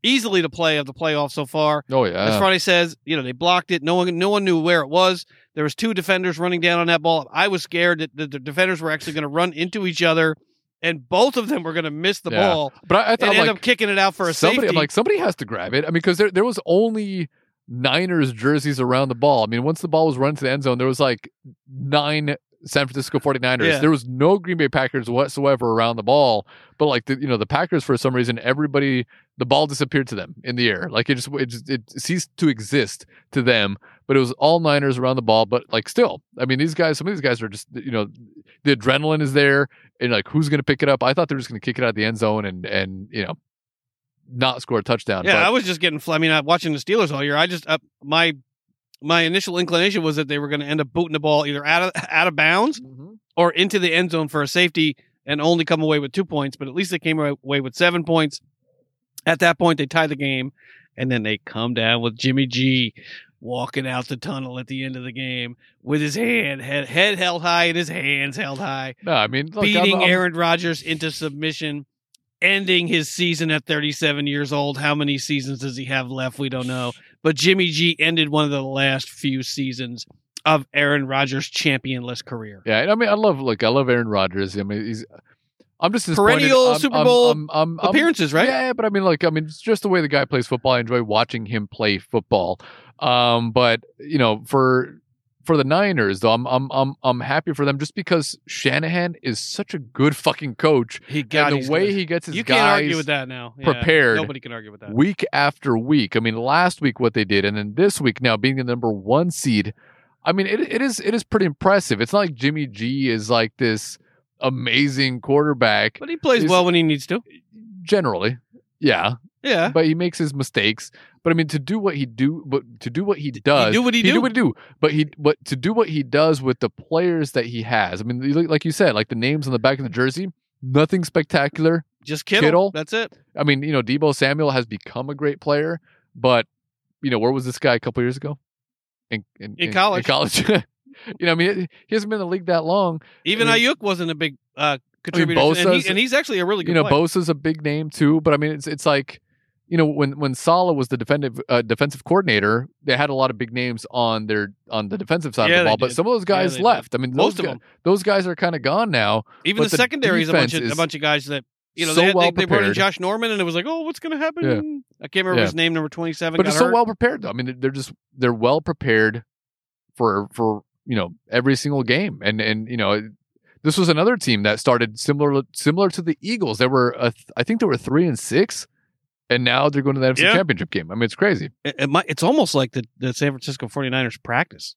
S2: easily the play of the playoff so far.
S1: oh yeah,
S2: As Friday says, you know, they blocked it. No one, no one knew where it was. There was two defenders running down on that ball. I was scared that the, the defenders were actually going to run into each other, and both of them were going to miss the
S1: Yeah.
S2: ball
S1: but I, I thought
S2: and end
S1: like
S2: up kicking it out for a
S1: somebody,
S2: safety.
S1: I'm like somebody has to grab it. I mean, because there there was only Niners jerseys around the ball. I mean, once the ball was run to the end zone, there was like nine San Francisco 49ers.
S2: Yeah.
S1: There was no Green Bay Packers whatsoever around the ball. But like the, you know, the Packers for some reason, everybody the ball disappeared to them in the air. Like it just it, just, it ceased to exist to them. But it was all Niners around the ball. But like still, I mean, these guys, some of these guys are just you know, the adrenaline is there, and like who's going to pick it up? I thought they were just going to kick it out of the end zone and and you know, not score a touchdown.
S2: yeah,
S1: but-
S2: I was just getting. fl- I mean, I watching the Steelers all year. I just uh, my my initial inclination was that they were going to end up booting the ball either out of out of bounds or into the end zone for a safety and only come away with two points. But at least they came away with seven points. At that point, they tie the game, and then they come down with Jimmy G walking out the tunnel at the end of the game with his hand head, head held high and his hands held high,
S1: No, I mean, look, I'm-
S2: beating
S1: I'm-
S2: Aaron Rodgers into submission. Ending his season at 37 years old. How many seasons does he have left? We don't know. But Jimmy G ended one of the last few seasons of Aaron Rodgers' championless career.
S1: Yeah, and I mean, I love look, I love Aaron Rodgers. I mean, he's I'm just disappointed.
S2: Perennial
S1: I'm-
S2: Super
S1: I'm-
S2: Bowl
S1: I'm- I'm- I'm-
S2: Appearances, right?
S1: Um, Yeah, but I mean, like, I mean, it's just the way the guy plays football. I enjoy watching him play football. Um, but you know, for for the Niners, though, I'm I'm I'm I'm happy for them just because Shanahan is such a good fucking coach,
S2: He
S1: and
S2: God, he's
S1: the way
S2: good.
S1: he gets his
S2: you
S1: guys
S2: can't argue with that now. Yeah,
S1: prepared.
S2: Nobody can argue with that.
S1: week after week. I mean, last week what they did, and then this week now being the number one seed. I mean, it, it is it is pretty impressive. It's not like Jimmy G is like this amazing quarterback
S2: But he plays
S1: He's-
S2: well when he needs to.
S1: generally. Yeah,
S2: Yeah.
S1: but he makes his mistakes. But I mean, to do what he do, but to do what he does,
S2: do what he
S1: he
S2: do.
S1: do what he do. But he, but to do what he does with the players that he has. I mean, you look- like you said, like the names on the back of the jersey, nothing spectacular.
S2: Just Kittle.
S1: Kittle.
S2: That's it.
S1: I mean, you know, Debo Samuel has become a great player, but you know, where was this guy a couple years ago? In,
S2: In
S1: In
S2: college.
S1: college. you know, I mean, he hasn't been in the league that long.
S2: Even
S1: I mean-
S2: Ayuk wasn't a big uh, contributor, and,
S1: Bosa's-
S2: he, and he's actually a really good
S1: you know,
S2: player.
S1: Bosa's a big name too, but I mean, it's it's like, you know, when when Sala was the defensive uh, defensive coordinator, they had a lot of big names on their on the defensive side of
S2: Yeah,
S1: the
S2: they
S1: ball, but
S2: did.
S1: some of those
S2: Yeah,
S1: guys
S2: they did.
S1: left. I mean, those
S2: Most of
S1: gu-
S2: them,
S1: those guys are kind of gone now.
S2: even the
S1: but the
S2: secondary is a bunch of
S1: defense
S2: a
S1: is
S2: bunch of guys that you know
S1: so
S2: they, had,
S1: well
S2: they, they brought in
S1: prepared.
S2: Josh Norman, and it was like, oh, what's going to happen? I can't remember
S1: Yeah.
S2: his name. Number twenty seven.
S1: but
S2: got
S1: they're so
S2: hurt.
S1: well prepared though. I mean, they're- they're just they're well prepared for for you know every single game, and and you know this was another team that started similar similar to the Eagles. There were a th- I think there were three and six, and now they're going to the NFC
S2: Yeah.
S1: Championship game. I mean, it's crazy.
S2: it, it might, it's almost like the, the San Francisco 49ers practice.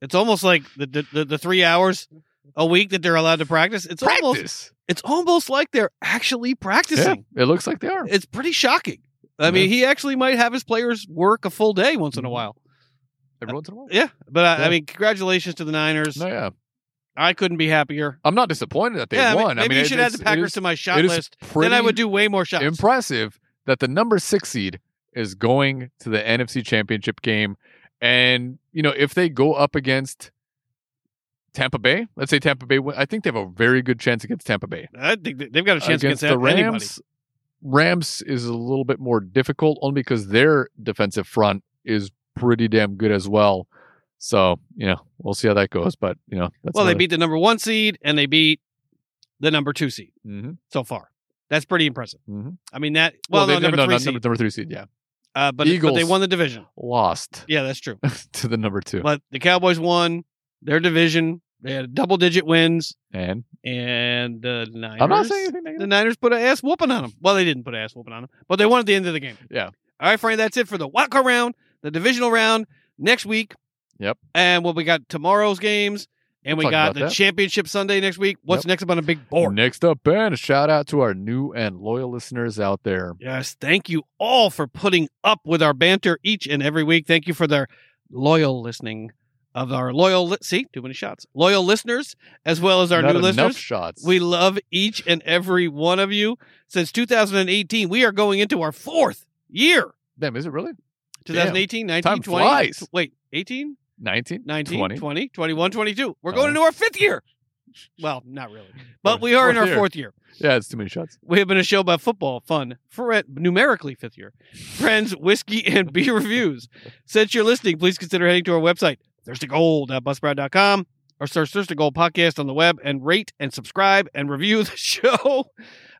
S2: It's almost like the the, the, the three hours a week that they're allowed to practice. It's almost
S1: Practice.
S2: it's almost like they're actually practicing.
S1: Yeah, it looks like they are.
S2: It's pretty shocking. I mean, he actually might have his players work a full day once in a while.
S1: Every once in a while.
S2: Uh, Yeah, but I, I
S1: Mm-hmm. Yeah.
S2: mean, congratulations to the Niners.
S1: No, yeah.
S2: I couldn't be happier.
S1: I'm not disappointed that they
S2: yeah, I mean,
S1: won.
S2: maybe
S1: I mean,
S2: you
S1: it-
S2: should add
S1: it's-
S2: the
S1: it
S2: Packers
S1: is-
S2: to my shot
S1: it is
S2: list. Then
S1: pretty
S2: I would do way more shots.
S1: impressive that the number six seed is going to the NFC Championship game, and you know if they go up against Tampa Bay, let's say Tampa Bay, win- I think they have a very good chance against Tampa Bay.
S2: I think that they've got a chance against,
S1: the Rams,
S2: anybody.
S1: Rams is a little bit more difficult only because their defensive front is pretty damn good as well. So you know we'll see how that goes, but you know that's
S2: Well, they
S1: another-
S2: beat the number one seed and they beat the number two seed
S1: Mhm,
S2: so far. That's pretty impressive.
S1: mhm.
S2: I mean that. Well,
S1: they-
S2: no, number three
S1: no,
S2: seed.
S1: number, number three seed, yeah,
S2: uh, but, but they
S1: Eagles.
S2: won the division.
S1: lost
S2: Yeah, that's true.
S1: to the number two,
S2: But the Cowboys won their division. They had double digit wins,
S1: and
S2: and the Niners.
S1: I'm not saying anything negative.
S2: the Niners put an ass whooping on them. Well, they didn't put an ass whooping on them, but they won at the end of the game.
S1: Yeah.
S2: All right, Frank. That's it for the wildcard round, the divisional round next week.
S1: Yep.
S2: And what we got tomorrow's games, and
S1: We'll
S2: we
S1: talk
S2: got
S1: about
S2: the
S1: that.
S2: championship Sunday next week. What's next up on a big board?
S1: Next up, Ben, a shout out to our new and loyal listeners out there.
S2: Yes, thank you all for putting up with our banter each and every week. Thank you for their loyal listening of our loyal li- see too many shots loyal listeners as well as our
S1: Not
S2: new
S1: enough
S2: listeners.
S1: shots.
S2: We love each and every one of you. Since 2018, we are going into our fourth year.
S1: Damn, is it really?
S2: 2018, 19,
S1: Time
S2: 20.
S1: flies.
S2: Wait, 18,
S1: 19?
S2: 19, 20,
S1: 20.
S2: 21, 22. We're going
S1: Uh-huh.
S2: into our fifth year. Well, not really. But we are in
S1: Fourth
S2: our
S1: year.
S2: fourth year.
S1: Yeah, it's too many shots.
S2: We have been a show about football, fun, fre- numerically fifth year, friends, whiskey, and beer reviews. Since you're listening, please consider heading to our website, thirstygold.buzzsprout.com, or search Thirsty Gold Podcast on the web and rate and subscribe and review the show.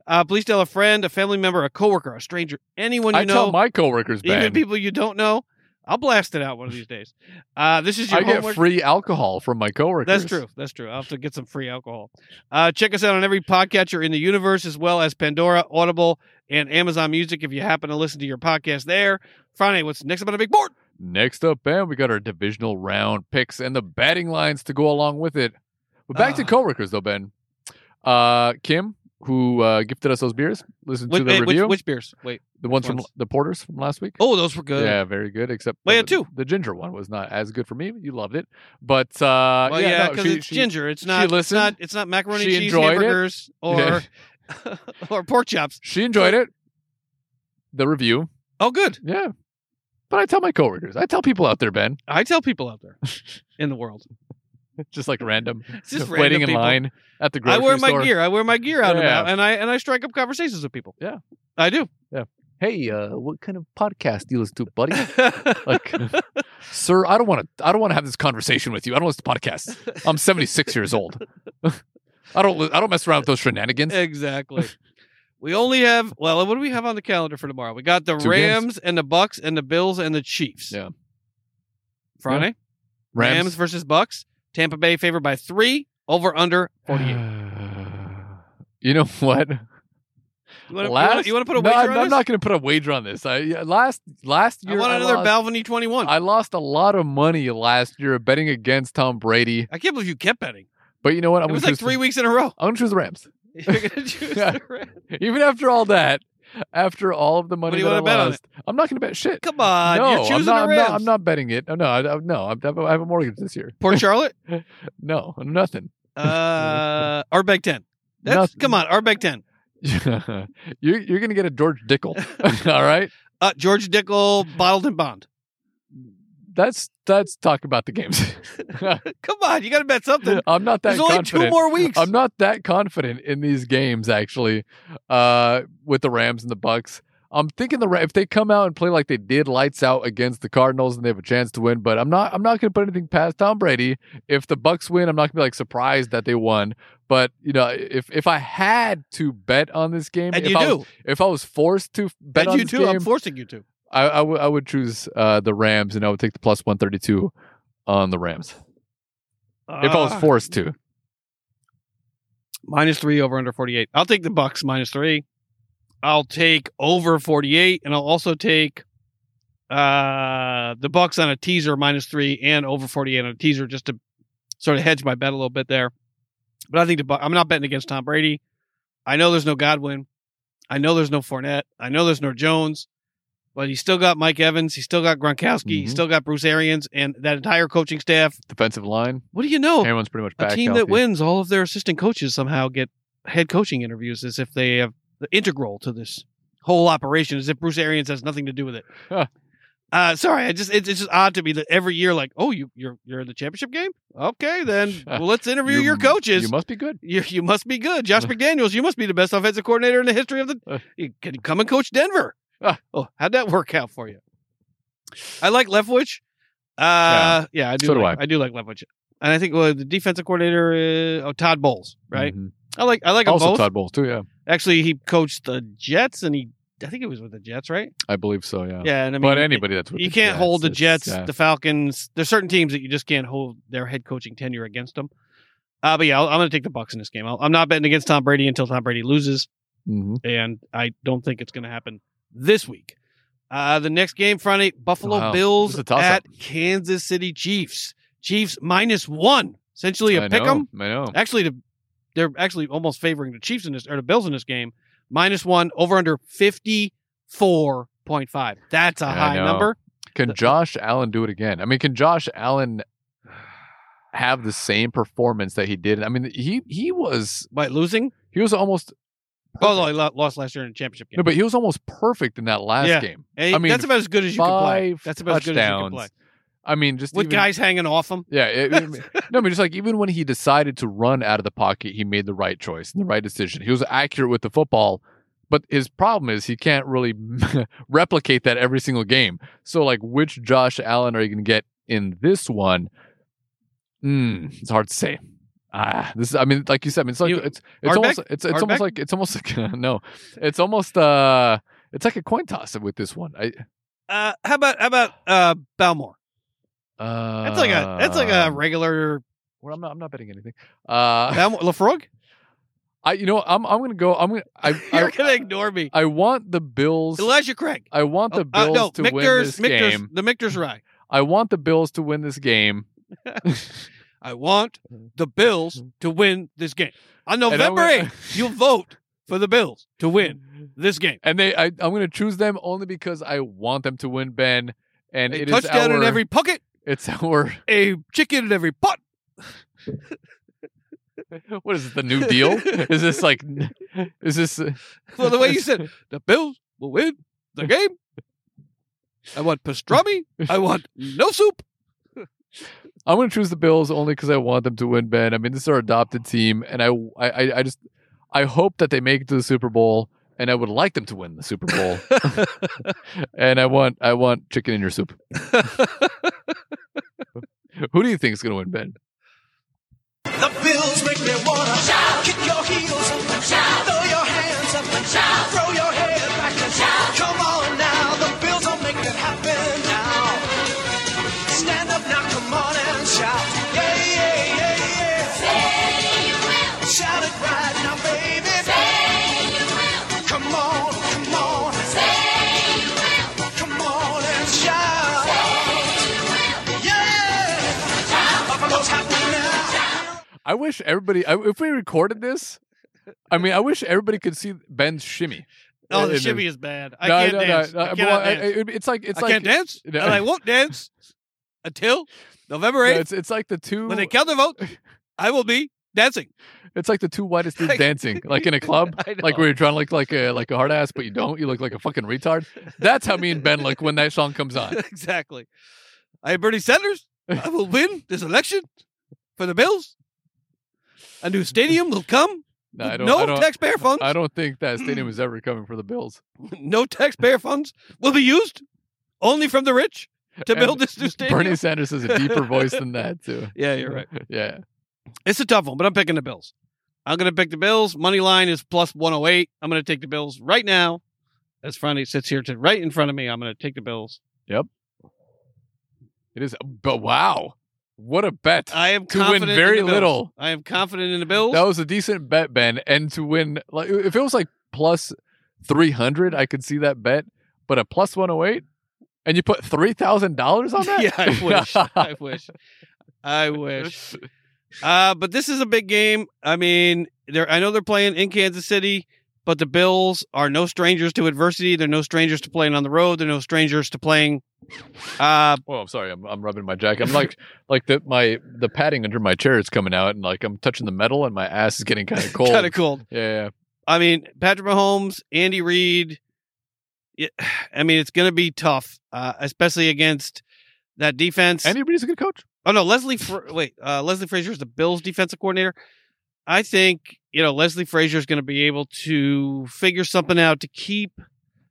S2: Uh, please tell a friend, a family member, a coworker, a stranger, anyone you
S1: I tell
S2: know,
S1: my coworkers,
S2: even
S1: Ben,
S2: people you don't know. I'll blast it out one of these days. Uh, this is your
S1: I get
S2: homework.
S1: free alcohol from my coworkers.
S2: That's true. That's true. I'll have to get some free alcohol. Uh, check us out on every podcatcher in the universe, as well as Pandora, Audible, and Amazon Music if you happen to listen to your podcast there. Friday, what's next up on the big board?
S1: Next up, Ben, we got our divisional round picks and the batting lines to go along with it. But back to
S2: Ah.
S1: coworkers, though, Ben. Uh, Kim, who uh, gifted us those beers, listen
S2: Which,
S1: to the
S2: eh, which,
S1: review.
S2: which beers? Wait.
S1: the ones from
S2: ones?
S1: the porters from last week.
S2: Oh, those were good.
S1: Yeah, very good. Except
S2: Well, yeah,
S1: the-
S2: two.
S1: The ginger one was not as good for me. You loved it, but uh,
S2: well, yeah,
S1: no,
S2: because
S1: she-
S2: it's
S1: she-
S2: ginger. It's
S1: she
S2: not. It's
S1: listened.
S2: not. It's not macaroni
S1: She
S2: and cheese
S1: enjoyed it.
S2: hamburgers
S1: Yeah.
S2: or or pork chops.
S1: She enjoyed it. The review,
S2: Oh, good.
S1: yeah. But I tell my coworkers, I tell people out there, Ben,
S2: I tell people out there in the world,
S1: just like random,
S2: it's just
S1: waiting
S2: random
S1: in
S2: people.
S1: line at the
S2: I
S1: grocery
S2: wear my
S1: store.
S2: gear. I wear my gear out and
S1: Yeah.
S2: about, and I and I strike up conversations with people.
S1: Yeah.
S2: I do.
S1: Hey, uh, what kind of podcast do you listen to, buddy? Like, sir, I don't want to. I don't want to have this conversation with you. I don't listen to podcasts. I'm 76 years old. I don't. li- I don't mess around with those shenanigans.
S2: Exactly. we only have well, what do we have on the calendar for tomorrow? We got the
S1: Two games.
S2: Rams and the Bucks and the Bills and the Chiefs.
S1: Yeah.
S2: Friday, Rams. versus Bucks. Tampa Bay favored by three. Over under 48. You
S1: you know what?
S2: wanna- You
S1: last,
S2: want to you wanna put a
S1: no,
S2: wager
S1: I'm,
S2: on
S1: I'm
S2: this?
S1: not going to put a wager on this. I yeah, last last
S2: I
S1: year
S2: want another
S1: lost,
S2: Balvenie 21. I,
S1: I lost a lot of money last year betting against Tom Brady.
S2: can't believe you kept betting.
S1: But you know what? I'm
S2: It
S1: going
S2: was
S1: to
S2: like
S1: choose.
S2: three weeks in a row.
S1: I'm going to choose the Rams.
S2: You're gonna choose the Rams.
S1: Even after all that, after all of the money
S2: do you
S1: that I
S2: wanna bet on
S1: lost. I'm not going to bet shit.
S2: Come on,
S1: no,
S2: you're choosing
S1: I'm not,
S2: the Rams.
S1: I'm not. I'm not betting it. No, no, I, I- no. I'm- I have a mortgage this year.
S2: Port Charlotte
S1: No, nothing.
S2: uh, or Big Ten. That's
S1: Nothing.
S2: come on, or Big Ten.
S1: you're you're going to get a George Dickel. all right.
S2: Uh, George Dickel, bottled and bond.
S1: That's that's talk about the games.
S2: Come on, you got to bet something.
S1: I'm not that
S2: There's only
S1: confident.
S2: two more weeks.
S1: I'm not that confident in these games actually, uh, with the Rams and the Bucks. I'm thinking the Ra- if they come out and play like they did lights out against the Cardinals and they have a chance to win, but I'm not I'm not going to put anything past Tom Brady. If the Bucks win, I'm not going to be like surprised that they won. But you know, if if I had to bet on this game,
S2: and
S1: if
S2: you
S1: I
S2: do.
S1: was, if I was forced to bet
S2: and
S1: on
S2: you
S1: this
S2: too.
S1: game,
S2: I'm forcing you to.
S1: I, I, w- I would choose uh, the Rams and I would take the plus 132 on the Rams if I was
S2: Ah.
S1: forced to.
S2: minus three over under 48 i'll take the bucks minus three i'll take over 48 and i'll also take uh the bucks on a teaser minus three and over 48 on a teaser just to sort of hedge my bet a little bit there but i think the Bu- i'm not betting against tom brady i know there's no godwin i know there's no Fournette. i know there's no jones but he's still got Mike Evans. He's still got Gronkowski.
S1: Mhm.
S2: He's still got Bruce Arians and that entire coaching staff.
S1: Defensive line,
S2: What do you know?
S1: everyone's pretty much
S2: Oh, a
S1: back.
S2: team that
S1: healthy.
S2: wins all of their assistant coaches somehow get head coaching interviews as if they have the integral to this whole operation as if bruce arians has nothing to do with it
S1: Huh.
S2: uh sorry i just it's, it's just odd to me that every year like oh you you're you're in the championship game okay then well, let's interview
S1: You
S2: your
S1: m-
S2: coaches
S1: You must be good.
S2: you, you must be good. Josh McDaniels, you must be the best offensive coordinator in the history of
S1: Uh.
S2: the. You can come and coach Denver.
S1: Ah.
S2: oh, how'd that work out for you? I like Leftwich. Uh, yeah. I do.
S1: So do
S2: like,
S1: I.
S2: do like Leftwich, and I think well, the defensive coordinator, is, oh Todd Bowles, right?
S1: Mhm.
S2: I like I like them
S1: Also,
S2: both.
S1: Todd Bowles, too. Yeah.
S2: Actually, he coached the Jets, and he I think it was with the Jets, right?
S1: I believe so. Yeah.
S2: Yeah, and I mean,
S1: Oh. but anybody that's with
S2: you
S1: the
S2: can't
S1: Jets,
S2: hold the
S1: it's-
S2: Jets,
S1: yeah.
S2: the Falcons. There's certain teams that you just can't hold their head coaching tenure against them. Uh, but yeah, I'll, I'm going to take the Bucks in this game. I'll, I'm not betting against Tom Brady until Tom Brady loses,
S1: Mhm.
S2: and I don't think it's going to happen this week. Uh, the next game Friday, Buffalo
S1: Wow. This
S2: Bills
S1: is a toss-up.
S2: at Kansas City Chiefs. Chiefs minus one, essentially a
S1: I
S2: pick 'em.
S1: know, I know.
S2: Actually, the, they're actually almost favoring the Chiefs in this or the Bills in this game. Minus one over under fifty four point five. That's a
S1: I
S2: high
S1: know.
S2: number.
S1: Can
S2: the-
S1: Josh Allen do it again? I mean, can Josh Allen have the same performance that he did? I mean, he he was
S2: by losing.
S1: he was almost.
S2: Oh, no,
S1: perfect.
S2: he lo- lost last year in the championship game.
S1: no, but he was almost perfect in that last
S2: Yeah.
S1: game.
S2: And he-
S1: I mean,
S2: that's about as good as you can play.
S1: five
S2: That's about as good as you can play.
S1: touchdowns. I mean, just
S2: With
S1: even,
S2: guys hanging off him.
S1: Yeah, it, it- no, but just like even when he decided to run out of the pocket, he made the right choice and the right decision. He was accurate with the football, but his problem is he can't really replicate that every single game. So, like, which Josh Allen are you going to get in this one? Mm, it's hard to say. Ah, this is. I mean, like you said, I mean, it's like
S2: You-
S1: it's it's almost
S2: Ardbeg?
S1: it's it's almost
S2: Ardbeg?
S1: like it's almost like no, it's almost uh, it's like a coin toss with this one. I
S2: Uh, how about how about uh, Balmore?
S1: uh,
S2: That's like a that's like a regular
S1: Well, I'm not. I'm not betting anything. Uh,
S2: Balmore Lafroig.
S1: I you know what? I'm I'm gonna go I'm gonna I
S2: You're
S1: I,
S2: gonna ignore me,
S1: I want the Bills
S2: Elijah Craig.
S1: I want the Bills
S2: uh, no,
S1: to win
S2: Michter's,
S1: this
S2: Michter's,
S1: game.
S2: the Michter's Rye.
S1: I want the Bills to win this game.
S2: I want the Bills to win this game on
S1: Mm-hmm. And I'm
S2: November
S1: gonna-
S2: eighth. You vote for the Bills to win this game.
S1: And they I, I'm gonna choose them only because I want them to win Ben. And
S2: A
S1: it is
S2: touchdown
S1: our,
S2: in every pocket,
S1: it's our
S2: a chicken in every pot.
S1: what is it, the new deal? is this like is this
S2: Well, the way you said the Bills will win the game. I want pastrami. I want no soup.
S1: I'm going to choose the Bills only because I want them to win, Ben. I mean, this is our adopted team, and I, I, I- I just, I hope that they make it to the Super Bowl, and I would like them to win the Super Bowl. and I want, I want chicken in your soup. Who do you think is going to win, Ben?
S4: The bills make me wanna shout. Kick your heels up and shout. Throw your hands up and shout. Throw your head back and shout. Come on now, the bills will make it happen now. Stand up now, come on and shout. Yeah, yeah, yeah, yeah. Say you will. Shout it right now, baby. Say you will. Come on, come on. Say you will. Come on and shout. Say you will. Yeah. Buffalo's happy now.
S1: I wish everybody, I, if we recorded this, I mean, I wish everybody could see Ben's shimmy.
S2: Oh, the
S1: And-
S2: shimmy is bad. I
S1: No,
S2: can't
S1: no, no,
S2: dance.
S1: no,
S2: I
S1: well,
S2: cannot
S1: I-
S2: dance.
S1: it- it's like it's
S2: I
S1: like
S2: can't dance,
S1: No.
S2: and I won't dance until November
S1: no,
S2: eighth.
S1: it's, it's like the two.
S2: when they count the vote, I will be dancing.
S1: It's like the two whitest dudes dancing, like in a club,
S2: I know.
S1: like where you're trying to look like a like a hard ass, but you don't. You look like a fucking retard. That's how me and Ben look when that song comes on.
S2: exactly. I am Bernie Sanders. I will win this election for the Bills. A new stadium will come.
S1: No,
S2: with
S1: I don't.
S2: no
S1: I don't,
S2: taxpayer funds.
S1: I don't think that stadium is ever coming for the Bills.
S2: no taxpayer funds will be used only from the rich to
S1: And
S2: build this new stadium.
S1: Bernie Sanders has a deeper voice than that too.
S2: yeah, you're right.
S1: Yeah,
S2: It's a tough one, but I'm picking the Bills. I'm going to pick the Bills. Money line is plus 108. I'm going to take the Bills right now. As Franny sits here to right in front of me, I'm going to take the Bills.
S1: it is. But wow, what a bet!
S2: I am
S1: To win
S2: confident in
S1: very
S2: the Bills.
S1: little.
S2: I am confident in the Bills.
S1: That was a decent bet, Ben. And to win, like if it was like plus three hundred, I could see that bet. But a plus one hundred eight, and you put three thousand dollars on that.
S2: yeah, I wish. I wish. I wish. Uh, but this is a big game. I mean, they're I know they're playing in Kansas City, but the Bills are no strangers to adversity. They're no strangers to playing on the road. They're no strangers to playing. Uh,
S1: Oh, I'm sorry. I'm, I'm rubbing my jacket. I'm like, like the my the padding under my chair is coming out, and like I'm touching the metal, and my ass is getting kind of cold.
S2: kind of cold.
S1: Yeah,
S2: I mean, Patrick Mahomes, Andy Reid. yeah, I mean, it's going to be tough, uh, especially against that defense.
S1: Andy Reid's a good coach.
S2: oh no, Leslie. Fra- wait, uh, Leslie Frazier is the Bills' defensive coordinator. I think you know Leslie Frazier is going to be able to figure something out to keep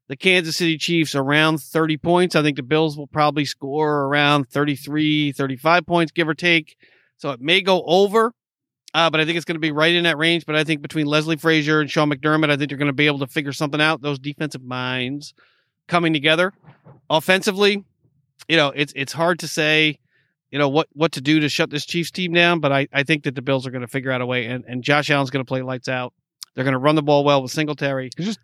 S2: the Kansas City Chiefs around 30 points. I think the Bills will probably score around 33, 35 points, give or take. So it may go over, uh, but I think it's going to be right in that range. But I think between Leslie Frazier and Sean McDermott, I think they're going to be able to figure something out. Those defensive minds coming together offensively. You know, it's it's hard to say, you know, what what to do to shut this Chiefs team down, but I, I think that the Bills are going to figure out a way, and, and Josh Allen's going to play lights out. They're going to run the ball well with Singletary.
S1: He's just-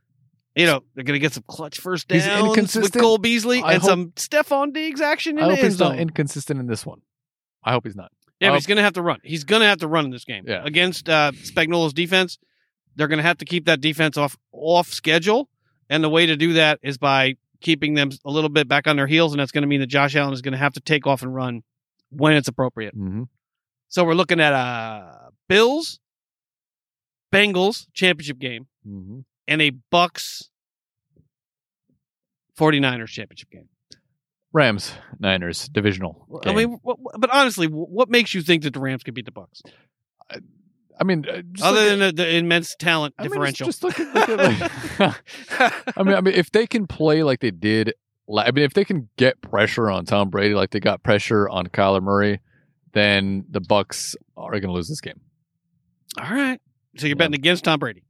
S2: you know, they're going to get some clutch first
S1: He's
S2: downs with
S1: inconsistent.
S2: Cole Beasley
S1: I
S2: and
S1: hope-
S2: some Stephon Diggs action
S1: I
S2: in the
S1: hope
S2: end
S1: he's not
S2: zone.
S1: inconsistent in this one. I hope he's not.
S2: Yeah, but
S1: Um,
S2: he's going to have to run. He's going to have to run in this game
S1: Yeah.
S2: against uh, Spagnuolo's defense. They're going to have to keep that defense off off schedule, and the way to do that is by keeping them a little bit back on their heels, and that's going to mean that Josh Allen is going to have to take off and run when it's appropriate.
S1: Mm-hmm.
S2: So we're looking at a Bills Bengals championship game
S1: Mm-hmm.
S2: and a Bucks 49ers championship game.
S1: Rams, Niners, divisional.
S2: I
S1: game.
S2: mean, wh- wh- but honestly, wh- what makes you think that the Rams could beat the Bucks?
S1: I mean, uh, just
S2: other
S1: look at-
S2: than the, the immense talent
S1: I mean,
S2: differential.
S1: just look at, look at like, I mean, I mean, if they can play like they did, la- I mean, if they can get pressure on Tom Brady like they got pressure on Kyler Murray, then the Bucks are going to lose this game.
S2: All right. So you're betting against Tom Brady.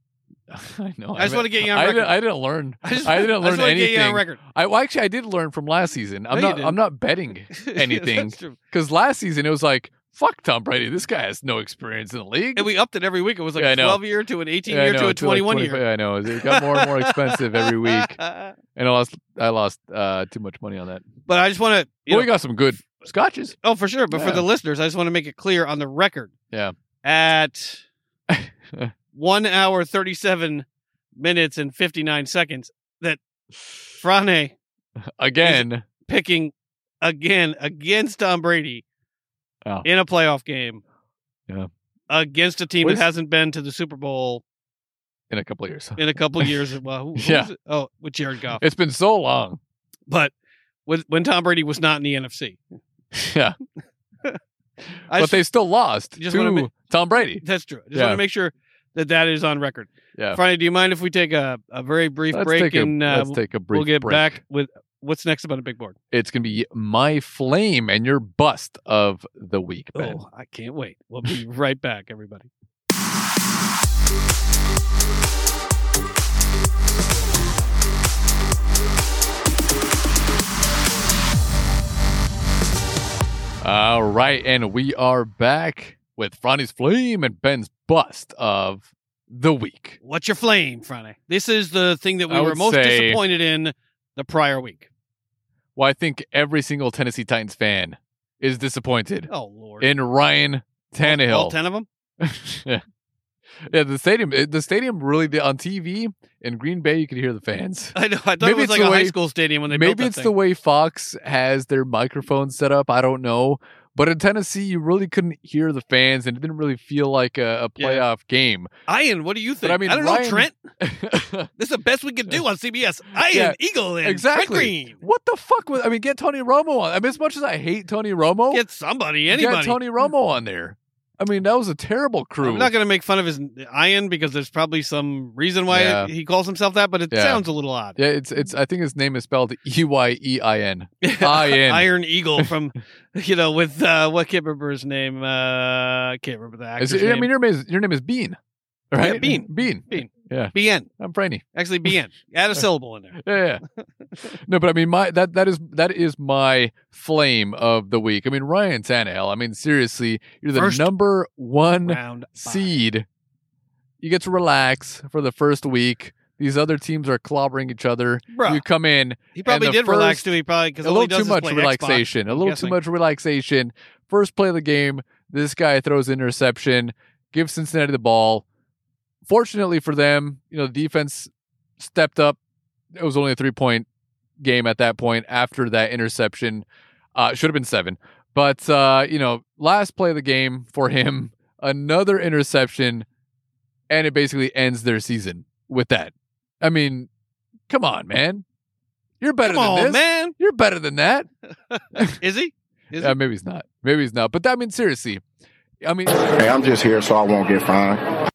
S1: Oh, I know.
S2: I just want to get you on
S1: I
S2: record.
S1: didn't, I didn't learn. I,
S2: just-
S1: didn't
S2: I just
S1: learn
S2: wanna Get you on
S1: anything.
S2: record.
S1: I well, actually I did learn from last season. I'm
S2: No, you
S1: not. I'm
S2: didn't.
S1: not betting Anything.
S2: That's true.
S1: because last season it was like fuck Tom Brady. This guy has no experience in the league.
S2: And we upped it every week. It was like
S1: Yeah, I
S2: a
S1: know.
S2: 12 year to an 18
S1: Yeah, I
S2: year
S1: know,
S2: to a
S1: to, like,
S2: 21
S1: 25
S2: year.
S1: I know it got more and more expensive every week,
S2: but
S1: and I lost. I lost uh, too much money on that.
S2: I just want to.
S1: But we got some good scotches.
S2: Oh, for sure. But for
S1: Yeah.
S2: the listeners, I just want to make it clear on the record.
S1: Yeah.
S2: At one hour, 37 minutes and 59 seconds, that Frane
S1: Again.
S2: picking again against Tom Brady
S1: Oh.
S2: in a playoff game.
S1: Yeah.
S2: Against a team
S1: What is-
S2: that hasn't been to the Super Bowl
S1: in a couple of years.
S2: in a couple years. Well, who, who was
S1: Yeah.
S2: it? Oh, with Jared Goff.
S1: It's been so long.
S2: But when, when Tom Brady was not in the NFC.
S1: Yeah,
S2: I
S1: but
S2: just-
S1: they still lost
S2: just wanna
S1: to
S2: ma-
S1: Tom Brady.
S2: that's true. I just
S1: Yeah.
S2: want to make sure that that is on record.
S1: Yeah.
S2: Friday, do you mind if we take a, a very brief
S1: Let's
S2: break
S1: take a
S2: and uh,
S1: let's take a brief
S2: we'll get
S1: break.
S2: back with what's next up on the big board?
S1: It's gonna be my flame and your bust of the week, Ben.
S2: Oh, I can't wait. We'll be right back, everybody.
S1: All right, and we are back with Franny's flame and Ben's bust of the week.
S2: What's your flame, Friday? This is the thing that we
S1: I
S2: were
S1: would
S2: most
S1: say-
S2: disappointed in the prior week.
S1: Well, I think every single Tennessee Titans fan is disappointed
S2: Oh Lord!
S1: in Ryan
S2: all
S1: Tannehill.
S2: ten of them.
S1: Yeah. Yeah, the stadium. it- The stadium really did on TV in Green Bay. You could hear the fans.
S2: I know. I thought
S1: Maybe
S2: it was
S1: it's
S2: like
S1: the
S2: a high
S1: way-
S2: school stadium when Oh, they built
S1: Maybe
S2: that
S1: it's
S2: thing.
S1: the way Fox has their microphone set up. I don't know. But in Tennessee, you really couldn't hear the fans, and it didn't really feel like a, a
S2: Yeah.
S1: playoff game.
S2: Ian, what do you think?
S1: I
S2: I,
S1: mean,
S2: don't
S1: Ryan-
S2: know, Trent. This is the best we can do on CBS. Ian
S1: Yeah,
S2: Eagle and
S1: exactly.
S2: Trent Green.
S1: what the fuck was? I mean, get Tony Romo on. I mean, as much as I hate Tony Romo,
S2: Get somebody,
S1: get
S2: anybody.
S1: Tony Romo on there. I mean, that was a terrible crew.
S2: I'm not going to make fun of his Ian because there's probably some reason why
S1: Yeah.
S2: he calls himself that, but it
S1: Yeah.
S2: sounds a little odd.
S1: yeah, it's it's. I think his name is spelled E Y E I N. I N.
S2: Iron Eagle from, you know, with uh, what can't remember his name. Uh, I can't remember the
S1: Is
S2: actor's
S1: it-
S2: name.
S1: I mean, your name is, your name is Bean, right?
S2: Bean.
S1: Bean.
S2: Bean.
S1: Yeah,
S2: BN.
S1: I'm Franny.
S2: Actually, BN. Add a syllable in there.
S1: Yeah, yeah. no, but I mean, my that that is that is my flame of the week. I mean, Ryan Tannehill. I mean, seriously, you're the
S2: First
S1: number one
S2: Round five.
S1: seed. You get to relax for the first week. These other teams are clobbering each other.
S2: Bro,
S1: You come in
S2: he probably
S1: the
S2: did relax
S1: first-
S2: too. He probably because
S1: a little too much relaxation. a
S2: I'm
S1: little
S2: guessing.
S1: too much relaxation. First play of the game, this guy throws interception, gives Cincinnati the ball. Fortunately for them, you know, the defense stepped up. It was only a three point game at that point after that interception. Uh, should have been seven. But, uh, you know, last play of the game for him, another interception, and it basically ends their season with that. I mean, come on, man. You're better
S2: Come
S1: than
S2: on,
S1: this.
S2: man.
S1: You're better than that.
S2: Is he? Is
S1: Uh, maybe he's not. Maybe he's not. But I mean, seriously. I mean,
S5: Hey, I'm just here so I won't get fined.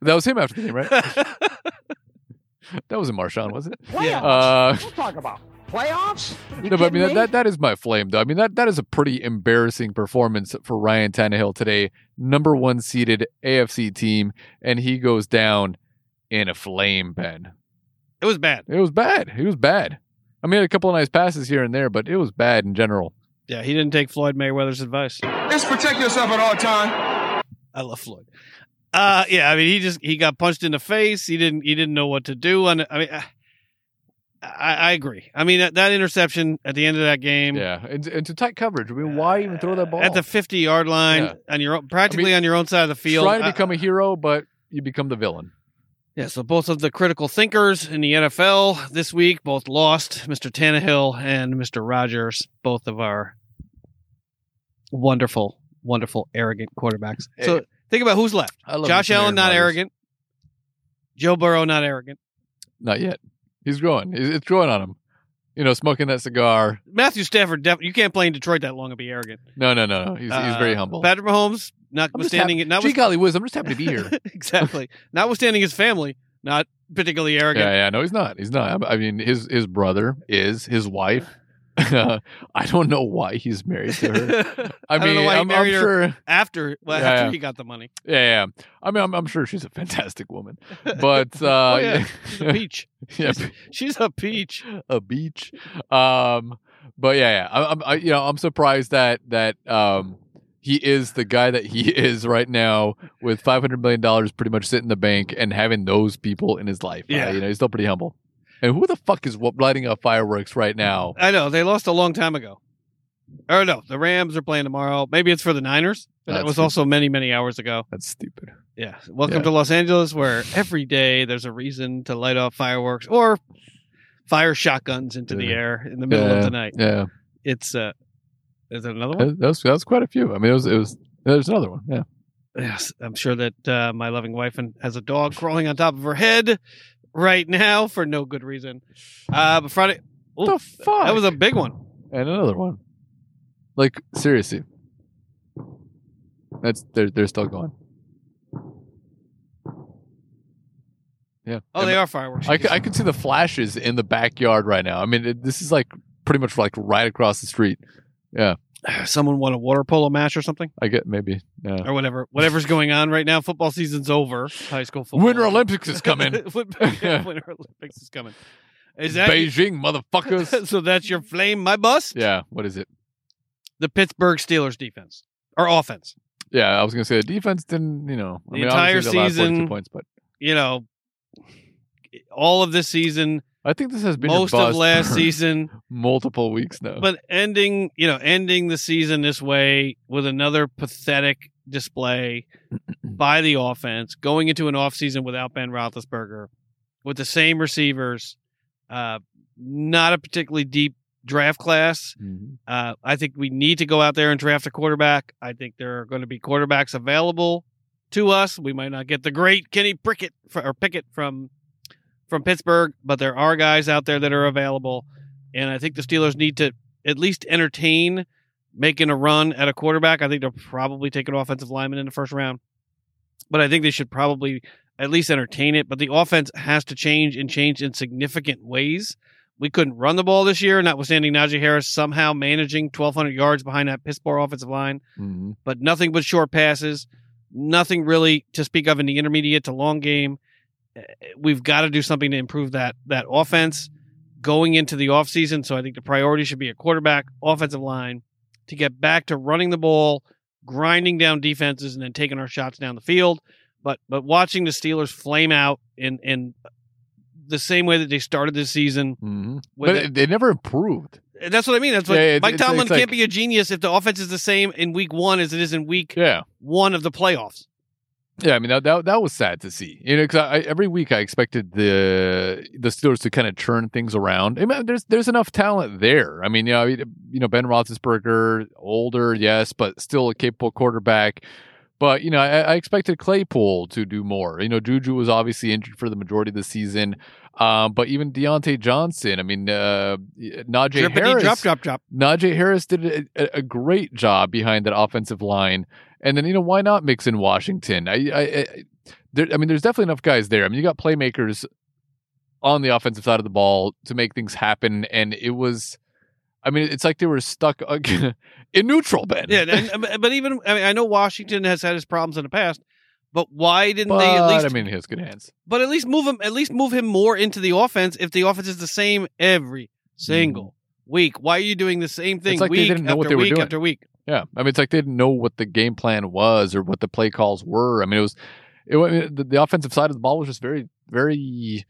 S1: that was him after the game, right?
S2: he?
S1: That wasn't Marshawn, was it?
S3: Playoffs?
S1: Uh,
S3: We'll talk about playoffs.
S1: no,
S3: You
S1: but I
S3: kidding
S1: mean, that,
S3: me?
S1: that, that is my flame, though. I mean, that, that is a pretty embarrassing performance for Ryan Tannehill today. Number one seeded AFC team, and he goes down in a flame, Ben.
S2: it was bad.
S1: It was bad. It was bad. I mean, he had a couple of nice passes here and there, but it was bad in general.
S2: Yeah, he didn't take Floyd Mayweather's advice.
S5: Just protect yourself at all times.
S2: I love Floyd. Uh, yeah, I mean, he just he got punched in the face. He didn't he didn't know what to do. And I mean, I, I I agree. I mean, that, that interception at the end of that game.
S1: Yeah. And, and to tight coverage. I mean, why even throw that ball?
S2: at the fifty yard line
S1: Yeah.
S2: on your own, practically on your own side of the field?
S1: Trying to
S2: I-
S1: become a hero, but you become the villain.
S2: Yeah, so both of the critical thinkers in the NFL this week both lost Mr. Tannehill and Mr. Rogers, both of our wonderful, wonderful, arrogant quarterbacks. So think about who's left.
S1: I love
S2: Josh
S1: Mr. Aaron
S2: Allen, not
S1: Rodgers.
S2: arrogant. Joe Burrow, not arrogant.
S1: Not yet. He's growing. It- It's growing on him. You know, smoking that cigar.
S2: Matthew Stafford, def- you can't play in Detroit that long and be arrogant.
S1: No, no, no, no. He's, he's very
S2: Uh,
S1: humble.
S2: Patrick Mahomes,
S1: Oh. I'm just
S2: notwithstanding it, not
S1: Gee golly whiz, I'm just happy to be here.
S2: exactly, notwithstanding his family, not particularly arrogant.
S1: Yeah, yeah. No, he's not. He's not. I I mean, his his brother is his wife. I don't know why he's married to her. I,
S2: I don't know
S1: mean,
S2: why
S1: I'm,
S2: he
S1: I'm
S2: married her.
S1: sure.
S2: after, well,
S1: Yeah,
S2: after
S1: yeah.
S2: he got the money,
S1: Yeah, yeah. I mean, I'm, I'm sure she's a fantastic woman, but uh,
S2: Oh, yeah. the peach.
S1: yeah,
S2: She's a peach.
S1: a beach. Um, but yeah, yeah. I, I'm, I, you know, I'm surprised that that um, he is the guy that he is right now with 500 million dollars pretty much sitting in the bank and having those people in his life. Uh,
S2: Yeah.
S1: you know, he's still pretty humble. And who the fuck is wa- lighting up fireworks right now?
S2: I know they lost a long time ago. Or no, the Rams are playing tomorrow. Maybe it's for the Niners. But that
S1: That's
S2: was
S1: good.
S2: also many, many hours ago.
S1: That's stupid.
S2: Yeah. Welcome
S1: Yeah.
S2: to Los Angeles, where every day there's a reason to light off fireworks or fire shotguns into the
S1: Yeah.
S2: air in the middle of the night.
S1: Yeah,
S2: It's uh, is there another one?
S1: that- that's that's quite a few. I mean, it was it was. There's another one. Yeah.
S2: Yes, I'm sure that uh, my loving wife and has a dog crawling on top of her head right now for no good reason. Uh, but Friday,
S1: What the fuck?
S2: that was a big one.
S1: and another one. Like seriously, that's they're they're still going. Yeah.
S2: Oh, they are fireworks.
S1: I, c- I can see the flashes in the backyard right now. I mean, it, this is like pretty much like right across the street.
S2: someone won a water polo match or something
S1: I get maybe. Yeah.
S2: or whatever whatever's going on right now football season's over high school football
S1: Winter Olympics is coming.
S2: winter olympics is coming is that
S1: Beijing, motherfuckers.
S2: so that's your flame my bus
S1: yeah. What is it?
S2: the pittsburgh steelers defense or offense
S1: Yeah, I was gonna say the defense didn't. You know, I
S2: The
S1: mean,
S2: entire
S1: obviously they allowed 42
S2: season-
S1: points, but
S2: you know all of this season
S1: I think this has been your
S2: most of
S1: bust
S2: last
S1: for
S2: season
S1: multiple weeks now.
S2: but ending you know ending the season this way with another pathetic display by the offense going into an offseason without Ben Roethlisberger with the same receivers. Uh, not a particularly deep draft class.
S1: Mm-hmm.
S2: Uh, I think we need to go out there and draft a quarterback. I think there are going to be quarterbacks available to us. We might not get the great Kenny Prickett fr- or Pickett from from Pittsburgh, but there are guys out there that are available, and I think the Steelers need to at least entertain making a run at a quarterback. I think they'll probably take an offensive lineman in the first round, but I think they should probably at least entertain it. But the offense has to change and change in significant ways. We couldn't run the ball this year, notwithstanding Najee Harris somehow managing 1,200 yards behind that piss poor offensive line
S1: Mhm.
S2: but nothing but short passes, nothing really to speak of in the intermediate to long game. Uh, We've got to do something to improve that that offense going into the offseason. So I think the priority should be a quarterback, offensive line, to get back to running the ball, grinding down defenses, and then taking our shots down the field. But but watching the Steelers flame out in in the same way that they started this season.
S1: Mhm.
S2: with
S1: But
S2: it-
S1: it, they never improved.
S2: that's what I mean. That's what
S1: Yeah, it's-
S2: Mike
S1: it's-
S2: Tomlin
S1: it's like-
S2: can't be a genius if the offense is the same in week one as it is in week
S1: Yeah.
S2: one of the playoffs.
S1: Yeah, I mean that that, that was sad to see. You know, because I, every week I expected the the Steelers to kind of turn things around. I mean, there's there's enough talent there. I mean, you know, I mean, you know Ben Roethlisberger, older, yes, but still a capable quarterback. But you know, I, I expected Claypool to do more. You know, Juju was obviously injured for the majority of the season. Um, but even Deontay Johnson, I mean, uh, Najee
S2: Drippity
S1: Harris,
S2: drop, drop, drop.
S1: Najee Harris did a, a great job behind that offensive line, and then you know why not mix in Washington? I, I, I, there, I mean, there's definitely enough guys there. I mean, you got playmakers on the offensive side of the ball to make things happen, and it was, I mean, it's like they were stuck uh, in neutral, Ben.
S2: Yeah, and- and- but even I mean, I know Washington has had his problems in the past, but why didn't
S1: but
S2: they at least?
S1: I mean, he has good hands.
S2: but at least move him. At least move him more into the offense if the offense is the same every single week. Why are you doing the same
S1: Mm.
S2: thing
S1: It's like they
S2: week
S1: didn't know
S2: after
S1: what they were
S2: week
S1: doing.
S2: after week?
S1: Yeah, I mean, it's like they didn't know what the game plan was or what the play calls were. I mean, it was, it, wa- the, the offensive side of the ball was just very, very.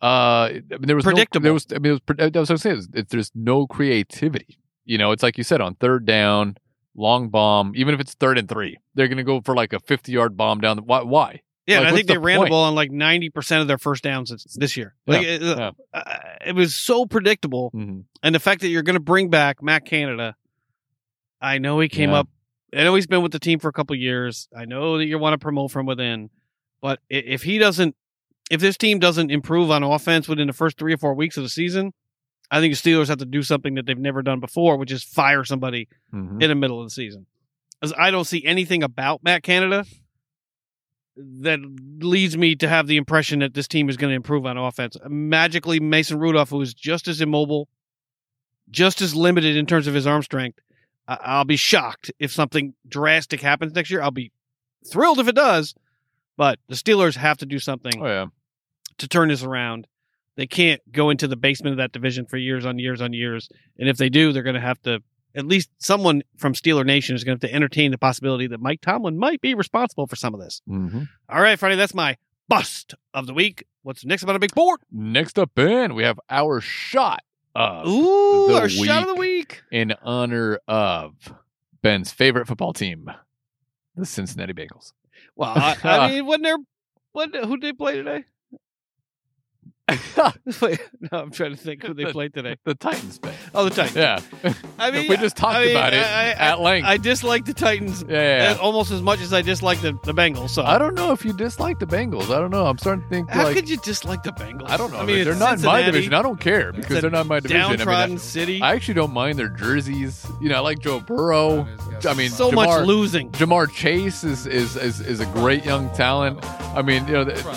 S1: Uh, I mean, there was no-
S2: Predictable.
S1: there was, I mean, it was. pre- That was what I'm saying. It, there's no creativity. You know, it's like you said on third down, long bomb. Even if it's third and three, they're going to go for like a 50 yard bomb down. The, why? Why?
S2: Yeah,
S1: Like,
S2: and I
S1: what's
S2: think they
S1: the
S2: ran the
S1: point?
S2: ball on like ninety percent of their first downs this- this year. Like, it,
S1: yeah.
S2: uh, it was so predictable.
S1: Mm-hmm.
S2: and the fact that you're going to bring back Matt Canada, I know he came
S1: Yeah.
S2: up. I know he's been with the team for a couple years. I know that you want to promote from within, but i- if he doesn't, if this team doesn't improve on offense within the first three or four weeks of the season, I think the Steelers have to do something that they've never done before, which is fire somebody
S1: Mm-hmm.
S2: in the middle of the season. Because I don't see anything about Matt Canada that leads me to have the impression that this team is going to improve on offense. Magically, Mason Rudolph, who is just as immobile, just as limited in terms of his arm strength, I- I'll be shocked if something drastic happens next year. I'll be thrilled if it does, but the Steelers have to do something
S1: Oh yeah.
S2: to turn this around. They can't go into the basement of that division for years on years on years. And if they do, they're going to have to, at least someone from Steeler Nation is going to have to entertain the possibility that Mike Tomlin might be responsible for some of this.
S1: Mm-hmm.
S2: All right, Friday, that's my bust of the week. What's next about a big board?
S1: Next up, Ben, we have our shot of
S2: Ooh,
S1: the
S2: our shot of the week.
S1: in honor of Ben's favorite football team, the Cincinnati Bengals.
S2: Well, I, I mean, wasn't there, wasn't, who did they play today? Wait, no, I'm trying to think who they played today.
S1: the Titans, Ben.
S2: Oh, the Titans.
S1: Yeah,
S2: I mean,
S1: we just talked
S2: I mean,
S1: about it
S2: I, I,
S1: at length.
S2: I dislike the Titans
S1: yeah, yeah,
S2: uh,
S1: yeah.
S2: almost as much as I dislike the, the Bengals. So
S1: I don't know if you dislike the Bengals. I don't know. I'm starting to think
S2: How
S1: like
S2: could you dislike the Bengals?
S1: I don't know.
S2: I mean,
S1: they're
S2: it's
S1: not in my
S2: Cincinnati,
S1: division. I don't care
S2: a
S1: because they're not in my division. I, mean,
S2: Downtrodden
S1: I-
S2: city.
S1: I actually don't mind their jerseys. You know, I like Joe Burrow. I mean,
S2: so
S1: Jamar,
S2: much losing.
S1: Jamar Chase is is, is is a great young talent. I mean, you know, they, I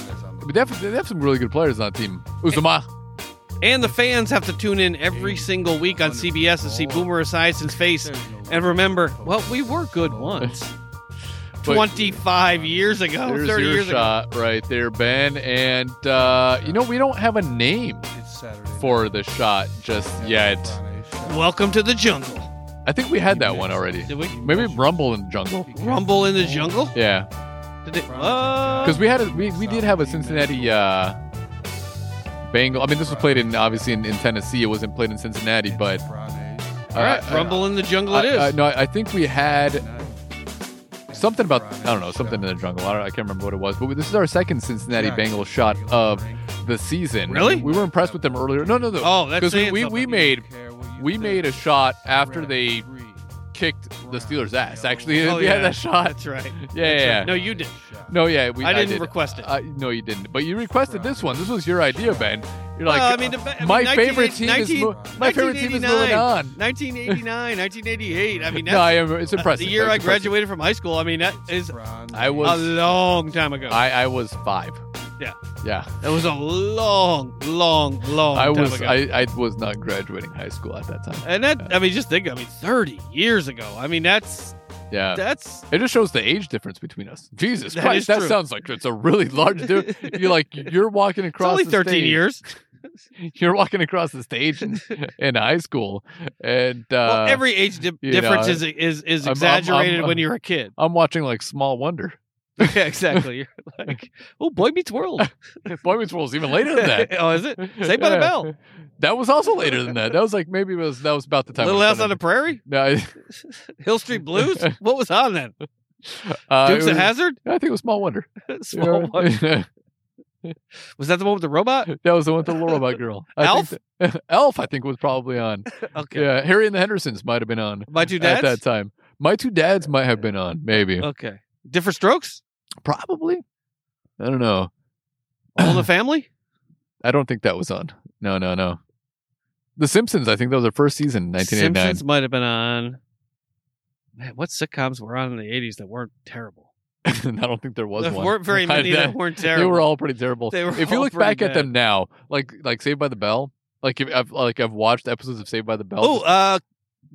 S1: mean, they, have, they have some really good players on that team. Uzuma.
S2: And the fans have to tune in every single week on CBS to see Boomer Esiason's face and remember, well, we were good once.
S1: But-
S2: 25 years ago,
S1: There's
S2: 30
S1: your
S2: years ago.
S1: shot right there, Ben. And uh, you know we don't have a name for the shot just yet.
S2: Welcome to the jungle.
S1: I think we had that one already.
S2: Did we?
S1: Maybe Rumble in the Jungle.
S2: Rumble in the jungle?
S1: Yeah,
S2: Did it? Uh,
S1: because we had a, we we did have a Cincinnati uh, Bengal. I mean, this was played in obviously in, in Tennessee. It wasn't played in Cincinnati, but
S2: all right,
S1: uh,
S2: Rumble in the jungle
S1: I,
S2: it is.
S1: I- no, I think we had something about I don't know something in the jungle. I, don't, I can't remember what it was, but this is our second Cincinnati Bengals shot of the season.
S2: Really?
S1: We were impressed with them earlier. No, no, no.
S2: Oh, that's
S1: because we
S2: saying
S1: we, we
S2: something.
S1: made we made a shot after they kicked the Steelers' ass. Actually,
S2: Oh,
S1: we
S2: yeah.
S1: had that shot.
S2: That's right. That's
S1: Yeah, yeah,
S2: right. No, you did.
S1: No, yeah, we,
S2: I didn't
S1: did.
S2: request it.
S1: Uh, no, you didn't. But you requested this one. This was your idea, Ben. You're like,
S2: well, I mean, the- I mean,
S1: my favorite
S2: 1980
S1: team is
S2: 19
S1: mo- my favorite team is moving
S2: 1989,
S1: on.
S2: 1989, 1988. I mean, that's
S1: No, I am. It's impressive.
S2: the year
S1: That's
S2: I
S1: impressive.
S2: graduated from high school. I mean, that is
S1: I
S2: a
S1: was
S2: long time ago.
S1: I, I was five.
S2: Yeah.
S1: Yeah.
S2: that was a long, long, long
S1: I
S2: time
S1: was
S2: ago.
S1: I, I was not graduating high school at that time.
S2: and that, I mean, just think, I mean, 30 years ago. I mean, that's,
S1: Yeah.
S2: that's,
S1: it just shows the age difference between us. Jesus
S2: That
S1: Christ,
S2: is
S1: that
S2: true.
S1: sounds like it's a really large dude. You're like you're walking
S2: it's
S1: across
S2: only
S1: the
S2: 13
S1: stage.
S2: years.
S1: You're walking across the stage in, in high school, and uh,
S2: well, every age di-
S1: you
S2: difference
S1: know,
S2: is, is, is
S1: I'm- I'm-
S2: exaggerated
S1: I'm-
S2: when you're a kid.
S1: I'm watching like Small Wonder.
S2: yeah, exactly. You're like, oh, Boy Meets World.
S1: Boy Meets World's even later than that.
S2: oh, is it? Saved by the Bell.
S1: That was also later than that. That was like maybe it was that was about the time.
S2: Little
S1: when I
S2: House on the
S1: started-
S2: Prairie?
S1: No, I-
S2: Hill Street Blues? what was on then?
S1: uh,
S2: Dukes
S1: it
S2: of
S1: was-
S2: Hazard?
S1: I think it was Small Wonder.
S2: Small
S1: Yeah.
S2: one. Was that the one with the robot?
S1: that was the one with the Lorelei girl. I
S2: Elf?
S1: Think th- Elf, I think, was probably on.
S2: Okay.
S1: Yeah, Harry and the Hendersons might have been on
S2: My two dads? Uh.
S1: at that time. My two dads might have been on, maybe,
S2: Okay. Different strokes?
S1: probably. I don't know.
S2: All in the family?
S1: I don't think that was on. No, no, no. The Simpsons. I think that was their first season, in 1989.
S2: Simpsons might have been on. Man, what sitcoms were on in the 80s that weren't terrible?
S1: I don't think there was
S2: there
S1: one.
S2: weren't very many
S1: I-
S2: that weren't terrible.
S1: They were all pretty terrible.
S2: They were
S1: if you
S2: all
S1: look back
S2: pretty
S1: at them now, like like Saved by the Bell, like if I've like I've watched episodes of Saved by the Bell.
S2: Oh, uh,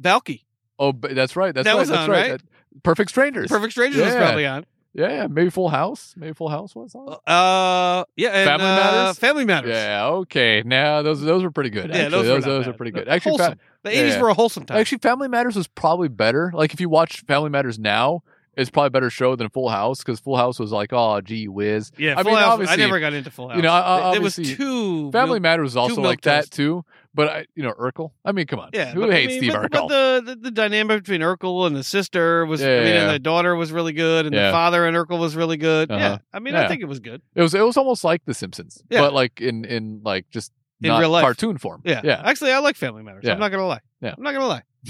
S2: Valky.
S1: oh, but that's right. That's
S2: that
S1: right.
S2: was
S1: that's
S2: on, right?
S1: That- Perfect Strangers.
S2: Perfect Strangers was
S1: Yeah.
S2: probably on.
S1: Yeah, yeah, maybe Full House. Maybe Full House was on.
S2: Uh, yeah. And,
S1: Family
S2: uh,
S1: Matters?
S2: Family Matters.
S1: Yeah. Okay. Now those those were pretty good.
S2: Yeah,
S1: Actually.
S2: those were
S1: those,
S2: not
S1: are
S2: bad.
S1: pretty good.
S2: They're
S1: Actually, fa-
S2: wholesome. The 80s
S1: yeah.
S2: were a wholesome time.
S1: actually, Family Matters was probably better. Like if you watch Family Matters now, it's probably a better show than Full House because Full House was like, oh, gee whiz.
S2: yeah,
S1: I
S2: Full
S1: mean,
S2: House. I
S1: obviously,
S2: never got into Full House.
S1: you know, I- I-
S2: it was
S1: obviously,
S2: too
S1: Family Matters was also
S2: milk
S1: like that
S2: toast.
S1: too. But I, you know, Urkel. I mean, come on.
S2: Yeah,
S1: Who
S2: but, I
S1: hates
S2: mean,
S1: Steve
S2: but,
S1: Urkel?
S2: But the, the the dynamic between Urkel and the sister was, I
S1: Yeah,
S2: mean,
S1: yeah,
S2: and
S1: yeah.
S2: the daughter was really good, and
S1: Yeah.
S2: the father and Urkel was really good. Yeah,
S1: Uh-huh.
S2: I mean, I
S1: Yeah.
S2: think it was good.
S1: It was it was almost like The Simpsons,
S2: Yeah.
S1: but like in in like just
S2: In
S1: not
S2: real life.
S1: cartoon form.
S2: Yeah,
S1: yeah.
S2: Actually, I like Family Matters.
S1: Yeah.
S2: I'm not gonna lie.
S1: Yeah.
S2: I'm not gonna lie.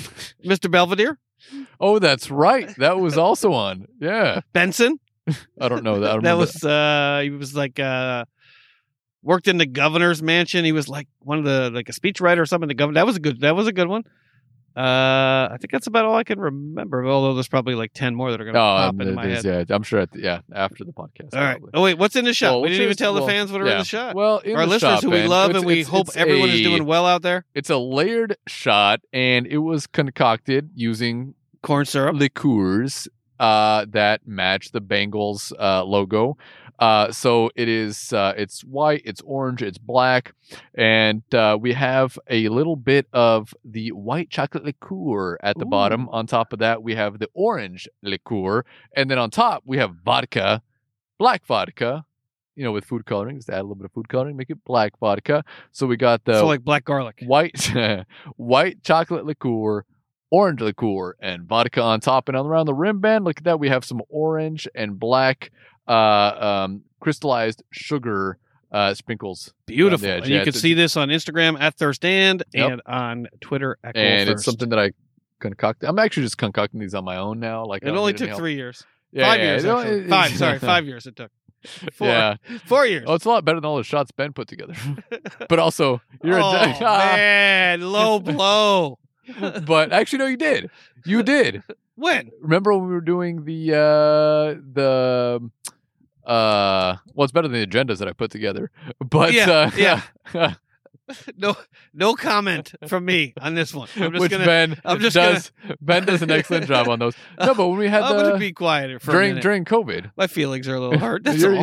S2: Mr. Belvedere,
S1: Oh, that's right. That was also on. Yeah,
S2: Benson.
S1: I don't know that. I don't
S2: that
S1: remember
S2: was uh, he was like uh, worked in the governor's mansion. He was like one of the like a speechwriter or something. The governor. That was a good. That was a good one. Uh, I think that's about all I can remember. Although there's probably like ten more that are gonna
S1: Oh,
S2: pop into my head.
S1: yeah, I'm sure. At the, yeah, after the podcast.
S2: All right.
S1: probably.
S2: Oh wait, what's in the shop?
S1: Well,
S2: we
S1: what's
S2: didn't
S1: in
S2: even
S1: the-
S2: tell
S1: well,
S2: the fans what are in
S1: yeah.
S2: the shop.
S1: Well, in
S2: Our
S1: the
S2: listeners
S1: shop,
S2: who we
S1: Ben,
S2: love
S1: it's-
S2: and we
S1: it's-
S2: hope
S1: it's
S2: everyone is
S1: a-
S2: doing well out there.
S1: It's a layered shot, and it was concocted using
S2: Corn syrup.
S1: liqueurs uh, that match the Bengals uh, logo. Uh, so it is. Uh, it's white. It's orange. It's black, and uh, we have a little bit of the white chocolate liqueur at the bottom. On top of that, we have the orange liqueur, and then on top we have vodka, black vodka. You know, with food coloring, just add a little bit of food coloring, make it black vodka. So we got the
S2: so like black garlic.
S1: white white chocolate liqueur, orange liqueur, and vodka on top. And around the rim band, look at that. We have some orange and black uh, um, crystallized sugar uh, sprinkles.
S2: Beautiful.
S1: Yeah,
S2: and
S1: yeah,
S2: you can
S1: it's-
S2: see this on Instagram at Thirstand
S1: Yep.
S2: and on Twitter at
S1: And it's
S2: Goldthirst.
S1: something that I concocted. I'm actually just concocting these on my own now. Like I
S2: It
S1: don't
S2: only
S1: need any Oh,
S2: took
S1: help.
S2: three years.
S1: Yeah,
S2: five
S1: yeah,
S2: years.
S1: it don't-
S2: actually.
S1: it-
S2: Five. Sorry, five years it took. Four.
S1: Yeah.
S2: Four years.
S1: Oh, it's a lot better than all the shots Ben put together. but also, you're
S2: oh,
S1: a
S2: man, low blow.
S1: But actually, no, you did. You did.
S2: When?
S1: remember when we were doing the uh the uh well it's better than the agendas that i put together but
S2: Yeah,
S1: uh
S2: yeah. No, no comment from me on this one. I'm just
S1: which
S2: gonna.
S1: ben
S2: I'm just
S1: does ben does an excellent job on those no but when we had
S2: I'm
S1: the
S2: gonna be quieter for a
S1: during
S2: minute.
S1: during covid
S2: My feelings are a little hurt. That's
S1: uh, You're-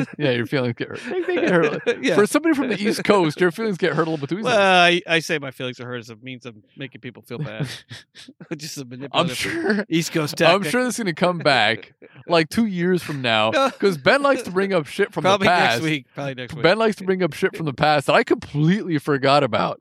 S2: all.
S1: yeah your feelings get hurt They- they get hurt.
S2: yeah.
S1: for somebody from the east coast your feelings get hurt a little bit too easily
S2: well, I, I say my feelings are hurt as a means of making people feel bad. Just a
S1: i'm
S2: manipulative
S1: sure
S2: East Coast
S1: I'm
S2: tactic.
S1: sure this is going to come back like two years from now
S2: No.
S1: because Ben likes to bring up shit from
S2: probably
S1: the past.
S2: next week. Probably next week.
S1: Ben likes to bring up shit from the past that I completely forgot about,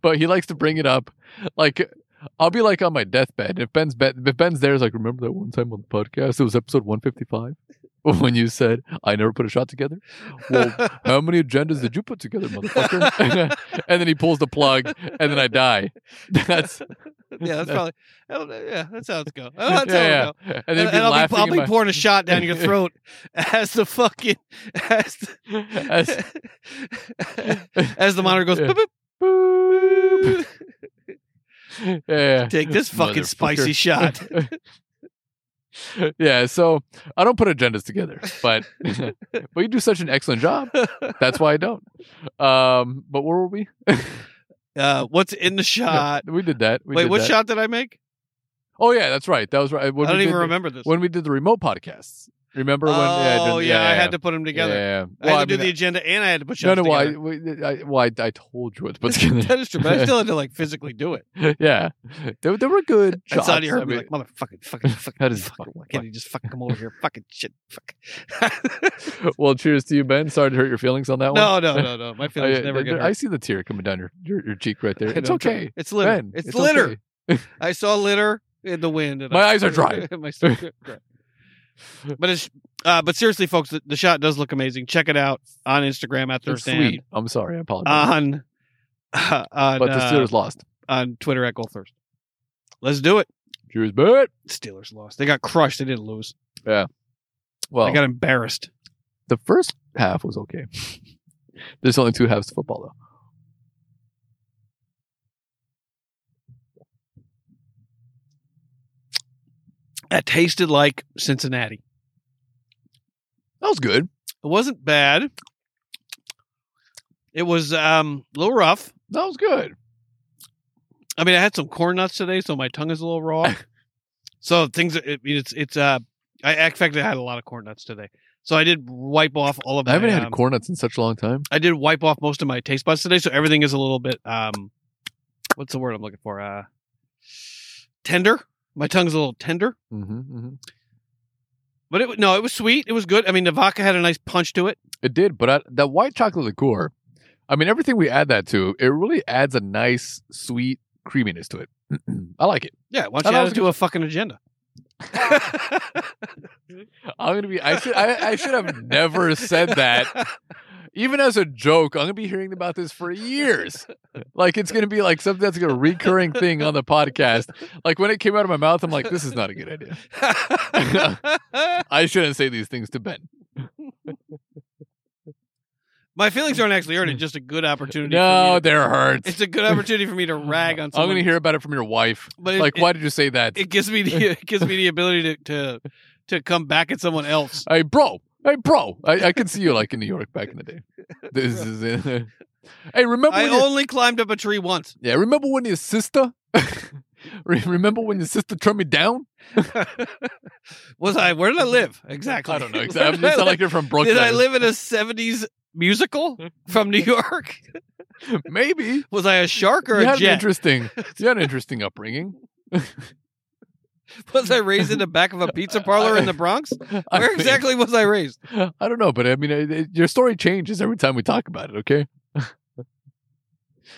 S1: but he likes to bring it up. Like I'll be like on my deathbed. If Ben's be- if Ben's there, is like, remember that one time on the podcast? It was episode one fifty five when you said I never put a shot together. Well, how many agendas did you put together, motherfucker? and then he pulls the plug, and then I die. That's
S2: yeah, that's probably. oh, Yeah, that's how it's go. Oh, that's how it go.
S1: yeah.
S2: And,
S1: And then
S2: and
S1: be
S2: I'll be,
S1: laughing.
S2: I'll
S1: in
S2: be
S1: my-
S2: pouring a shot down your throat as the fucking as
S1: As-
S2: the, as the monitor goes.
S1: Yeah.
S2: "Boop, boop,
S1: Boop. yeah.
S2: Take this fucking spicy
S1: Motherfucker.
S2: shot.
S1: yeah, so I don't put agendas together, but but you do such an excellent job. That's why I don't. Um, but where were we?
S2: Uh, what's in the shot?
S1: we did that. We
S2: Wait,
S1: did
S2: what
S1: that.
S2: shot did I make?
S1: Oh yeah, that's right. That was right. When
S2: I don't
S1: we
S2: even
S1: did the-
S2: remember this.
S1: when we did the remote podcasts. Remember when?
S2: oh
S1: did-
S2: yeah, I had to put them together.
S1: Yeah.
S2: I had to do
S1: mean,
S2: the agenda and I had to put
S1: no,
S2: shots
S1: no. Why?
S2: together.
S1: Well, I, well, I, I told you what to put together.
S2: that is true, but I still had to like physically do it.
S1: yeah, they, they were good
S2: I
S1: shots.
S2: saw you
S1: I
S2: heard me
S1: mean,
S2: like motherfucking fucking fucking.
S1: That is
S2: fucking.
S1: fucking-
S2: Why can't you just fucking come over here? Fucking shit. Fuck.
S1: well, cheers to you, Ben. Sorry to hurt your feelings on that one.
S2: no, no, no, no. My
S1: I,
S2: feelings never get hurt.
S1: I see the tear coming down your, your, your cheek right there.
S2: I
S1: It's
S2: know, I'm trying-
S1: okay.
S2: It's litter.
S1: Ben,
S2: it's, litter.
S1: okay.
S2: I saw litter in the wind. And
S1: My
S2: I-
S1: eyes are dry.
S2: My stomach is dry. But it's uh, but seriously, folks, the, the shot does look amazing. Check it out on Instagram at
S1: It's
S2: Thursday.
S1: sweet. I'm sorry. I apologize.
S2: On uh, on,
S1: but the
S2: uh,
S1: Steelers lost.
S2: on Twitter at Gold Thirst. Let's do it.
S1: Cheers, Ben.
S2: Steelers lost. They got crushed. They didn't lose.
S1: Well,
S2: They got embarrassed.
S1: the first half was okay. There's only two halves to football, though.
S2: That tasted like Cincinnati.
S1: That was good.
S2: It wasn't bad. It was um, a little rough.
S1: That was good.
S2: I mean, I had some corn nuts today, so my tongue is a little raw. so things, I mean, it's it's uh, I in fact I had a lot of corn nuts today, so I did wipe off all of.
S1: I haven't
S2: my,
S1: had
S2: um,
S1: corn nuts in such a long time.
S2: I did wipe off most of my taste buds today, so everything is a little bit um, what's the word I'm looking for? Uh, tender. My tongue's a little tender,
S1: Mm-hmm, mm-hmm.
S2: but it wa- no, it was sweet. It was good. I mean, the vodka had a nice punch to it.
S1: It did, but I, that white chocolate liqueur, I mean, everything we add that to, it really adds a nice, sweet creaminess to it. I like it.
S2: Yeah, why
S1: I
S2: don't you
S1: thought it
S2: add
S1: was
S2: it to a fucking agenda?
S1: I'm gonna be. I should. I, I should have never said that. Even as a joke, I'm gonna be hearing about this for years. Like it's gonna be like something that's gonna recurring thing on the podcast. Like when it came out of my mouth, I'm like, this is not a good idea. I shouldn't say these things to Ben.
S2: My feelings aren't actually hurt. It's just a good opportunity. for me
S1: No,
S2: to-
S1: they're hurt.
S2: It's a good opportunity for me to rag on
S1: I'm
S2: someone.
S1: gonna hear about it from your wife.
S2: but it,
S1: Like,
S2: it-
S1: why did you say that?
S2: It, gives me the it gives me the ability to to, to come back at someone else.
S1: Hey, bro. Hey, bro. I, I can see you like in New York back in the day. This is. hey, remember
S2: I
S1: when you-
S2: only climbed up a tree once.
S1: Yeah, remember when your sister? Re- remember when your sister turned me down?
S2: Was I? Where did I live exactly?
S1: Mm-hmm. I don't know.
S2: Where
S1: Exactly.
S2: did I
S1: It's not
S2: live?
S1: like you're from Brooklyn.
S2: did I live in a '70s musical from New York?
S1: Maybe.
S2: Was I a shark or
S1: you
S2: a
S1: had an
S2: jet?
S1: interesting. You had an interesting upbringing.
S2: Was I raised in the back of a pizza parlor in the Bronx? Where exactly was I raised?
S1: I, mean, I don't know, but I mean, it, it- your story changes every time we talk about it. Okay.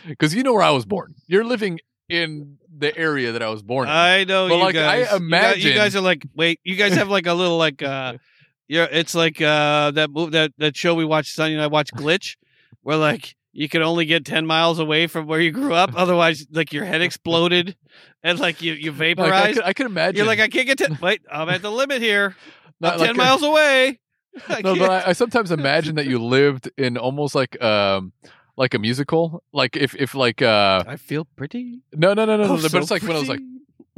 S1: Because you know where I was born. You're living in the area that I was born in.
S2: I know
S1: But,
S2: you
S1: like, I
S2: guys. You guys- you
S1: imagine-
S2: guys are like, wait, you guys have like a little like uh yeah, it's like uh that move that that show we watched Sonny and I watched Glitch, where like you can only get ten miles away from where you grew up, otherwise like your head exploded and like you you
S1: like, I,
S2: vaporized.
S1: could, I could imagine.
S2: You're like, I can't get ten wait, I'm at the limit here.
S1: not
S2: I'm
S1: like
S2: ten
S1: a-
S2: miles away. I
S1: no,
S2: can't-
S1: but I, I sometimes imagine that you lived in almost like um like a musical. Like if if like uh
S2: I feel pretty.
S1: no no no no, no
S2: Oh,
S1: but
S2: so
S1: it's like when I was like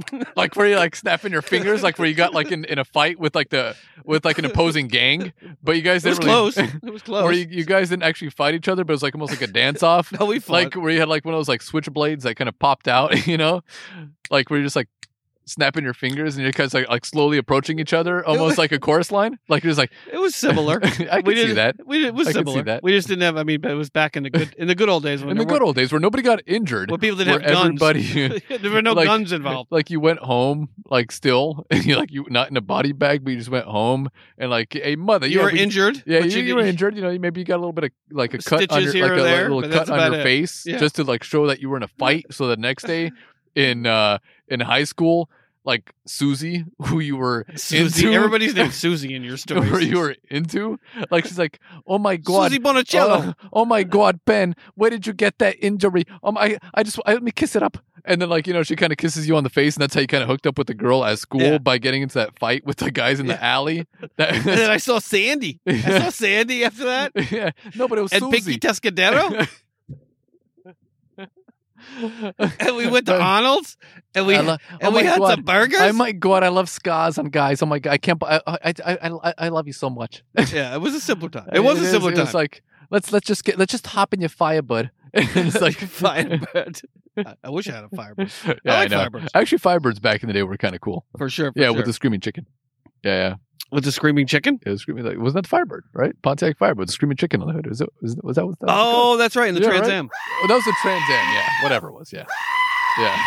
S2: pretty.
S1: like where you like snapping your fingers, like where you got like in, in a fight with like the with like an opposing gang, but you guys
S2: it was
S1: didn't really,
S2: close. It was Oh, close.
S1: Where you, you guys didn't actually fight each other, but it was like almost like a dance off.
S2: no, we fought.
S1: Like where you had like one of those like switchblades that kind of popped out, you know? Like where you're just like snapping your fingers and you're kind of like, like slowly approaching each other, almost
S2: was-
S1: like a chorus line. Like you're just like
S2: it was similar.
S1: I can
S2: we
S1: see
S2: didn't-
S1: that.
S2: We it was
S1: I could see
S2: similar.
S1: that.
S2: We just didn't have. I mean, but it was back in the good in the good old days when
S1: in the
S2: there
S1: good old days where nobody got injured,
S2: were, when people
S1: where
S2: didn't have
S1: everybody,
S2: guns. there were no
S1: like-
S2: guns involved.
S1: like you went home, like still, and you like you not in a body bag, but you just went home and like, hey mother,
S2: You were
S1: ever-
S2: injured.
S1: Yeah,
S2: but
S1: you, you were
S2: didn't-
S1: injured. You know, maybe you got a little bit of like a cut on
S2: Stitches
S1: your,
S2: here
S1: like
S2: or
S1: a
S2: there,
S1: little
S2: but
S1: cut
S2: that's
S1: on
S2: about
S1: your
S2: it.
S1: face,
S2: Yeah.
S1: just to like show that you were in a fight. So the next day, in uh, in high school, like Susie, who you were
S2: Susie,
S1: into,
S2: everybody's named Susie in your story.
S1: who you were into. Like she's like, oh my god,
S2: Susie Bonicello.
S1: Oh, oh my God, Ben, where did you get that injury? Um, I, I just I, let me kiss it up, and then like you know she kind of kisses you on the face, and that's how you kind of hooked up with the girl at school
S2: Yeah.
S1: by getting into that fight with the guys in the alley.
S2: and then
S1: That,
S2: I saw Sandy. I saw Sandy after that.
S1: yeah, no, but it was
S2: and Pinky
S1: Susie.
S2: Tuscadero. and we went to Arnold's and we
S1: I lo- oh
S2: and we
S1: my
S2: had
S1: God.
S2: some burgers.
S1: Oh my God, I love scars on guys. Oh my God, I can't. I I I, I, I love you so much.
S2: yeah, it was a simpler time. It was a
S1: is-
S2: simpler
S1: It
S2: time.
S1: was like let's let's just get let's just hop in your Firebird. it's like
S2: Firebird. I, I wish I had a Firebird
S1: Yeah,
S2: I like
S1: know.
S2: Firebirds.
S1: Actually, Firebirds back in the day were kind of cool.
S2: for sure. for
S1: yeah,
S2: sure.
S1: with the screaming chicken. Yeah, yeah.
S2: with the screaming chicken.
S1: It was screaming like wasn't that Firebird, right? Pontiac Firebird, the screaming chicken on the hood. Was it was, was that what that was
S2: Oh, that's right, in the
S1: Yeah,
S2: Trans
S1: right.
S2: Am.
S1: called? Oh, that was a Trans Am, yeah. Whatever it was, yeah. Yeah.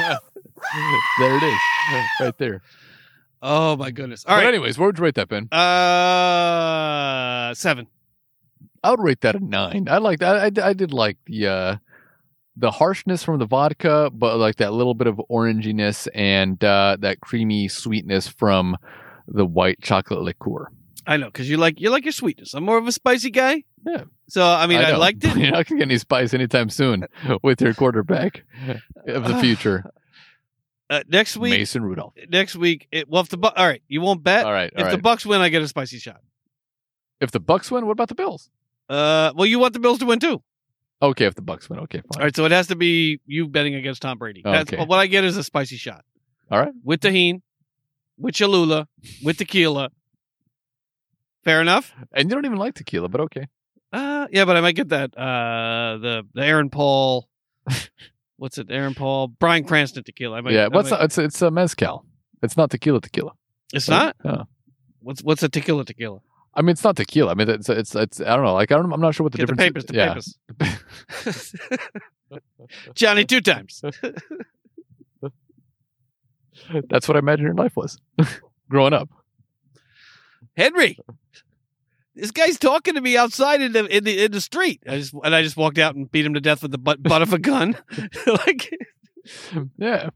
S1: there it is. Right there.
S2: Oh my goodness. All
S1: but
S2: right.
S1: anyways, where would you rate that, Ben?
S2: Uh, seven.
S1: I would rate that a nine. I like that. I, I did like the uh, the harshness from the vodka, but like that little bit of oranginess and uh, that creamy sweetness from the white chocolate liqueur.
S2: I know because you like you like your sweetness. I'm more of a spicy guy.
S1: Yeah.
S2: So I mean, I,
S1: know.
S2: liked it.
S1: You're not going to get any spice anytime soon with your quarterback of the future,
S2: Uh, next week,
S1: Mason Rudolph.
S2: next week. It, well, if the Bu- all right, you won't bet.
S1: All right, all
S2: Uh, if
S1: right.
S2: the Bucks win, I get a spicy shot.
S1: if the Bucks win, what about the Bills?
S2: Uh, well, you want the Bills to win too.
S1: Okay, if the Bucks win, okay,
S2: All
S1: fine.
S2: right, so it has to be you betting against Tom Brady. That's
S1: Okay.
S2: what I get is a spicy shot.
S1: All right.
S2: with tahini, with Cholula, with tequila. Fair enough.
S1: And you don't even like tequila, but okay.
S2: Uh, yeah, but I might get that. Uh, the the Aaron Paul. What's it? Aaron Paul, Brian Cranston tequila. I might, I
S1: yeah, what's
S2: might-
S1: not, it's it's a mezcal. It's not tequila, tequila.
S2: It's not.
S1: No.
S2: What's what's a tequila tequila?
S1: I mean, it's not tequila. I mean, it's it's, it's I don't know. Like I don't, I'm not sure what the
S2: Get the
S1: difference.
S2: papers. The
S1: yeah,
S2: papers. Johnny two times.
S1: that's what I imagined your life was growing up.
S2: Henry, this guy's talking to me outside in the in the in the street. I just and I just walked out and beat him to death with the butt, butt of a gun. like,
S1: Yeah,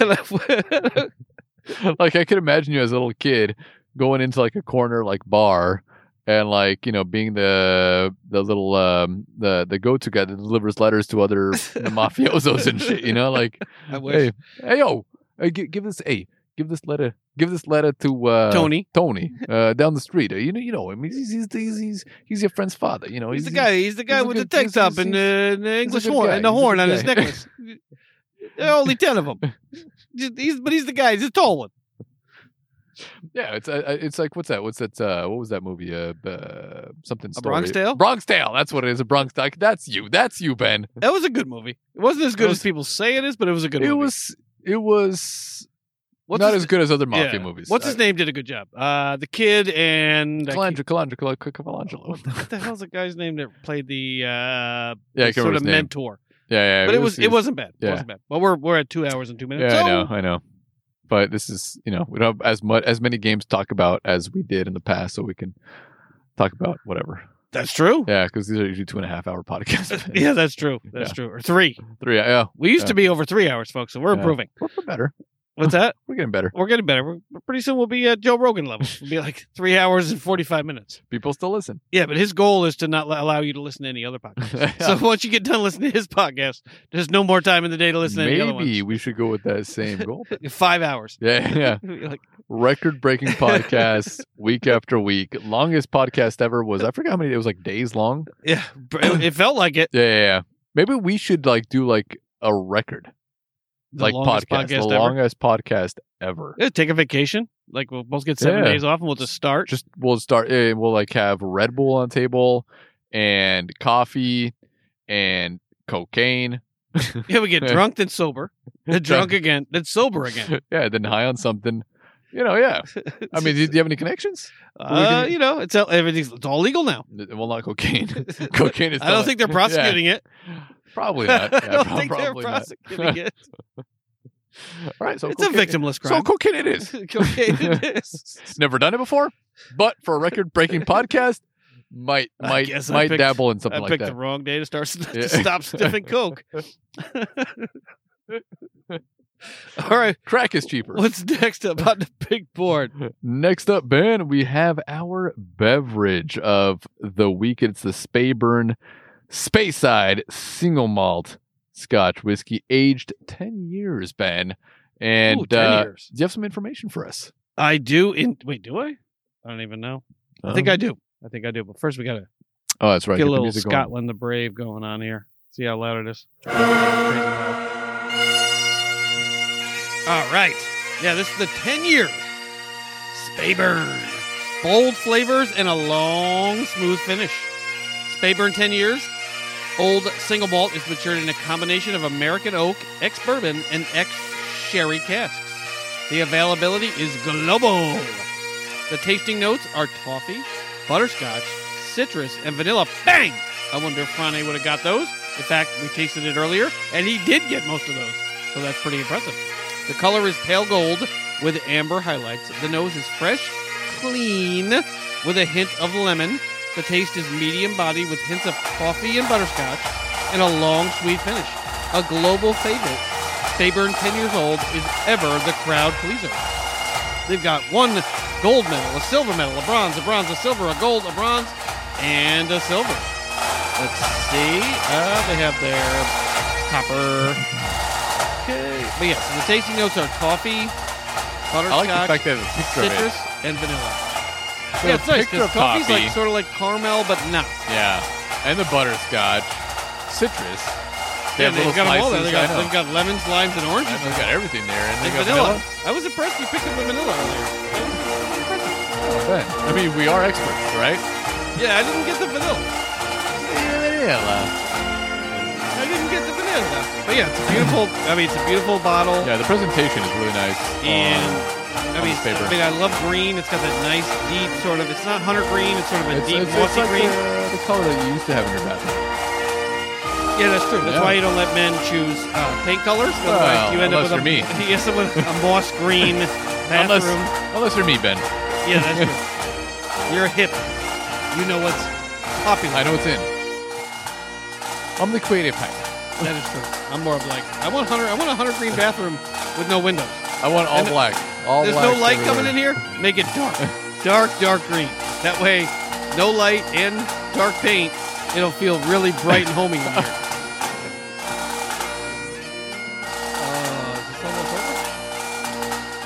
S2: and I-
S1: like I could imagine you as a little kid going into like a corner like bar and like you know being the the little um the the go-to guy that delivers letters to other mafiosos and shit you know like
S2: I wish.
S1: hey hey yo hey, gi- give this hey give this letter give this letter to uh
S2: Tony,
S1: Tony uh down the street Uh, you know you know him he's he's he's he's, he's your friend's father you know
S2: he's the guy. He's the
S1: Oh,
S2: guy
S1: he's a
S2: with
S1: good-
S2: the text
S1: he's a-
S2: up and uh, and the English
S1: good
S2: horn
S1: guy.
S2: and the
S1: He's a
S2: horn
S1: good
S2: on his
S1: guy.
S2: necklace. there are only ten of them. Just- He's, but he's the guy. He's a tall one.
S1: yeah it's uh, uh, it's like what's that what's that uh what was that movie uh, uh something
S2: A Bronx
S1: Story.
S2: Tale?
S1: Bronx Tale that's what it is a Bronx Tale that's you that's you Ben
S2: That was a good movie. It wasn't as good
S1: was-
S2: as people say it is, but it was a good
S1: it
S2: movie.
S1: was it was
S2: What's
S1: not
S2: his-
S1: as good as other
S2: Yeah.
S1: mafia movies.
S2: What's his name? Did a good job. Uh, the kid and I can't-
S1: Colangelo, Colangelo, Colangelo.
S2: what the hell's the guy's name that played the uh,
S1: Yeah, I can't
S2: sort
S1: remember
S2: of
S1: his name.
S2: mentor?
S1: Yeah, yeah.
S2: but it was it wasn't bad. It
S1: yeah.
S2: wasn't bad. Well, we're we're at two hours and two minutes. Oh,
S1: Yeah, I
S2: so
S1: know, I know. But this is you know we don't have as much as many games to talk about as we did in the past, so we can talk about whatever.
S2: That's true.
S1: Yeah, because these are usually two and a half hour podcasts.
S2: Yeah, that's true. That's true. Or three.
S1: three. Yeah,
S2: We used
S1: Yeah.
S2: to be over three hours, folks. So we're
S1: Yeah.
S2: improving.
S1: we're, we're better.
S2: What's that?
S1: We're getting better.
S2: We're getting better. We're, pretty soon we'll be at Joe Rogan level. We'll be like three hours and forty five minutes.
S1: People still listen.
S2: Yeah, but his goal is to not l- allow you to listen to any other podcast. So once you get done listening to his podcast, there's no more time in the day to listen to any other one.
S1: Maybe we should go with that same goal.
S2: Five hours.
S1: Yeah, yeah.
S2: Like,
S1: record breaking podcast week after week. Longest podcast ever was I forgot how many it was like days long.
S2: Yeah, br- it it felt like it.
S1: Yeah, yeah, yeah. Maybe we should like do like a record
S2: The
S1: like
S2: longest
S1: podcast, the
S2: ever.
S1: longest podcast ever.
S2: Yeah, take a vacation. Like we'll both get seven
S1: Yeah.
S2: days off, and we'll just start.
S1: Just we'll start. eh, We'll like have Red Bull on the table and coffee and cocaine.
S2: yeah, we get drunk, then sober, then drunk again, then sober again.
S1: yeah, then high on something. You know, yeah. I mean, do do you have any connections?
S2: uh, you know, it's all, everything's it's all legal now.
S1: Well, not cocaine. cocaine is.
S2: I don't
S1: not-
S2: think they're prosecuting it.
S1: Yeah, probably not. Yeah,
S2: I don't
S1: prob-
S2: think they're
S1: probably not.
S2: prosecuting it.
S1: All right, so
S2: it's a
S1: cocaine-
S2: victimless
S1: So
S2: crime.
S1: cocaine it is.
S2: Cocaine it is.
S1: Never done it before, but for a record-breaking podcast, might
S2: I
S1: might
S2: guess I
S1: might
S2: picked-
S1: dabble in
S2: I
S1: something like
S2: picked
S1: that.
S2: the wrong day to start
S1: Yeah.
S2: to stop sniffing coke. All right.
S1: Crack is cheaper.
S2: What's next up on the big board?
S1: Next up, Ben, we have our beverage of the week. It's the Spayburn Spayside Single Malt Scotch Whiskey, aged 10 years, Ben. And
S2: Ooh, 10
S1: uh,
S2: years.
S1: do you have some information for us?
S2: I do. In wait, do I? I don't even know. I
S1: Um,
S2: think I do. I think I do. But first, we gotta
S1: Oh, that's right.
S2: get a
S1: the
S2: little
S1: music going.
S2: Scotland the Brave going on here. See how loud it is. All right. Yeah, this is the 10 year Spayburn. Bold flavors and a long, smooth finish. Spayburn 10 years. Old single malt is matured in a combination of American oak, ex bourbon, and ex sherry casks. The availability is global. The tasting notes are toffee, butterscotch, citrus, and vanilla. Bang! I wonder if Frane would have got those. In fact, we tasted it earlier, and he did get most of those. So that's pretty impressive. The color is pale gold with amber highlights. The nose is fresh, clean, with a hint of lemon. The taste is medium body with hints of coffee and butterscotch, and a long, sweet finish. A global favorite. Faburn 10 years old is ever the crowd pleaser. They've got one gold medal, a silver medal, a bronze, a bronze, a silver, a gold, a bronze, and a silver. Let's see. Uh, they have their copper. Okay. But yes, the tasting notes are coffee,
S1: I like the
S2: butterscotch,
S1: fact that it's a picture of it.
S2: citrus, and vanilla.
S1: So
S2: Yeah, it's nice
S1: picture
S2: because
S1: of
S2: coffee's
S1: coffee.
S2: like sort of like caramel, but not.
S1: Yeah. And the butterscotch, citrus. They have
S2: Yeah, they've
S1: little
S2: got them all there.
S1: slices. I
S2: They've got,
S1: know.
S2: they've got lemons, limes, and oranges.
S1: They've got everything there. And they got
S2: And vanilla. I was impressed you picked up the vanilla earlier.
S1: Ben, I mean, we are experts, right?
S2: Yeah, I didn't get the vanilla.
S1: Yeah,
S2: I didn't get the vanilla. But yeah, it's a beautiful. I mean, it's a beautiful bottle.
S1: the presentation is really nice. Um,
S2: and I
S1: on
S2: mean,
S1: this paper.
S2: I mean, I love green. It's got that nice deep sort of. It's not hunter green. It's sort of a
S1: It's,
S2: deep
S1: it's, it's
S2: mossy
S1: like
S2: green.
S1: the, the color that you used to have in your bathroom.
S2: Yeah, that's true. That's
S1: Yeah.
S2: why you don't let men choose uh, paint colors. Otherwise,
S1: Well,
S2: you end up
S1: unless
S2: with a,
S1: you're
S2: you end up with a moss green bathroom.
S1: Unless, unless you're me, Ben.
S2: Yeah, that's true. You're hip. You know what's popular.
S1: I know what's in. I'm the creative type.
S2: That is true. I'm more of like I want hunter. I want a hunter green bathroom with no windows.
S1: I want all
S2: And
S1: black. All
S2: There's
S1: black
S2: no light coming in here. Make it dark, dark, dark green. That way, no light and dark paint. It'll feel really bright and homey in here. Uh, is this almost over?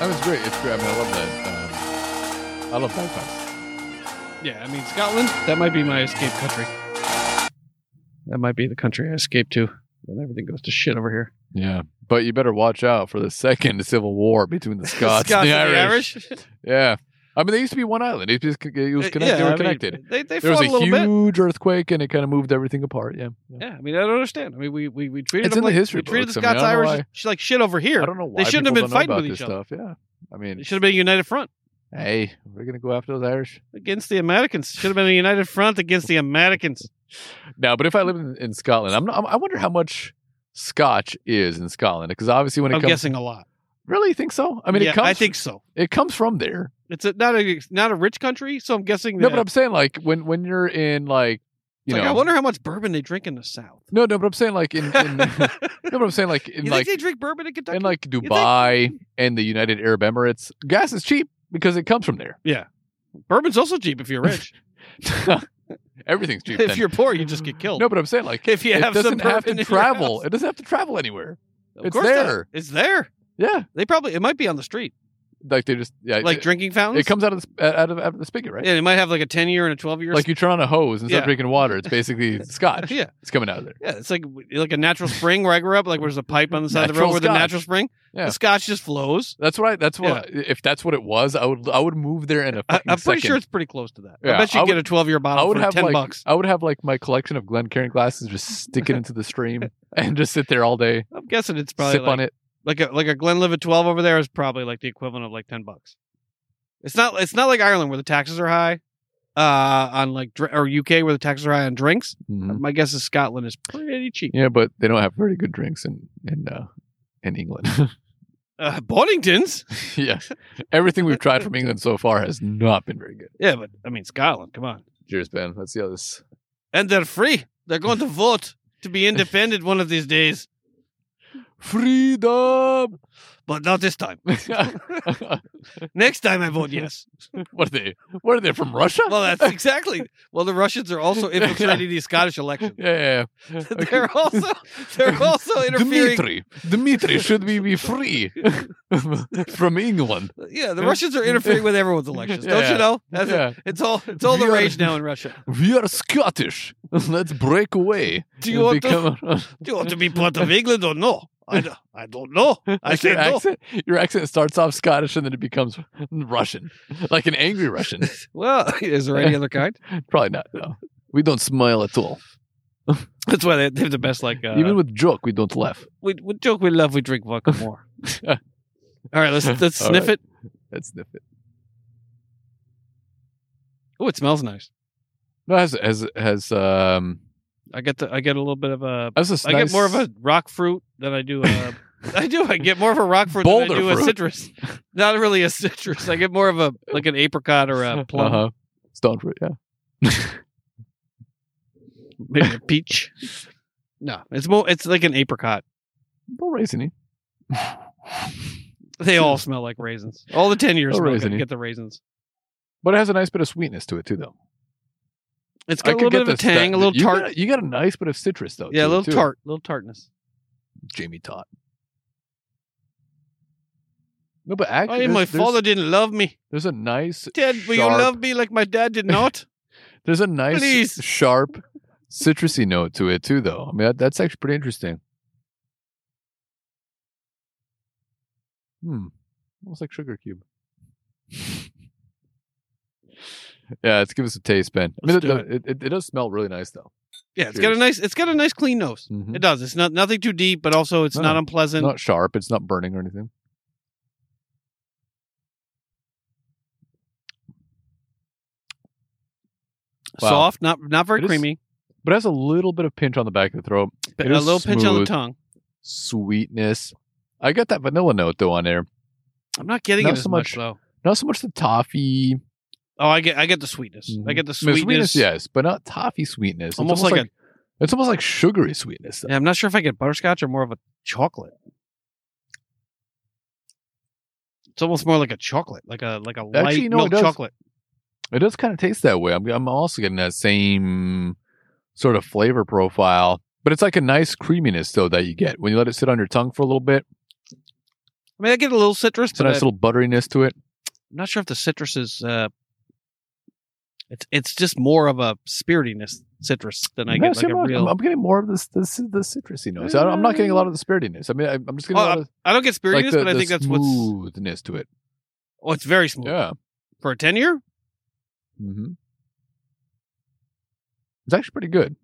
S1: That was great. It's great. I mean, I love that. Um, I love bagpipes.
S2: Yeah, I mean Scotland. That might be my escape country. That might be the country I escape to when everything goes to shit over here.
S1: Yeah, but you better watch out for the second civil war between the Scots, and the Irish.
S2: Irish. Uh,
S1: Yeah, I mean, they used to be one island. It was, it was connected. they
S2: I
S1: were
S2: mean,
S1: connected.
S2: they they
S1: there was
S2: fought a,
S1: a,
S2: little bit.
S1: huge earthquake, and it kind of moved everything apart. Yeah. yeah.
S2: Yeah, I mean I don't understand. I mean we we, we treated
S1: It's
S2: them
S1: in the
S2: like
S1: history
S2: we treated
S1: books.
S2: the
S1: I mean, I
S2: Scots
S1: don't know
S2: Irish sh- like shit over here.
S1: I don't know why
S2: shouldn't have
S1: people don't
S2: been
S1: know
S2: fighting
S1: about
S2: with
S1: this
S2: each other.
S1: stuff. Yeah, I mean,
S2: It should have been a united front
S1: hey, we're gonna go after those Irish.
S2: against the Americans. Should have been a united front against the Americans.
S1: No, but if I live in, in Scotland, I'm, not, I'm I wonder how much Scotch is in Scotland because obviously when it
S2: I'm
S1: comes,
S2: guessing a lot.
S1: really you think so. I mean,
S2: Yeah,
S1: it comes.
S2: I think so.
S1: it comes from there.
S2: It's a, not a not a rich country, so I'm guessing.
S1: No,
S2: that-
S1: but I'm saying like when when you're in like you
S2: it's like, "Oh,
S1: know.
S2: I wonder how much bourbon they drink in the South.
S1: no, no, but I'm saying like in, in no,
S2: you
S1: but I'm saying like in
S2: think
S1: like
S2: they drink bourbon in Kentucky?
S1: in like Dubai and the United Arab Emirates, gas is cheap because it comes from there.
S2: Bourbon's also cheap if you're rich.
S1: Everything's cheap.
S2: if
S1: then.
S2: you're poor, you just get killed.
S1: No, but I'm saying like
S2: If you
S1: it
S2: have some
S1: doesn't have
S2: bourbon in
S1: to
S2: your
S1: travel.
S2: house.
S1: It doesn't have to travel anywhere.
S2: of
S1: it's
S2: course not.
S1: there.
S2: It's there.
S1: Yeah,
S2: They probably it might be on the street,
S1: like they just yeah
S2: like
S1: it,
S2: drinking
S1: it
S2: fountains.
S1: comes out of the, sp- out of out of the spigot, right?
S2: Yeah, they might have like a ten year and a twelve year.
S1: Like you turn on a hose and start
S2: Yeah.
S1: drinking water. It's basically scotch.
S2: yeah,
S1: It's coming out of there.
S2: yeah. It's like like a natural spring where I grew up. Like where's a pipe on the side of the road
S1: Natural
S2: where the
S1: scotch.
S2: natural spring.
S1: Yeah.
S2: The scotch just flows.
S1: That's what I. That's what. If that's what it was, I would. I would move there in a
S2: I,
S1: fucking
S2: I'm pretty
S1: second.
S2: sure it's pretty close to that. I
S1: Yeah,
S2: bet you
S1: I
S2: can get a 12 year
S1: I
S2: bottle
S1: would
S2: for
S1: have
S2: 10
S1: like
S2: bucks.
S1: I would have like my collection of Glencairn glasses just sticking into the stream and just sit there all day,
S2: I'm guessing it's probably
S1: sip
S2: like,
S1: on it.
S2: like a like a Glenlivet 12 over there is probably like the equivalent of like 10 bucks. It's not it's not like Ireland where the taxes are high. Uh, on like dr- or UK where the taxes are high on drinks.
S1: Mhm.
S2: My guess is Scotland is pretty cheap.
S1: Yeah, but they don't have very good drinks in in uh, in England.
S2: Uh, Boningtons,
S1: yeah, everything we've tried from England so far has not been very good.
S2: yeah, but I mean Scotland. Come on,
S1: Cheers, Ben. Let's see how this.
S2: and they're free. They're going to vote to be independent one of these days.
S1: Freedom.
S2: but not this time.
S1: what
S2: Next time I vote yes.
S1: are they? What are they from Russia?
S2: Well, that's exactly. Well, the Russians are also infiltrating the Scottish election.
S1: yeah, yeah, yeah. Okay.
S2: They're also they're also interfering.
S1: Dmitri, Dmitri, should we be free from England?
S2: Yeah, the Russians are interfering with everyone's elections. Don't
S1: Yeah.
S2: you know? That's
S1: Yeah.
S2: It's all it's all the
S1: Yeah.
S2: rage now in Russia.
S1: We are Scottish. Let's break away.
S2: Do you
S1: and
S2: want to-
S1: become-
S2: Do you want to be part of England or no? I don't, I don't know. I
S1: Like your
S2: said no.
S1: accent, your accent starts off Scottish and then it becomes Russian, like an angry Russian.
S2: Well, is there any other kind?
S1: Probably not. No, we don't smile at all.
S2: That's why they, they have the best. Like uh,
S1: Even with joke, we don't laugh.
S2: we, we joke, we love, we drink vodka more. all right, let's let's
S1: All
S2: sniff it.
S1: That's sniffing.
S2: Oh, it smells nice.
S1: No, has has has um.
S2: I get the I get a little bit of a
S1: That's just
S2: I
S1: nice,
S2: get more of a rock fruit than I do a. I do. I get more of a rock fruit
S1: Boulder
S2: than I do
S1: fruit.
S2: a citrus. Not really a citrus. I get more of a like an apricot or a plum,
S1: uh-huh. stone fruit. Yeah,
S2: maybe a peach. No, it's more. It's like an apricot.
S1: no raisiny.
S2: They all smell like raisins. All the ten years,
S1: Oh,
S2: smell good.
S1: raisiny.
S2: get the raisins.
S1: But it has a nice bit of sweetness to it too, though.
S2: It's got a little bit of a
S1: this-
S2: tang,
S1: that-
S2: a little
S1: you
S2: tart.
S1: Got a, you got a nice bit of citrus though. to
S2: yeah, a
S1: it,
S2: little
S1: too.
S2: tart, little tartness.
S1: Jamie Todd. No, but actually,
S2: Oh, my
S1: there's, there's-
S2: father didn't love me.
S1: there's a nice
S2: Ted, will you
S1: sharp-
S2: love me like my dad did not?
S1: There's a nice,
S2: Please.
S1: sharp, citrusy note to it too, though. I mean, that, that's actually pretty interesting. Hmm, almost like sugar cube. yeah, let's give us a taste, Ben. I mean,
S2: Let's
S1: it, uh,
S2: do
S1: it. It, it does smell really nice, though.
S2: yeah, it's got a
S1: Cheers.
S2: nice. It's got a nice clean nose.
S1: Mhm.
S2: It does. It's not nothing too deep, but also it's
S1: No,
S2: not
S1: no.
S2: unpleasant.
S1: It's not sharp. It's not burning or anything. Wow.
S2: Soft, not not very
S1: It is-
S2: creamy.
S1: But it has a little bit of pinch on the back of the throat,
S2: But
S1: It
S2: a
S1: is
S2: little pinch on the
S1: smooth.
S2: tongue.
S1: sweetness. I got that vanilla note though on there.
S2: I'm not getting
S1: Not
S2: it as
S1: so much-
S2: much, though.
S1: Not so much the toffee.
S2: Oh, I get I get the sweetness. I get the
S1: Mm-hmm. I mean,
S2: sweetness.
S1: yes, but not toffee sweetness. It's
S2: Almost like
S1: a, it's almost like sugary sweetness. though.
S2: Yeah, I'm not sure if I get butterscotch or more of a chocolate. It's almost more like a chocolate, like a like a light
S1: Actually, no, it
S2: milk
S1: does.
S2: chocolate.
S1: It does kind of taste that way. I'm, I'm also getting that same sort of flavor profile, but it's like a nice creaminess though that you get when you let it sit on your tongue for a little bit.
S2: I mean, I get a little citrus,
S1: It's a
S2: but
S1: nice
S2: I-
S1: little butteriness to it.
S2: I'm not sure if the citrus is. Uh, it's it's just more of a spiritiness citrus than I
S1: No,
S2: get
S1: see,
S2: like a
S1: I'm, not-
S2: real.
S1: I'm getting more of this this the citrusy notes. I don't, I'm not getting a lot of the spiritiness. I mean, I, I'm just getting
S2: Oh,
S1: a lot of
S2: I don't get spiritiness,
S1: like the,
S2: but I
S1: the
S2: think that's what's.
S1: smoothness to it.
S2: Oh, it's very smooth
S1: Yeah.
S2: for a ten year.
S1: Mm-hmm. It's actually pretty good.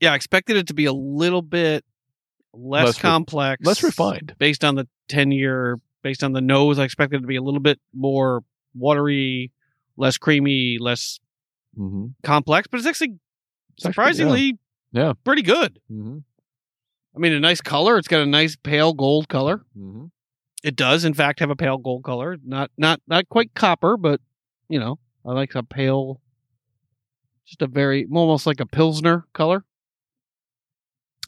S2: Yeah, I expected it to be a little bit less,
S1: Less re-
S2: complex,
S1: Less refined.
S2: based on the 10 year based on the nose i expected it to be a little bit more watery less creamy less
S1: Mm-hmm.
S2: complex but it's actually surprisingly
S1: Yeah.
S2: pretty good
S1: Mm-hmm.
S2: i mean a nice color it's got a nice pale gold color
S1: Mm-hmm.
S2: it does in fact have a pale gold color not not not quite copper but you know i like a pale just a very almost like a pilsner color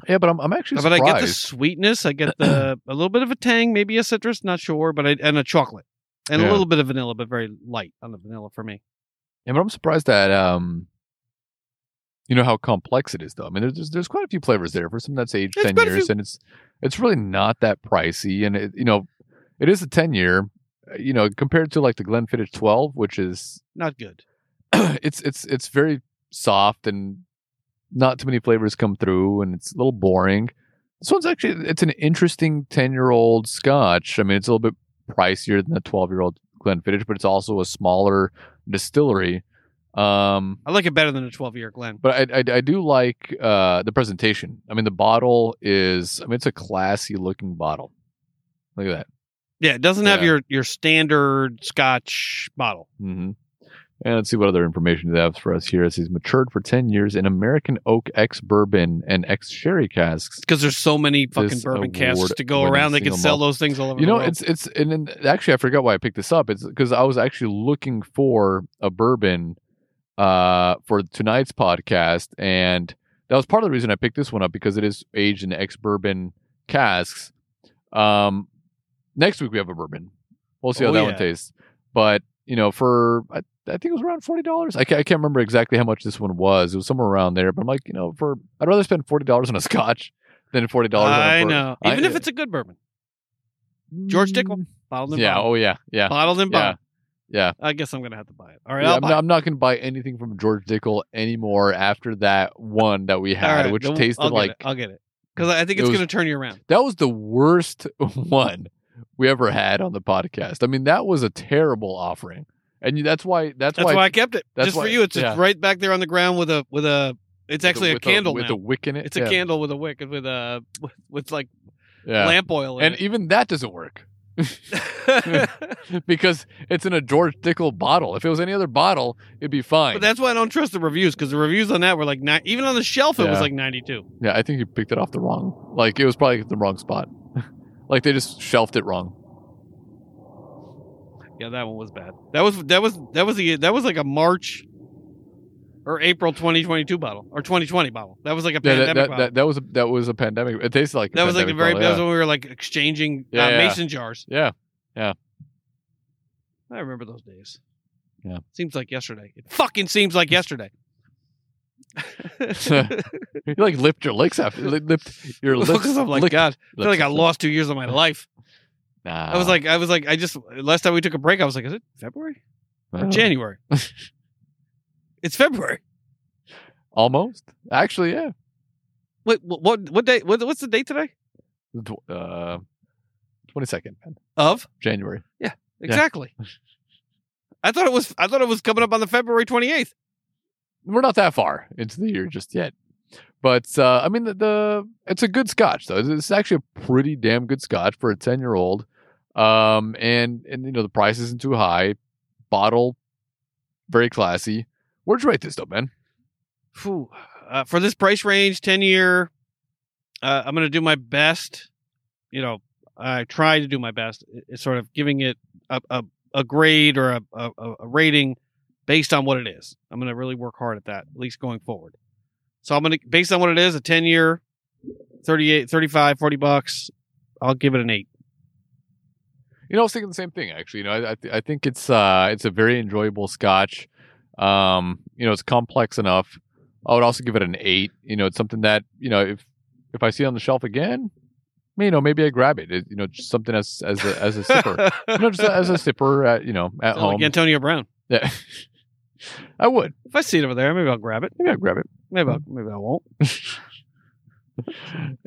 S1: Yeah, but I'm, I'm actually
S2: but i
S1: surprised.
S2: get the sweetness i get the a little bit of a tang maybe a citrus not sure but I, and a chocolate and
S1: Yeah.
S2: a little bit of vanilla but very light on the vanilla for me
S1: Yeah, but I'm surprised that um, you know how complex it is, though. I mean, there's there's, there's quite a few flavors there for something that's aged
S2: It's
S1: ten
S2: quite a
S1: years,
S2: few.
S1: and it's it's really not that pricey, and it, you know, it is a ten year, uh, you know, compared to like the Glenfiddich 12, which is
S2: not good
S1: it's it's it's very soft and not too many flavors come through, and it's a little boring. This one's actually it's an interesting ten year old Scotch. I mean, it's a little bit pricier than the twelve year old Glenfiddich, but it's also a smaller distillery. Um,
S2: I like it better than a 12 year Glen.
S1: but I, I I do like uh, the presentation. I mean, the bottle is I mean it's a classy looking bottle. Look at that.
S2: Yeah, it doesn't have
S1: Yeah.
S2: your your standard Scotch bottle.
S1: Mm-hmm. And let's see what other information they have for us here. It says matured for 10 years in American oak ex bourbon and ex sherry casks.
S2: Because there's so many fucking
S1: This
S2: bourbon casks to go
S1: award-winning
S2: around, they can
S1: single
S2: sell
S1: malt.
S2: those things all over.
S1: You
S2: the
S1: know,
S2: world.
S1: it's, it's, and then actually, I forgot why I picked this up. It's because I was actually looking for a bourbon uh, for tonight's podcast. And That was part of the reason I picked this one up because it is aged in ex bourbon casks. Um, next week we have a bourbon. We'll see how
S2: Oh,
S1: that
S2: yeah.
S1: one tastes. But you know, for I, I think it was around forty dollars. I can't, I can't remember exactly how much this one was. It was somewhere around there. But I'm like, you know, for I'd rather spend forty dollars on a scotch than forty dollars.
S2: I
S1: on a
S2: know.
S1: I-
S2: Even if it's a good bourbon, George Dickel, bottled
S1: bourbon.
S2: and
S1: Yeah.
S2: bond.
S1: Oh yeah. Yeah.
S2: bottled and
S1: yeah.
S2: bond.
S1: Yeah.
S2: I guess I'm gonna have to buy it. All right,
S1: Yeah,
S2: I'll
S1: I'm,
S2: buy.
S1: not, I'm not going to buy anything from George Dickel anymore after that one that we
S2: it.
S1: had,
S2: All right,
S1: which
S2: then
S1: tasted
S2: I'll get
S1: like Mm.
S2: it. I'll get it because I think it's
S1: It was-
S2: gonna turn you around.
S1: that was the worst one we ever had on the podcast. I mean, that was a terrible offering, and that's why that's,
S2: That's why,
S1: why,
S2: I kept it.
S1: that's
S2: just
S1: why-
S2: for you. It's just
S1: yeah.
S2: right back there on the ground with a with a. It's actually
S1: with
S2: a candle
S1: with
S2: now.
S1: a wick in it.
S2: it's a
S1: yeah.
S2: candle with a wick and with a with, with like
S1: yeah.
S2: lamp oil in
S1: and e,
S2: it.
S1: even that doesn't work because it's in a George Dickel bottle. If it was any other bottle, it'd be fine.
S2: but that's why I don't trust the reviews because the reviews on that were like nine, even on the shelf it was
S1: Yeah.
S2: like ninety two.
S1: yeah, I think you picked it off the wrong. Like it was probably the wrong spot. like they just shelved it wrong.
S2: Yeah, that one was bad. That was that was that was the that was like a March or April 2022 bottle or 2020 bottle. That was like a
S1: Yeah,
S2: pandemic
S1: that, that,
S2: bottle.
S1: that, that was a, that was a pandemic. It tasted like a
S2: That was like the
S1: pandemic
S2: very
S1: bottle,
S2: that was when we were like exchanging
S1: Yeah,
S2: uh,
S1: yeah.
S2: mason jars.
S1: yeah. yeah.
S2: I remember those days.
S1: Yeah.
S2: seems like yesterday. It fucking seems like yesterday.
S1: You like lipped your lips after li- lipped your lips.
S2: Because I'm like,
S1: licked-
S2: God, I feel
S1: lips
S2: like I
S1: after-
S2: lost two years of my life.
S1: Nah.
S2: I was like, I was like, I just last time we took a break, I was like, is it February
S1: I
S2: or
S1: don't know.
S2: January? it's February.
S1: almost. Actually, yeah.
S2: Wait, what? What, what day? What, what's the date today?
S1: Tw- uh, twenty second
S2: Of
S1: January.
S2: Exactly. I thought it was I thought it was coming up on the February 28th.
S1: We're not that far into the year just yet, but uh, I mean the, the it's a good Scotch though. It's, it's actually a pretty damn good Scotch for a ten year old, um, and and you know the price isn't too high. Bottle, very classy. Where'd you rate this though, Ben?
S2: Phew. Uh, for this price range, 10 year, uh, I'm going to do my best. You know, I try to do my best. i- It's sort of giving it a, a, a grade or a, a, a rating based on what it is. I'm going to really work hard at that, at least going forward. So I'm going to, based on what it is, a 10 year, 38, 35, 40 bucks, I'll give it an eight.
S1: You know, I was thinking the same thing actually. You know, I I, th- I think it's uh it's a very enjoyable Scotch. Um, you know, it's complex enough. I would also give it an eight. You know, it's something that you know if if I see it on the shelf again, you know, maybe I grab it. it you know, just something as as a, as a sipper. you know, just as a sipper. At, you know, at
S2: Sound
S1: home.
S2: like Antonio Brown.
S1: Yeah. I would.
S2: If I see it over there, maybe I'll grab it.
S1: Maybe I'd grab it.
S2: Maybe I,
S1: Mm-hmm.
S2: maybe I won't.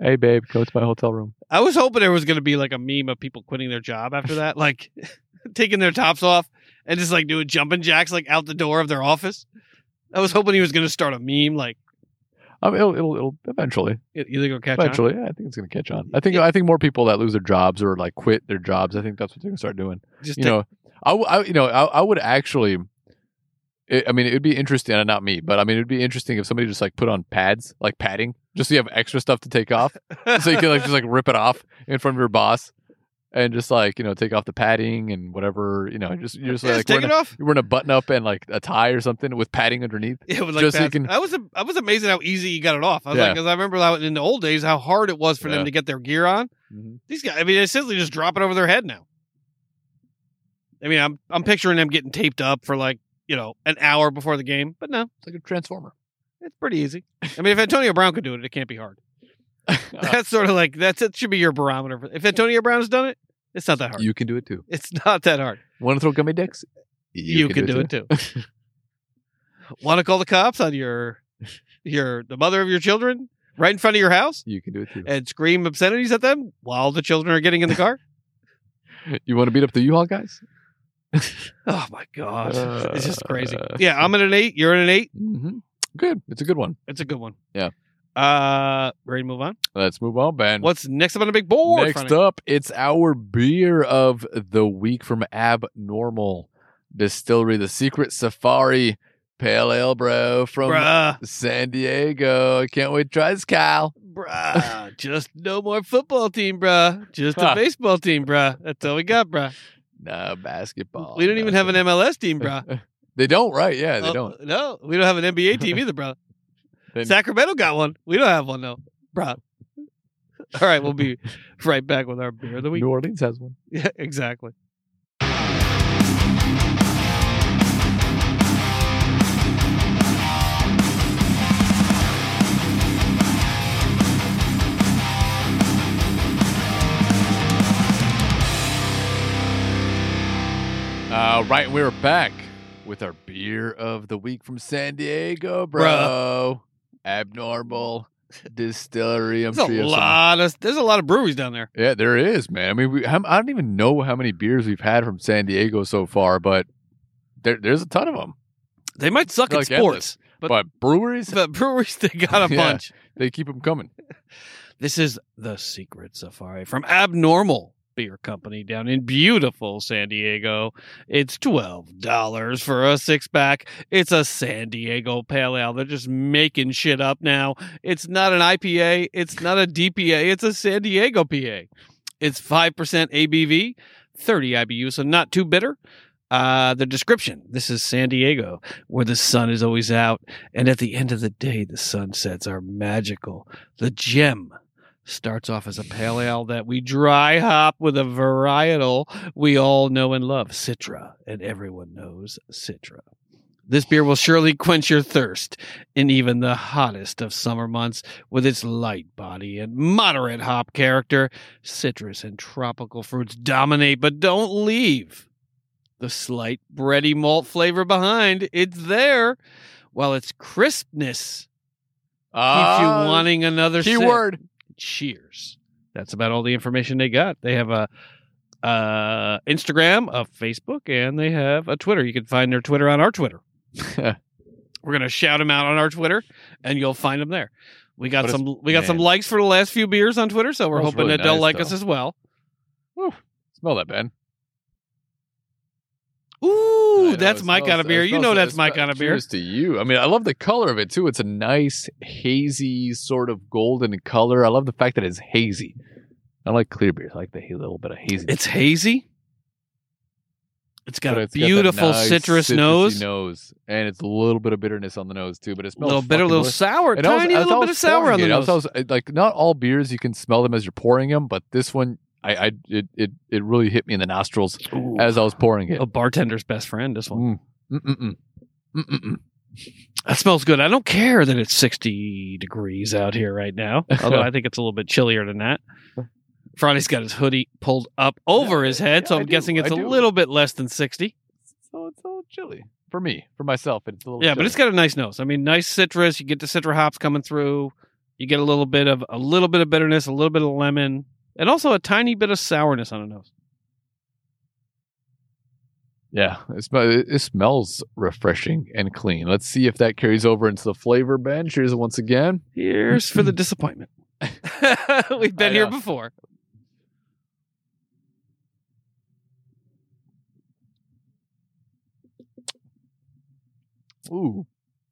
S1: Hey, babe, go to my hotel room.
S2: I was hoping there was going to be like a meme of people quitting their job after that, like taking their tops off and just like doing jumping jacks like out the door of their office. I was hoping he was going to start a meme like
S1: I mean, Um, it'll, it'll, it'll eventually.
S2: it either go catch on.
S1: Eventually, yeah, I think it's going to catch on. I think I think more people that lose their jobs or like quit their jobs. I think that's what they're going to start doing.
S2: Just
S1: you
S2: take-
S1: know, I, w- I- you know, I, I would actually. It, I mean, it'd be interesting, uh, not me, but I mean, it'd be interesting if somebody just like put on pads, like padding, just so you have extra stuff to take off, so you can like just like rip it off in front of your boss, and just like you know take off the padding and whatever you know, just you're just,
S2: Yeah,
S1: like
S2: just
S1: wearing
S2: take it
S1: a,
S2: off.
S1: you're wearing a button up and like a tie or something with padding underneath.
S2: Yeah, with, like,
S1: just so you
S2: pads.
S1: can-
S2: I was I was amazed at how easy he got it off. I was
S1: Yeah.
S2: like, because I remember how, in the old days how hard it was for
S1: Yeah. Mm-hmm.
S2: them to get their gear on. These guys, I mean, they essentially just drop it over their head now. I mean, I'm I'm picturing them getting taped up for like you know an hour before the game, but no,
S1: It's like a transformer.
S2: It's pretty easy. I mean, if Antonio Brown could do it, it can't be hard. That's sort of like that's it should be your barometer. for- If Antonio Brown's done it, it's not that hard.
S1: you can do it too.
S2: it's not that hard.
S1: Want to throw gummy dicks?
S2: You, can, do, it too. Want to call the cops on your your the mother of your children right in front of your house
S1: You can do it too.
S2: and scream obscenities at them while the children are getting in the car?
S1: You want to beat up the U-Haul guys?
S2: oh my god, it's just crazy.
S1: Uh,
S2: Yeah, I'm at an eight. You're at an eight.
S1: hmm Good. It's a good one.
S2: It's a good one.
S1: Yeah.
S2: Uh, ready to move on?
S1: Let's move on, Ben.
S2: What's next up on the big board?
S1: Next
S2: Franny?
S1: up, it's our beer of the week from Abnormal Distillery, the Secret Safari Pale Ale, bro, from
S2: Bruh.
S1: San Diego. Can't wait to try this, Kyle.
S2: bruh. Just no more football team, bruh. Just a
S1: Huh.
S2: baseball team, bruh. That's all we got, bruh.
S1: No basketball.
S2: we don't even have an MLS team, bruh.
S1: They don't, right? Yeah, they
S2: Oh,
S1: don't.
S2: No, we don't have an NBA team either, bruh.
S1: Then-
S2: Sacramento got one. We don't have one though, bro. All right, we'll be right back with our beer of the week.
S1: New Orleans has one.
S2: Yeah, exactly.
S1: All Uh, right, we're back with our beer of the week from San Diego, bro. Abnormal Distillery. I'm
S2: There's
S1: sure you
S2: a
S1: have some-
S2: lot of there's a lot of breweries down there.
S1: Yeah, there is, man. I mean, we, how, I don't even know how many beers we've had from San Diego so far, but there, there's a ton of them.
S2: They might suck
S1: They're
S2: at
S1: like
S2: sports,
S1: But,
S2: But-
S1: breweries,
S2: but breweries they got a
S1: Yeah.
S2: bunch.
S1: they keep them coming.
S2: This is the Secret Safari from Abnormal Beer Company down in beautiful San Diego. It's twelve dollars for a six pack. It's a San Diego Pale Ale. They're just making shit up now. It's not an IPA. It's not a DPA. It's a San Diego PA. It's five percent ABV, thirty IBU, so not too bitter. Uh, the description. This is San Diego, where the sun is always out, and at the end of the day, the sunsets are magical. The gem starts off as a pale ale that we dry hop with a varietal we all know and love, Citra, and everyone knows Citra. This beer will surely quench your thirst in even the hottest of summer months with its light body and moderate hop character. Citrus and tropical fruits dominate but don't leave the slight bready malt flavor behind. It's there while its crispness keeps you
S1: Ah,
S2: wanting another sip.
S1: keyword.
S2: Cheers. That's about all the information they got. They have a uh, Instagram, a Facebook, and they have a Twitter. You can find their Twitter on our Twitter. We're gonna shout them out on our Twitter, and you'll find them there. We got
S1: But it's-
S2: some. We got some
S1: man.
S2: likes for the last few beers on Twitter, so we're
S1: Smells
S2: hoping
S1: really
S2: that they'll
S1: nice,
S2: like
S1: though.
S2: us as well.
S1: Smell that, Ben. I
S2: Ooh,
S1: know,
S2: that's
S1: it
S2: my
S1: smells-
S2: kind of
S1: it
S2: beer. You
S1: smells-
S2: know
S1: it
S2: that's my
S1: smell-
S2: kind of beer.
S1: Cheers to you. I mean, I love the color of it too. It's a nice hazy sort of golden color. I love the fact that it's hazy. I like clear beers. I like the ha- little bit of hazy.
S2: It's hazy. It's got
S1: But
S2: a
S1: it's got that
S2: beautiful
S1: nice
S2: citrus
S1: citrusy
S2: nose,
S1: nose, and it's a little bit of bitterness on the nose too. But it
S2: a
S1: smells
S2: little bitter, a
S1: fucking
S2: little
S1: delicious.
S2: sour,
S1: And I was-
S2: tiny
S1: I was-
S2: little
S1: I
S2: bit
S1: was
S2: of sour on
S1: pouring
S2: the
S1: it. I was-
S2: nose.
S1: I was, uh, like not all beers you can smell them as you're pouring them, but this one, I, I it, it it really hit me in the nostrils as I was pouring it.
S2: a bartender's best friend. This one
S1: Mm. Mm-mm-mm. Mm-mm-mm.
S2: that smells good. I don't care that it's sixty degrees out here right now, although I think it's a little bit chillier than that. Friday's got his hoodie pulled up over his head,
S1: yeah,
S2: so
S1: I
S2: I'm
S1: do,
S2: guessing it's
S1: I
S2: a
S1: do.
S2: little bit less than sixty.
S1: So it's a little chilly for me, for myself. It's a little
S2: Yeah, but it's got a nice nose. I mean, nice citrus. You get the citra hops coming through. You get a little bit of a little bit of bitterness, a little bit of lemon, and also a tiny bit of sourness on the nose.
S1: Yeah, it, sm- it smells refreshing and clean. Let's see if that carries over into the flavor, Ben. Cheers once again.
S2: Here's for the disappointment. We've been
S1: I
S2: here
S1: know.
S2: before.
S1: Ooh,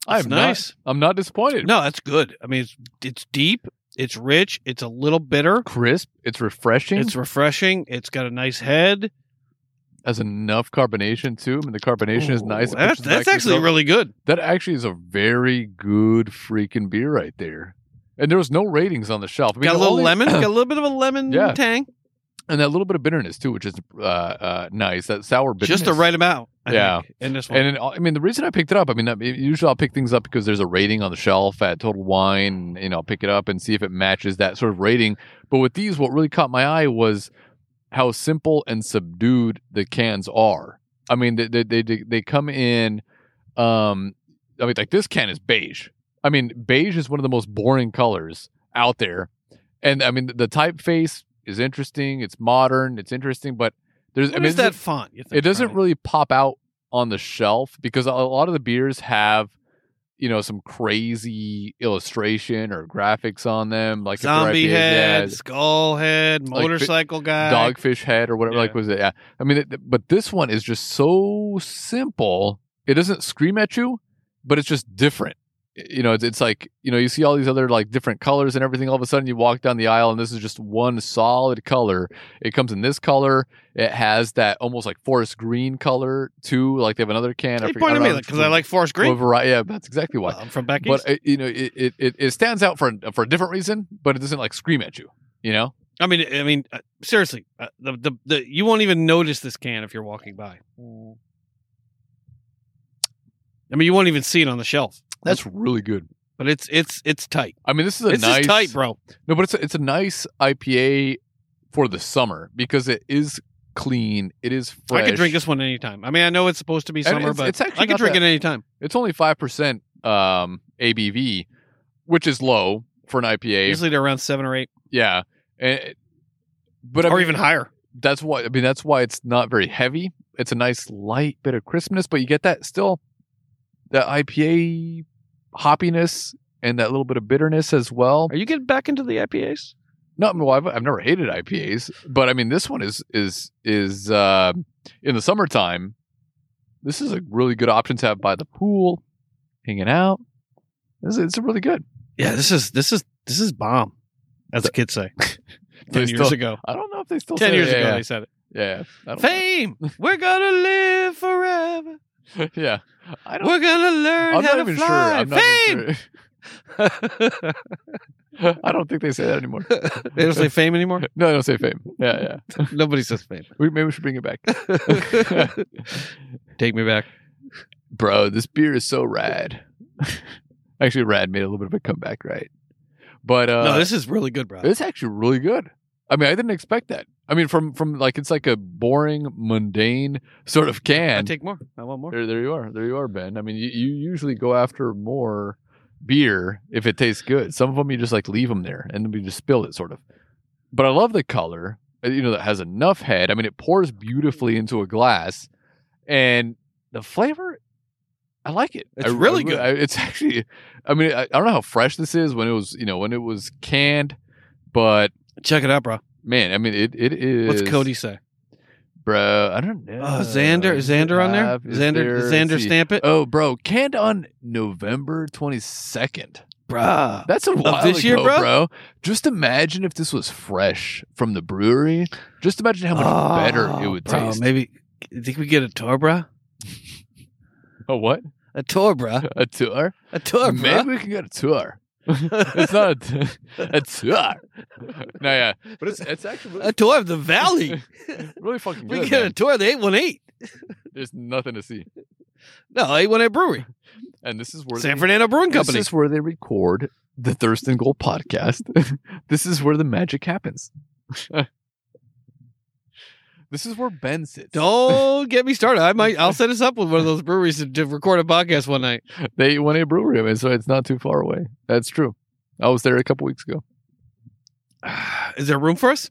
S2: That's
S1: I'm
S2: nice.
S1: Not, I'm not disappointed.
S2: No, that's good. I mean, it's it's deep, it's rich, it's a little bitter,
S1: Crisp. It's refreshing.
S2: it's refreshing, it's got a nice head.
S1: has enough carbonation too. I mean, the carbonation is
S2: Ooh,
S1: nice. It
S2: That's
S1: pushes it back in
S2: that's
S1: your
S2: actually
S1: throat.
S2: really good.
S1: that actually is a very good freaking beer right there. And there was no ratings on the shelf. I mean,
S2: Got a
S1: the
S2: little
S1: only-
S2: lemon, got a little bit of a lemon
S1: Yeah.
S2: tang,
S1: and that little bit of bitterness too, which is uh, uh, nice. That sour bitterness,
S2: just the right amount. I
S1: Yeah.
S2: think, in this one.
S1: And it, I mean, the reason I picked it up, I mean, I- usually I'll pick things up because there's a rating on the shelf at Total Wine. You know, I'll pick it up and see if it matches that sort of rating. But with these, what really caught my eye was how simple and subdued the cans are. I mean, they they they, they come in. Um, I mean, like this can is beige. I mean, beige is one of the most boring colors out there. And I mean, the typeface is interesting. It's modern. It's interesting, but there's I
S2: What
S1: mean,
S2: is
S1: this
S2: that
S1: is-
S2: font? You think,
S1: it doesn't
S2: Friday?
S1: really pop out on the shelf because a lot of the beers have you know some crazy illustration or graphics on them like if they're
S2: zombie
S1: IPAs,
S2: head,
S1: yeah,
S2: skull head,
S1: Like fi-
S2: motorcycle guy,
S1: dogfish head or whatever
S2: Yeah.
S1: like was it yeah i mean it, but this one is just so simple it doesn't scream at you but it's just different you know, it's, it's like, you know, you see all these other like different colors and everything. All of a sudden you walk down the aisle and this is just one solid color. It comes in this color. It has that almost like forest green color too. Like they have another can.
S2: Hey,
S1: forget-
S2: point at
S1: don't
S2: me
S1: know
S2: because I like Forest Green. Oh,
S1: What vari- yeah, that's exactly why.
S2: Well, I'm from back east.
S1: but uh, you know, it, it- it, it stands out for, for a different reason, but it doesn't like scream at you, you know?
S2: I mean, I mean, uh, seriously, uh, the, the the you won't even notice this can if you're walking by. I mean, you won't even see it on the shelf,
S1: That's really good.
S2: but it's it's it's tight.
S1: I mean, this is a
S2: It's
S1: nice
S2: just tight, bro.
S1: No, but it's a, it's a nice IPA for the summer because it is clean. It is fresh.
S2: I could drink this one anytime. I mean, I know it's supposed to be
S1: And
S2: summer,
S1: it's-
S2: but
S1: it's actually
S2: I could
S1: not
S2: drink
S1: that-
S2: it anytime.
S1: It's only five percent um, ABV, which is low for an IPA.
S2: Usually they're around seven or eight,
S1: yeah, And- but I
S2: or
S1: mean,
S2: even higher.
S1: that's why. I mean, that's why it's not very heavy. It's a nice light bit of crispness, but you get that still that IPA hoppiness and that little bit of bitterness as well.
S2: Are you getting back into the IPAs?
S1: No, well, I've, I've never hated IPAs, but I mean, this one is is is uh, in the summertime. This is a really good option to have by the pool, hanging out. This is, it's really good.
S2: Yeah, this is this is this is bomb, as the kids say.
S1: They
S2: Ten years
S1: still-
S2: ago,
S1: I don't know if they still
S2: ten
S1: say
S2: years
S1: yeah,
S2: ago
S1: yeah,
S2: they said it.
S1: Yeah, I don't know.
S2: Fame, we're gonna live forever.
S1: yeah. I don't.
S2: We're gonna learn
S1: I'm not
S2: how to
S1: even sure.
S2: fly.
S1: I'm not even
S2: Fame.
S1: sure. I don't think they say that anymore.
S2: they don't say fame anymore.
S1: No, they don't say fame. Yeah, yeah.
S2: Nobody says fame.
S1: We, maybe we should bring it back,
S2: Take me back.
S1: bro. This beer is so rad. Actually, rad made a little bit of a comeback, right? But uh,
S2: no, this is really good, bro.
S1: It's actually really good. I mean, I didn't expect that. I mean, from from like it's like a boring, mundane sort of
S2: I
S1: can.
S2: take more. I want more.
S1: there, there you are. There you are, Ben. I mean, you, you usually go after more beer if it tastes good. Some of them you just like leave them there and then you just spill it, sort of. But I love the color. uh, You know that has enough head. I mean, it pours beautifully into a glass, and the flavor. I like it.
S2: It's
S1: I- I
S2: really
S1: re-
S2: good.
S1: I- it's actually. I mean, I, I don't know how fresh this is when it was. You know, when it was canned, but
S2: Check it out, bro.
S1: man, I mean, it it is.
S2: What's Cody say?
S1: bro? I don't know.
S2: Oh, Xander. Is Xander on there?
S1: Have- uh, is
S2: Xander.
S1: there-
S2: Xander,
S1: let's see.
S2: stamp it,
S1: Oh, bro, canned on November 22nd.
S2: Bruh.
S1: That's a while
S2: this year,
S1: ago,
S2: bro?
S1: Just imagine if this was fresh from the brewery. Just imagine how much better it would
S2: Ah, bro,
S1: taste.
S2: Maybe. You think we get a tour, bro?
S1: A Oh, what?
S2: A tour, bro.
S1: A tour?
S2: A tour, bro.
S1: Maybe we can get a tour. it's not a, t- a tour. No, yeah, but it's it's actually really,
S2: A tour of the valley.
S1: really fucking
S2: we
S1: good.
S2: get a
S1: man.
S2: tour of the 818.
S1: There's nothing to see,
S2: No, 818 Brewery.
S1: and this is where
S2: San
S1: they-
S2: Fernando Brewing Company.
S1: This is where they record the Thirst and Gold podcast. this is where the magic happens. this is where Ben sits.
S2: Don't get me started. I might. I'll set us up with one of those breweries to, to record a podcast one night.
S1: They won a brewery, I mean, so it's not too far away. That's true. I was there a couple weeks ago.
S2: Is there room for us?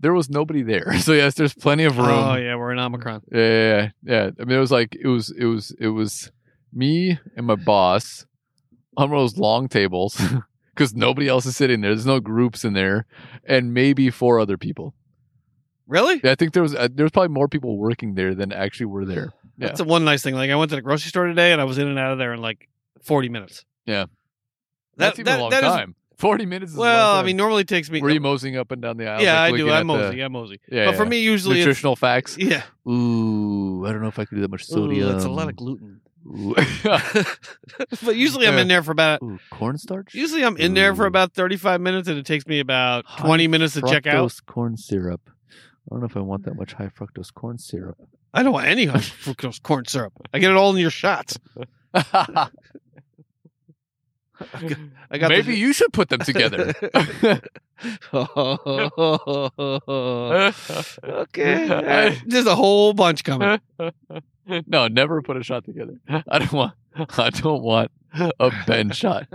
S1: There was nobody there, so yes, there's plenty of room.
S2: Oh yeah, we're in Omicron.
S1: yeah. yeah, yeah, yeah. I mean, it was like it was it was it was me and my boss on one of those long tables because nobody else is sitting there. There's no groups in there, and maybe four other people.
S2: Really?
S1: Yeah, I think there was uh, there was probably more people working there than actually were there. Yeah.
S2: That's the one nice thing. Like I went to the grocery store today, and I was in and out of there in like forty minutes.
S1: Yeah.
S2: That,
S1: That's even
S2: that,
S1: a long
S2: that is-
S1: time. Forty minutes. Is a long
S2: well, I
S1: time.
S2: mean, normally it takes me.
S1: were you moseying up and down the aisle?
S2: yeah,
S1: like,
S2: I do.
S1: looking
S2: I'm
S1: at the-
S2: mosey. I'm mosey.
S1: Yeah,
S2: but for
S1: yeah.
S2: me, usually it's,
S1: nutritional facts.
S2: yeah,
S1: Ooh, I don't know if I could do that much sodium.
S2: Ooh, it's a lot of gluten.
S1: Ooh.
S2: but usually I'm
S1: Yeah.
S2: in there for about.
S1: Ooh, cornstarch.
S2: Usually I'm in there for
S1: Ooh.
S2: about 35 minutes, and it takes me about
S1: High
S2: 20 minutes to check out.
S1: Fructose corn syrup. I don't know if I want that much high fructose corn syrup.
S2: I don't want any high fructose corn syrup. I get it all in your shots. I got
S1: Maybe you should put them together.
S2: The... okay. all right. There's a whole bunch coming.
S1: no, never put a shot together. I don't want. I don't want a Ben shot.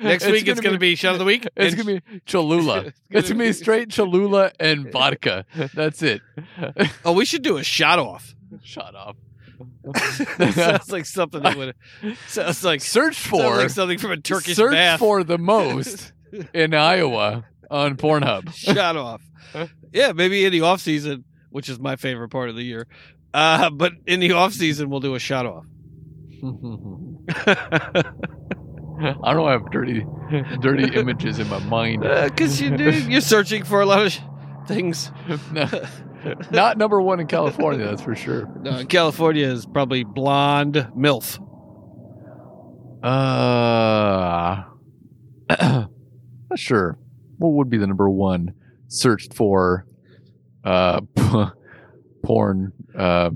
S2: Next week it's gonna be shot of the week.
S1: It's
S2: and-
S1: gonna be Cholula. it's,
S2: It's gonna
S1: gonna be
S2: be-
S1: straight Cholula and vodka. That's it.
S2: Oh, we should do a shot off.
S1: Shut up.
S2: sounds like something that would sounds like
S1: Search
S2: sounds
S1: for
S2: like something from a Turkish
S1: search
S2: bath.
S1: for the most in Iowa on Pornhub.
S2: shot off. Yeah, maybe in the off season, which is my favorite part of the year. Uh, but in the off season, we'll do a shot off.
S1: I don't know. why I have dirty, dirty images in my mind.
S2: Because Uh, you do, you're searching for a lot of sh- things.
S1: No, not number one in California, that's for sure.
S2: No, Uh, California is probably blonde milf.
S1: Uh, not sure. What would be the number one searched for? Uh, porn. Uh,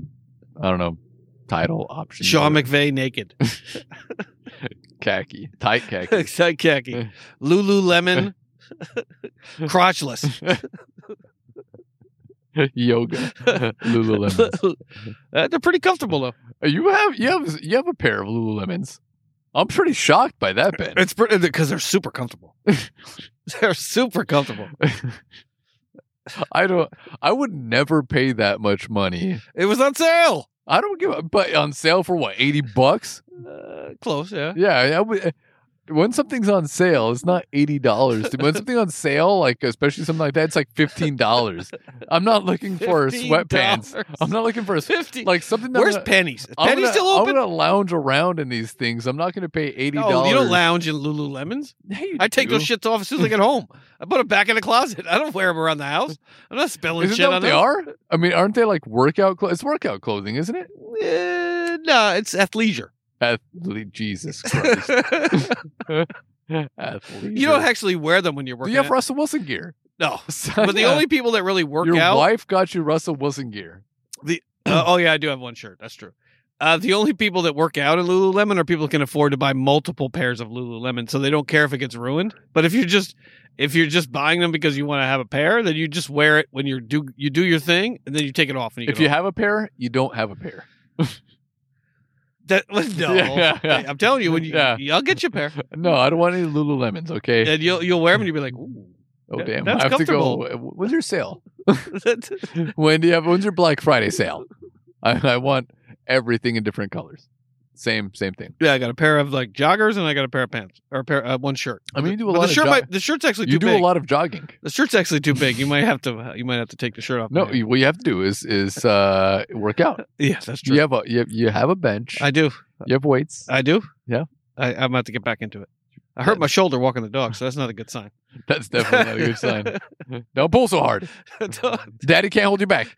S1: I don't know. Title option.
S2: Sean McVeigh naked,
S1: khaki, tight khaki.
S2: Excited khaki, Lululemon, crotchless.
S1: yoga, Lululemon.
S2: Uh, They're pretty comfortable though.
S1: You have you have you have a pair of Lululemons. I'm pretty shocked by that, Ben.
S2: It's pretty because they're super comfortable. they're super comfortable.
S1: I don't. I would never pay that much money.
S2: It was on sale.
S1: I don't give. a But on sale for what? Eighty bucks?
S2: Uh, close, yeah.
S1: Yeah. I would- when something's on sale, it's not eighty dollars. When something on sale, like especially something like that, it's like fifteen dollars. I'm not looking for sweatpants.
S2: $15.
S1: I'm not looking for a s-
S2: Fifty.
S1: like something. that I'm
S2: Where's
S1: gonna-
S2: pennies? Is
S1: I'm
S2: pennies
S1: gonna-
S2: still open?
S1: I'm gonna lounge around in these things. I'm not gonna pay eighty dollars.
S2: No, you don't lounge in Lululemons. I take those shits off as soon as I get home. I put them back in the closet. I don't wear them around the house. I'm not spilling
S1: Isn't
S2: shit
S1: that what
S2: on
S1: they
S2: them.
S1: are? I mean, aren't they like workout clothes? It's workout clothing, isn't it?
S2: Eh, no, it's athleisure.
S1: Athlete, Jesus Christ. Athlete.
S2: you don't actually wear them when you're
S1: Do
S2: working.
S1: you have
S2: out.
S1: Russell Wilson gear?
S2: no,
S1: So,
S2: but the
S1: yeah.
S2: only people that really work
S1: Your
S2: out.
S1: wife got you Russell Wilson gear.
S2: Uh, oh yeah, I do have one shirt. That's true. Uh, the only people that work out in Lululemon are people who can afford to buy multiple pairs of Lululemon, so they don't care if it gets ruined. But if you're just if you're just buying them because you want to have a pair, then you just wear it when you do you do your thing, and then you take it off. And you
S1: If you have a pair, you don't have a pair.
S2: That no,
S1: Yeah, yeah, yeah.
S2: I'm telling you, when you
S1: Yeah.
S2: I'll get you a pair,
S1: No, I don't want any Lululemons. Okay.
S2: and you'll you'll wear them, and you'll be like, Ooh.
S1: oh
S2: that-
S1: damn,
S2: that's
S1: I have to go. When's your sale?
S2: That's-
S1: When do you have? When's your Black Friday sale? I, I want everything in different colors. Same, same thing.
S2: yeah, I got a pair of like joggers, and I got a pair of pants or a pair uh, one shirt.
S1: I mean, you do a
S2: But
S1: lot
S2: the
S1: of
S2: shirt,
S1: jo-
S2: might, the shirt's actually
S1: You
S2: too
S1: do
S2: big.
S1: a lot of jogging.
S2: The shirt's actually too big. You might have to uh, you might have to take the shirt off.
S1: No,
S2: man.
S1: you- what you have to do is is uh, work out.
S2: yeah, that's true.
S1: You have a you have, you have a bench.
S2: I do.
S1: you have weights.
S2: I do.
S1: Yeah.
S2: I, I'm about to get back into it. I hurt my shoulder walking the dog, so that's not a good sign.
S1: That's definitely not a good sign. Don't pull so hard. Daddy can't hold you back.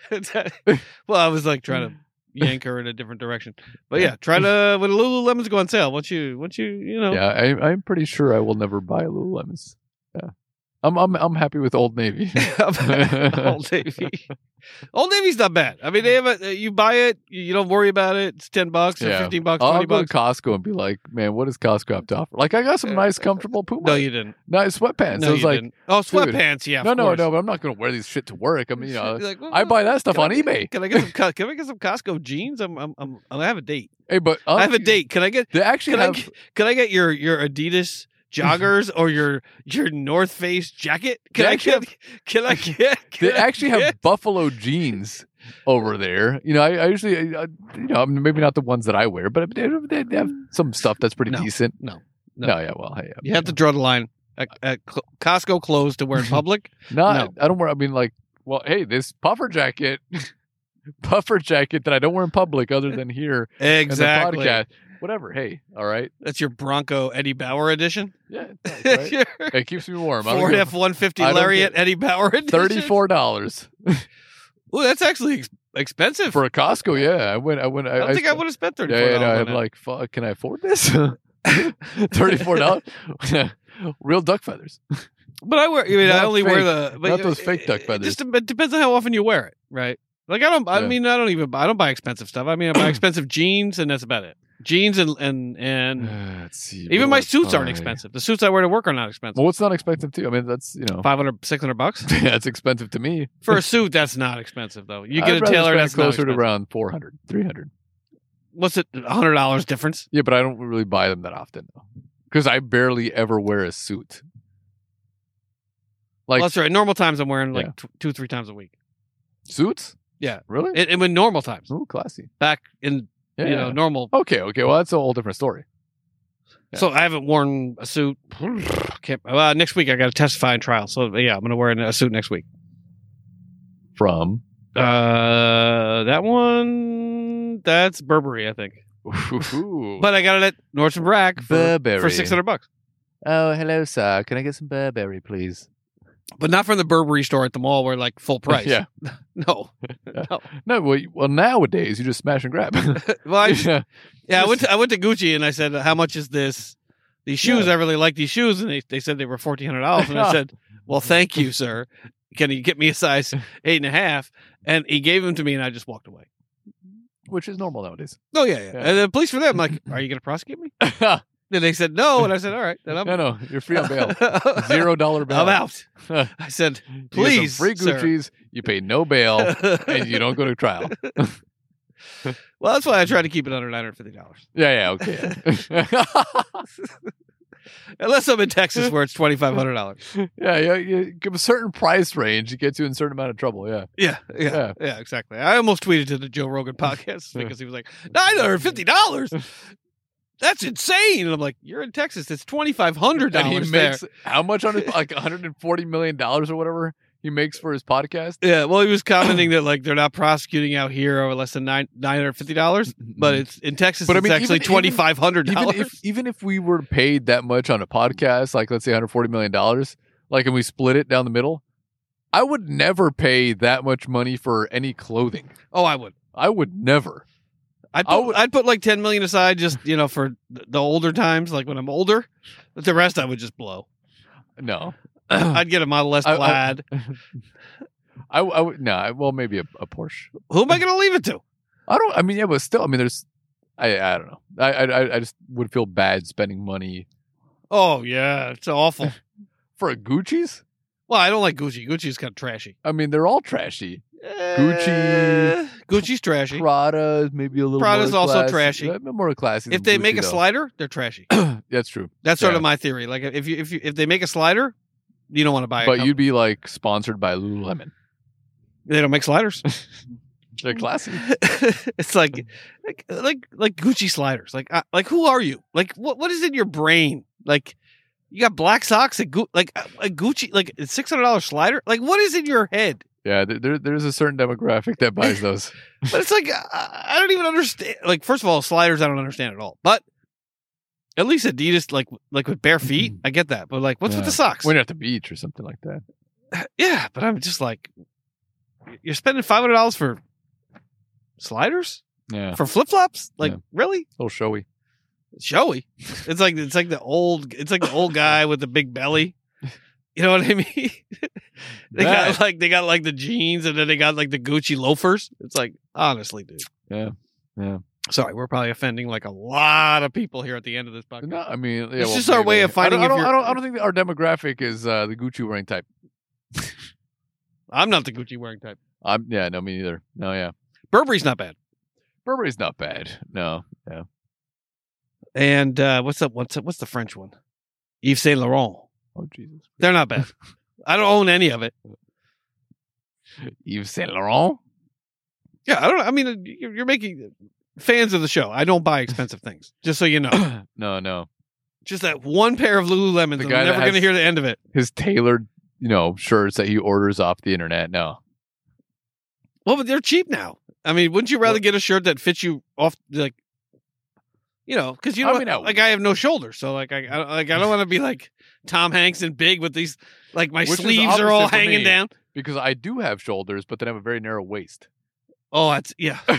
S2: well, I was like trying to yank her in a different direction, but yeah, try to when Lululemons go on sale. Once you, once you, you know,
S1: Yeah, I, I'm pretty sure I will never buy Lululemons. Yeah, I'm I'm I'm happy with Old Navy.
S2: Old Navy. Old Navy's not bad. I mean, they have a uh, you buy it, you you don't worry about it. It's ten bucks or
S1: Yeah.
S2: fifteen bucks,
S1: I'll
S2: twenty
S1: go
S2: bucks.
S1: to Costco and be like, man, what does Costco have to offer? Like, I got some nice, comfortable Puma,
S2: No, you didn't.
S1: nice sweatpants.
S2: no,
S1: I was
S2: you
S1: like,
S2: didn't. Oh,
S1: dude,
S2: sweatpants. yeah. of
S1: no, no,
S2: course.
S1: no, but I'm not gonna wear these shit to work. I mean, you know,
S2: You're like, well,
S1: I buy that stuff
S2: can
S1: on
S2: I-
S1: eBay.
S2: Can I get some? Co- Can I get some Costco jeans? I'm, I'm, I'm I have a date.
S1: Hey, but
S2: I have a date. Can I get?
S1: They actually
S2: Can I
S1: Oh, have
S2: get, can I get your your Adidas joggers or your your North Face jacket? Can
S1: They
S2: I
S1: actually
S2: get? Can I get? Can
S1: they
S2: I
S1: actually have
S2: get-
S1: buffalo jeans over there. You know, I, I usually, I, I- you know, maybe not the ones that I wear, but they, they- they have some stuff that's pretty
S2: No,
S1: decent.
S2: no,
S1: no,
S2: no.
S1: yeah, well, hey,
S2: You have to draw the line at, at cl- Costco clothes to wear in public.
S1: not, I don't wear. I mean, like, well, hey, this puffer jacket, puffer jacket that I don't wear in public, other than here in
S2: exactly.
S1: the podcast, whatever. Hey, all right,
S2: That's your Bronco Eddie Bauer edition.
S1: yeah, it's nice, right?
S2: Your
S1: it keeps me warm. I don't
S2: Ford
S1: give a-
S2: F one fifty
S1: I don't
S2: Lariat
S1: get-
S2: Eddie Bauer edition.
S1: Thirty-four dollars
S2: Ooh, that's actually ex- expensive.
S1: for a Costco. Yeah, I went. I went.
S2: I don't think I
S1: spent-
S2: would have spent thirty
S1: Yeah,
S2: four
S1: yeah, no,
S2: dollars.
S1: I'm like, fuck, can I afford this? Thirty-four dollars, real duck feathers.
S2: But I wear. I mean,
S1: Not
S2: I only wear
S1: fake.
S2: the but
S1: Not those fake duck
S2: it-
S1: feathers.
S2: It just dep- depends on how often you wear it, right? Like I don't. I
S1: Yeah.
S2: mean, I don't even. I don't buy expensive stuff. I mean, I buy expensive jeans, and that's about it. Jeans and and and
S1: Let's see. what
S2: Hmm. even
S1: do
S2: my
S1: I
S2: suits aren't
S1: buy?
S2: expensive. The suits I wear to work are not expensive.
S1: Well, what's not expensive too? I mean, that's you know,
S2: 500 600 bucks
S1: that's expensive to me.
S2: for a suit. That's not expensive though. You
S1: I'd
S2: get a
S1: rather
S2: tailor
S1: spend
S2: that's
S1: closer to
S2: not expensive.
S1: around 400, 300.
S2: What's it? hundred dollars difference.
S1: Yeah, but I don't really buy them that often because I barely ever wear a suit. Like
S2: Well, that's right. Normal times I'm wearing like
S1: Yeah.
S2: tw- two three times a week.
S1: suits?
S2: Yeah.
S1: really?
S2: And, and when normal times
S1: Ooh, classy.
S2: back in
S1: Yeah.
S2: you know normal.
S1: okay, okay. Well, that's a whole different story. Yeah.
S2: So I haven't worn a suit. Can't, well, next week I got a testifying trial. So yeah, I'm gonna wear a suit next week.
S1: From
S2: Uh, that one, that's Burberry, I think.
S1: but
S2: But I got it at Nordstrom Rack for,
S1: Burberry.
S2: for 600 bucks.
S1: Oh, hello, sir. Can I get some Burberry, please?
S2: But not from the Burberry store at the mall where like full price.
S1: Yeah.
S2: No.
S1: No, well, you- well, nowadays you just smash and grab.
S2: Well, I,
S1: yeah.
S2: yeah, I went to, I went to Gucci and I said, "How much is this? These shoes. I really like these shoes." And they, they said they were fourteen hundred dollars. And I said, "Well, thank you, sir. Can you get me a size eight and a half?" And he gave them to me, and I just walked away.
S1: Which is normal nowadays.
S2: Oh yeah, yeah.
S1: Yeah.
S2: And the police for them, like, "Are you going to prosecute me?"
S1: no,
S2: Then they said, "No," and I said, "All right, then I'm
S1: no, you're free on bail. Zero dollar bail.
S2: Um, I'm out."
S1: Huh.
S2: I said,
S1: You get some
S2: "Please,
S1: free Gucci's. You pay no bail,
S2: sir."
S1: and you don't go to trial.
S2: well, that's why I try to keep it under nine hundred fifty dollars,
S1: Yeah, yeah, okay.
S2: unless I'm in Texas where it's twenty five hundred dollars.
S1: yeah, yeah. You give a certain price range, it gets you in a certain amount of trouble. Yeah.
S2: Yeah, yeah,
S1: Yeah.
S2: yeah, exactly. I almost tweeted to the Joe Rogan podcast because he was like, nine hundred fifty dollars. That's insane. And I'm like, you're in Texas. It's twenty five hundred
S1: And he
S2: dollars there.
S1: makes how much on his like 140 million dollars or whatever he makes for his podcast.
S2: yeah. Well, he was commenting that like they're not prosecuting out here over less than nine nine hundred fifty dollars, but it's in Texas.
S1: Mm-hmm. But I
S2: it's
S1: mean, even-
S2: actually
S1: even-
S2: twenty five hundred
S1: even
S2: dollars.
S1: if even if we were paid that much on a podcast, like let's say 140 million dollars, like and we split it down the middle, I would never pay that much money for any clothing.
S2: oh, I would.
S1: I would never.
S2: I'd
S1: I
S2: put,
S1: would-
S2: I'd put like ten million aside just you know for th- the older times, like when I'm older. But the rest I would just blow.
S1: No,
S2: I'd get a Model S
S1: I- I-
S2: plaid.
S1: I, I would no. I- Well, maybe a, a Porsche.
S2: Who am I going to leave it to?
S1: I don't. I mean, yeah, but still, I mean, there's. I I don't know. I I I- I just would feel bad spending money
S2: Oh yeah, it's awful.
S1: for a Gucci's.
S2: Well, I don't like Gucci. Gucci's kind of trashy.
S1: I mean, they're all trashy.
S2: Eh, Gucci's trashy.
S1: Prada is maybe a little.
S2: Prada's
S1: more
S2: also
S1: classy.
S2: trashy.
S1: Yeah, a bit more classy. than
S2: If they
S1: Gucci,
S2: make a
S1: though.
S2: slider, they're trashy.
S1: that's true.
S2: That's sort
S1: Yeah.
S2: of my theory. Like if you if you if they make a slider, you don't want to buy it.
S1: But you'd be like sponsored by Lululemon.
S2: they don't make sliders.
S1: They're
S2: Hmm.
S1: classy.
S2: it's like like like like Gucci sliders. Like I, like who are you? Like what what is in your brain? Like you got black socks at Gu- like a Gucci like six hundred dollar slider. Like what is in your head?
S1: Yeah, there, there there's a certain demographic that buys those.
S2: But it's like I, I don't even understand. Like, first of all, sliders I don't understand at all. But at least Adidas, like like with bare feet, I get that. But like, what's
S1: Mm-hmm. Yeah.
S2: with the socks?
S1: when you're at the beach or something like that.
S2: yeah, but I'm just like, you're spending five hundred dollars for sliders
S1: Yeah,
S2: for flip flops? Like,
S1: Yeah.
S2: really
S1: a little showy.
S2: showy? It's like it's like the old it's like the old guy with the big belly. You know what I mean? they
S1: That-
S2: got like they got like the jeans, and then they got like the Gucci loafers. It's like honestly, dude.
S1: Yeah, yeah.
S2: Sorry, we're probably offending like a lot of people here at the end of this podcast.
S1: No, I mean, yeah,
S2: It's
S1: well,
S2: just our way
S1: maybe.
S2: of finding
S1: I don't,
S2: if
S1: I
S2: you're-
S1: don't, I don't think that our demographic is uh, the Gucci wearing type.
S2: I'm not the Gucci wearing type.
S1: I'm yeah, no, me neither. No, yeah.
S2: Burberry's not bad.
S1: Burberry's not bad. No. Yeah.
S2: And uh, what's up? What's up? What's the French one? Yves Saint Laurent.
S1: Oh Jesus.
S2: They're not bad. I don't own any of it.
S1: Yves Saint Laurent.
S2: Yeah, I don't. I mean, you're you're making fans of the show. I don't buy expensive things. Just so you know,
S1: no, no.
S2: just that one pair of Lululemons.
S1: The
S2: I'm
S1: guy that
S2: never going to
S1: has-
S2: hear the end of it.
S1: His tailored, you know, shirts that he orders off the internet. No.
S2: Well, but they're cheap now. I mean, wouldn't you rather
S1: What-
S2: get a shirt that fits you off like, you know, because you
S1: I
S2: know,
S1: mean, I would.
S2: like I have no shoulders, so like I, I like I don't want to be like Tom Hanks and big with these like my
S1: Which is
S2: sleeves are all
S1: opposite for
S2: hanging
S1: me.
S2: down.
S1: Because I do have shoulders, but then I have a very narrow waist.
S2: Oh, that's yeah.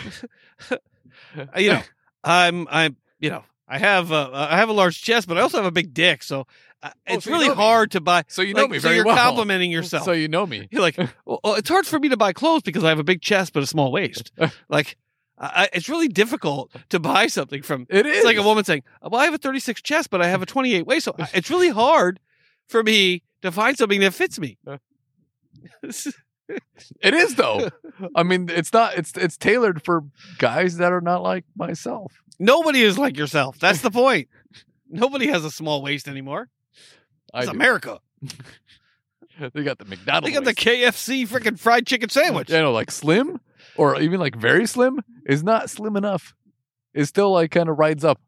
S2: Uh, you know, I'm I'm you know I have uh, I have a large chest, but I also have a big dick, so
S1: Oh,
S2: uh, it's
S1: so you
S2: really
S1: know me.
S2: hard to buy.
S1: So you know
S2: like,
S1: me
S2: so
S1: very
S2: you're
S1: well.
S2: complimenting yourself.
S1: So you know me.
S2: You're like, well, well, it's hard for me to buy clothes because I have a big chest but a small waist. like, I, I- it's really difficult to buy something from.
S1: It is
S2: It's like a woman saying, "Well, I have a 36 chest, but I have a 28 waist, so I- it's really hard for me to find something that fits me."
S1: Uh. It is though. I mean, it's not. It's it's tailored for guys that are not like myself.
S2: Nobody is like yourself. That's the point. Nobody has a small waist anymore.
S1: I
S2: It's
S1: do.
S2: America.
S1: They got the McDonald's.
S2: They got the KFC freaking fried chicken sandwich.
S1: You know, like slim or even like very slim is not slim enough. It still like kind of rides up.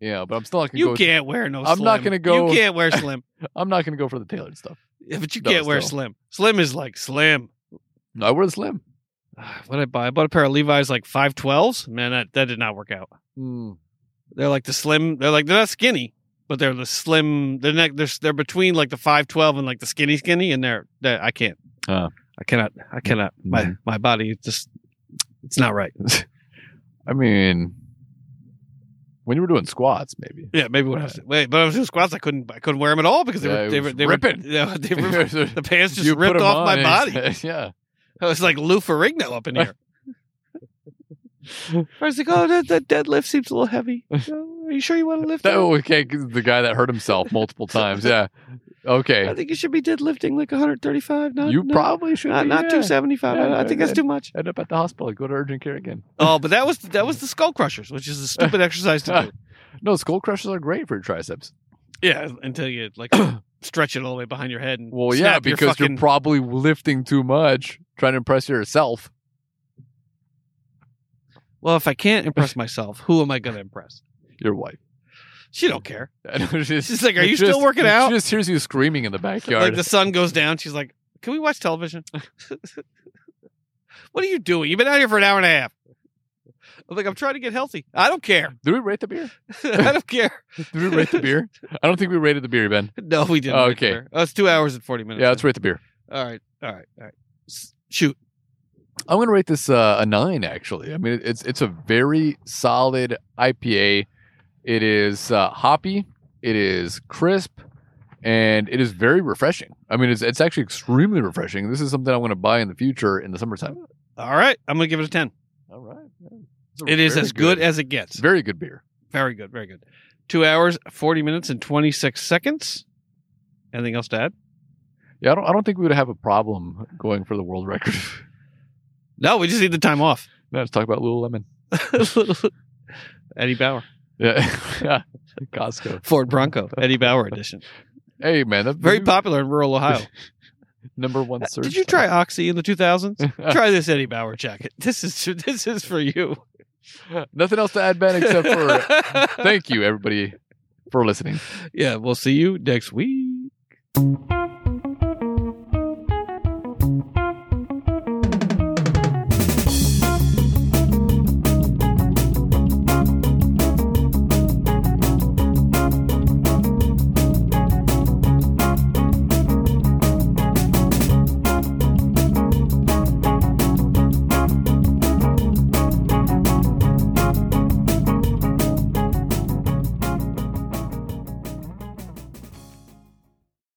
S1: Yeah, but I'm still not gonna
S2: You
S1: go.
S2: can't wear no.
S1: I'm not
S2: slim.
S1: gonna go-
S2: You can't wear slim.
S1: I'm not gonna go for the tailored stuff.
S2: Yeah, but you
S1: No,
S2: can't wear
S1: still.
S2: slim. Slim is like slim.
S1: No, I wear the slim.
S2: Ah, what did I buy? I bought a pair of Levi's like five twelves. Man, that, that did not work out. They're like the slim. They're like they're not skinny, but they're the slim. They're neck. They're s- they're between like the five twelve and like the skinny skinny, and they're, they I can't.
S1: Ah.
S2: I cannot. I cannot.
S1: Mm-hmm.
S2: My my body it's just it's not right.
S1: I mean, when you were doing squats, maybe.
S2: Yeah, maybe when I was wait, but I was doing squats. I couldn't. I couldn't wear them at all because they
S1: Yeah,
S2: were
S1: it
S2: they
S1: was
S2: were they
S1: ripping.
S2: Were, yeah, they were, the
S1: You
S2: pants just
S1: put
S2: ripped
S1: 'em
S2: off my
S1: on and-
S2: body.
S1: yeah.
S2: I was like Lou Ferrigno up in here. I was like, oh, that, that deadlift seems a little heavy. Oh, Are you sure you want to lift?
S1: That,
S2: it?
S1: oh, okay. 'cause The guy that hurt himself multiple times. Yeah.
S2: I
S1: Okay.
S2: think you should be deadlifting like 135. Not,
S1: You
S2: not-
S1: probably should
S2: not,
S1: be,
S2: not
S1: yeah.
S2: 275.
S1: Yeah,
S2: I, I think that's
S1: yeah.
S2: too much.
S1: End up at the hospital. Go to urgent care again.
S2: Oh, but that was that was the skull crushers, which is a stupid exercise to do.
S1: No, skull crushers are great for your triceps.
S2: Yeah, until you like stretch it all the way behind your head. And
S1: Well, yeah,
S2: snap your
S1: because
S2: fucking-
S1: you're probably lifting too much, trying to impress yourself.
S2: well, if I can't impress myself, who am I going to impress?
S1: Your wife.
S2: She don't care.
S1: she's,
S2: She's like, "Are you still working out?"
S1: She just hears you screaming in the
S2: Like
S1: backyard.
S2: the sun goes down, she's like, "Can we watch television?" what are you doing? You've been out here for an hour and a half. I'm like, I'm trying to get healthy. I don't care.
S1: Did we rate the beer?
S2: I don't care.
S1: Did we rate the beer? I don't think we rated the beer, Ben.
S2: No, we didn't.
S1: Okay.
S2: Oh, it's two hours and forty minutes.
S1: Yeah, let's rate the beer.
S2: All right. All right. All right. S- Shoot.
S1: I'm going to rate this uh, a nine. Actually, I mean it- it's it's a very solid IPA. It is uh, hoppy. It is crisp, and it is very refreshing. I mean, it's it's actually extremely refreshing. This is something I'm going to buy in the future in the summertime.
S2: All right. I'm gonna give it a ten.
S1: All right,
S2: It is as good, as it
S1: it's
S2: gets.
S1: a very good beer.
S2: Very good. Very good. Two hours, forty minutes, and twenty six seconds. Anything else to add?
S1: Yeah, I don't I don't think we would have a problem going for the world record.
S2: No, we just need the time off.
S1: now let's talk about Lululemon.
S2: Eddie Bauer,
S1: Yeah, yeah, Costco.
S2: Ford Bronco, Eddie Bauer edition.
S1: Hey man, that
S2: Very popular in rural Ohio.
S1: number one. Search
S2: Did you try Oxy in the 2000s? try this Eddie Bauer jacket. This is this is for you.
S1: Nothing else to add, Ben, except for thank you everybody for listening.
S2: yeah, we'll see you next week.